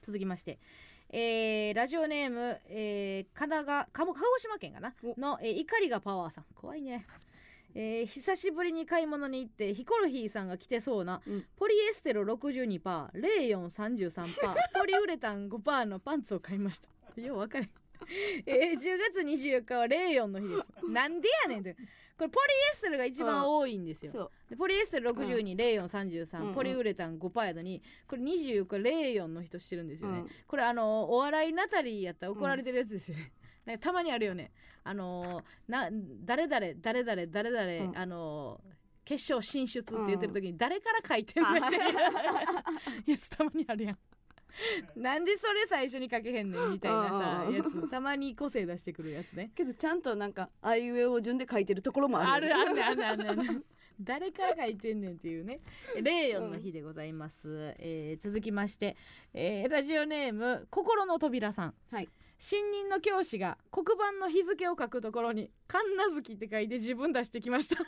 Speaker 2: 続きましてえーラジオネーム、えー、神奈川かも鹿児島県かな
Speaker 1: お
Speaker 2: の、えー怒りがパワーさん怖いねえー久しぶりに買い物に行ってヒコロヒーさんが着てそうな、
Speaker 1: うん
Speaker 2: ポリエステロ62%パーレーヨン33%パーポリウレタン5%パーのパンツを買いましたよう分かれん、えー10月24日はレーヨンの日ですなんでやねんってこれポリエステロが一番多いんですよ
Speaker 1: そう
Speaker 2: でポリエステル60にレーヨン33、
Speaker 1: うんうん
Speaker 2: ポリウレタン5パーやのにこれ24日レーヨンの人してるんですよね、
Speaker 1: うん
Speaker 2: これあのお笑いナタリーやったら怒られてるやつですよね、 なんかたまにあるよねあのな誰々誰々誰々、
Speaker 1: うん
Speaker 2: あの決勝進出って言ってる時に誰から書いてん ねんっていうやつたまにあ るやんなんでそれ最初に書けへんねんみたいなさ
Speaker 1: うん
Speaker 2: やつたまに個性出してくるやつね
Speaker 1: けどちゃんとなんかあいうえお順で書いてるところもあ
Speaker 2: あ
Speaker 1: るよ
Speaker 2: る
Speaker 1: ね
Speaker 2: あるあるあるある 誰から書いてんねんっていうねレーヨンの日でございます、えー続きまして、えーラジオネーム心の扉さん、
Speaker 1: はい
Speaker 2: 新任の教師が黒板の日付を書くところに「神奈月」って書いて自分出してきました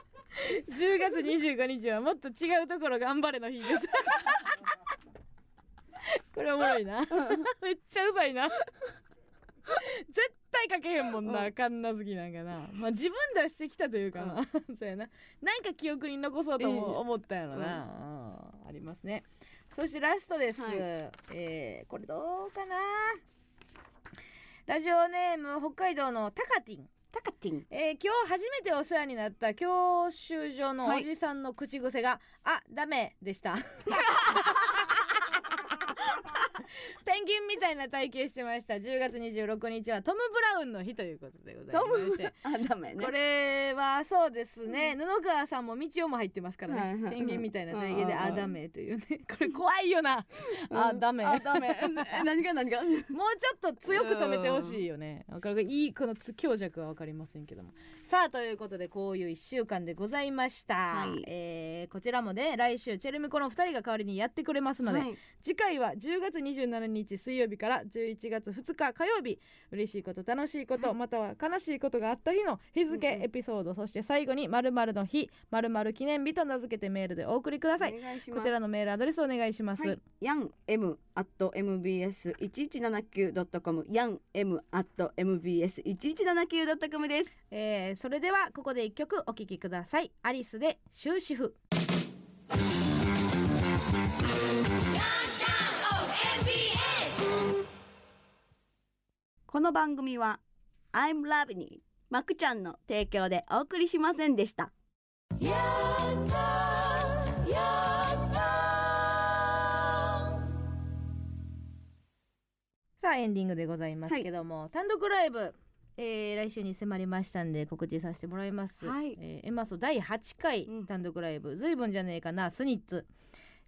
Speaker 2: 10月25日はもっと違うところ頑張れの日です これおもろいな めっちゃうざいな絶対書けへんもんな、カンナ好きなんかな。まあ自分出してきたというかな。 そうやな。なんか記憶に残そうと
Speaker 1: ええ
Speaker 2: も思ったやろな、うんありますね。そしてラストです。
Speaker 1: はい
Speaker 2: えーこれどうかなラジオネーム北海道のタカティン。
Speaker 1: タカティン
Speaker 2: えー今日初めてお世話になった教習所の
Speaker 1: はい
Speaker 2: おじさんの口癖が、あダメでした ペンギンみたいな体型してました10月26日はトム・ブラウンの日ということでございま
Speaker 1: トム
Speaker 2: して、
Speaker 1: あダメね
Speaker 2: これはそうですね、布川さんも道をも入ってますからね、
Speaker 1: はいはい
Speaker 2: ペンギンみたいな体型で、
Speaker 1: うんうん
Speaker 2: あダメというねこれ怖いよな、あダメ
Speaker 1: あダメえ何が何が
Speaker 2: もうちょっと強く止めてほしいよね。わかるいいこのつ強弱はわかりませんけども。さあということでこういう1週間でございまし
Speaker 1: は
Speaker 2: た。
Speaker 1: い
Speaker 2: えーこちらもね来週チェルミコの2人が代わりにやってくれますので、
Speaker 1: はい
Speaker 2: 次回は10月27日水曜日から11月2日火曜日嬉しいこと楽しいこと、または悲しいことがあった日の日付、
Speaker 1: うんうん
Speaker 2: エピソードそして最後に〇〇の日〇〇記念日と名付けてメールでお送りください。
Speaker 1: お願いしま
Speaker 2: こ
Speaker 1: す
Speaker 2: ちらのメールアドレスお願いします。
Speaker 1: はい、ヤン M at MBS 一一七九ドットコム、ヤン M at MBS 一一七九ドットコムです。
Speaker 2: えーそれではここで一曲お聴きくださいアリスで終止符
Speaker 1: この番組は I'm Love にマクちゃんの提供でお送りしませんでした。
Speaker 2: さあエンディングでございますけども、単独ライブ、えー来週に迫りましたんで告知させてもらいます、
Speaker 1: はい
Speaker 2: えーエマソ第8回
Speaker 1: うん
Speaker 2: 単独ライブ、ずいぶんじゃねえかなスニッツ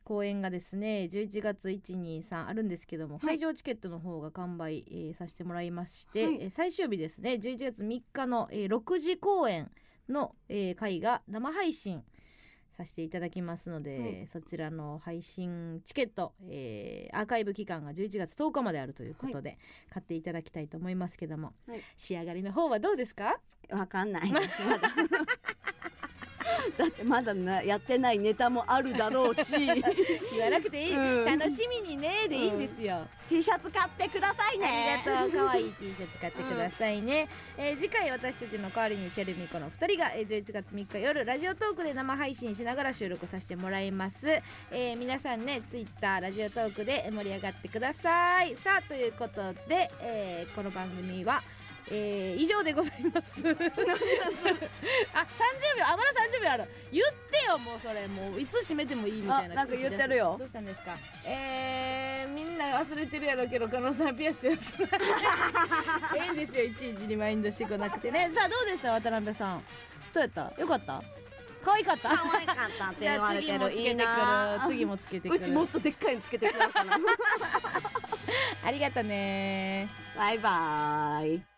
Speaker 2: 公演がですね11月123あるんですけども、
Speaker 1: はい
Speaker 2: 会場チケットの方が完売、えーさせてもらいまして、
Speaker 1: はい
Speaker 2: えー最終日ですね11月3日の、えー6時公演の、えー回が生配信させていただきますので、
Speaker 1: はい
Speaker 2: そちらの配信チケット、えーアーカイブ期間が11月10日まであるということで、買っていただきたいと思いますけども、
Speaker 1: はい
Speaker 2: 仕上がりの方はどうですか
Speaker 1: わかんないですま だだってまだなやってないネタもあるだ ろうし
Speaker 2: 言わなくていい、
Speaker 1: うん
Speaker 2: 楽しみにねでいいんですよ、
Speaker 1: T シャツ買ってくださいね
Speaker 2: ありがとう可愛い T シャツ買ってくださいね、えー次回私たちの代わりにチェルミコの2人が、えー11月3日夜ラジオトークで生配信しながら収録させてもらいます、えー皆さんねツイッターラジオトークで盛り上がってくださいさあということで、えーこの番組はえー以上でございます。 あ、三十秒、あまだ三十秒ある。言ってよ、もうそれ、もういつ閉めてもいいみたいな。
Speaker 1: あなんか言ってるよ
Speaker 2: どうしたんですか。
Speaker 7: えー、みんな忘れてるやろうけど加納さんピア スしてます
Speaker 2: ええですよいちいちリマインドしてこなくてねさあどうでした渡辺さんどうやったよかった可愛かった
Speaker 1: 可愛かったって
Speaker 2: じ
Speaker 1: 言
Speaker 2: ゃ
Speaker 1: わ
Speaker 2: あ
Speaker 1: れ
Speaker 2: 次
Speaker 1: て
Speaker 2: も
Speaker 1: る
Speaker 2: つけ
Speaker 1: い
Speaker 2: て
Speaker 1: い
Speaker 2: くる
Speaker 1: な
Speaker 2: 次もつけてく
Speaker 1: う
Speaker 2: る
Speaker 1: ちもっとでっかいのつ けてくれるかな
Speaker 2: ありがとね
Speaker 1: バイバイ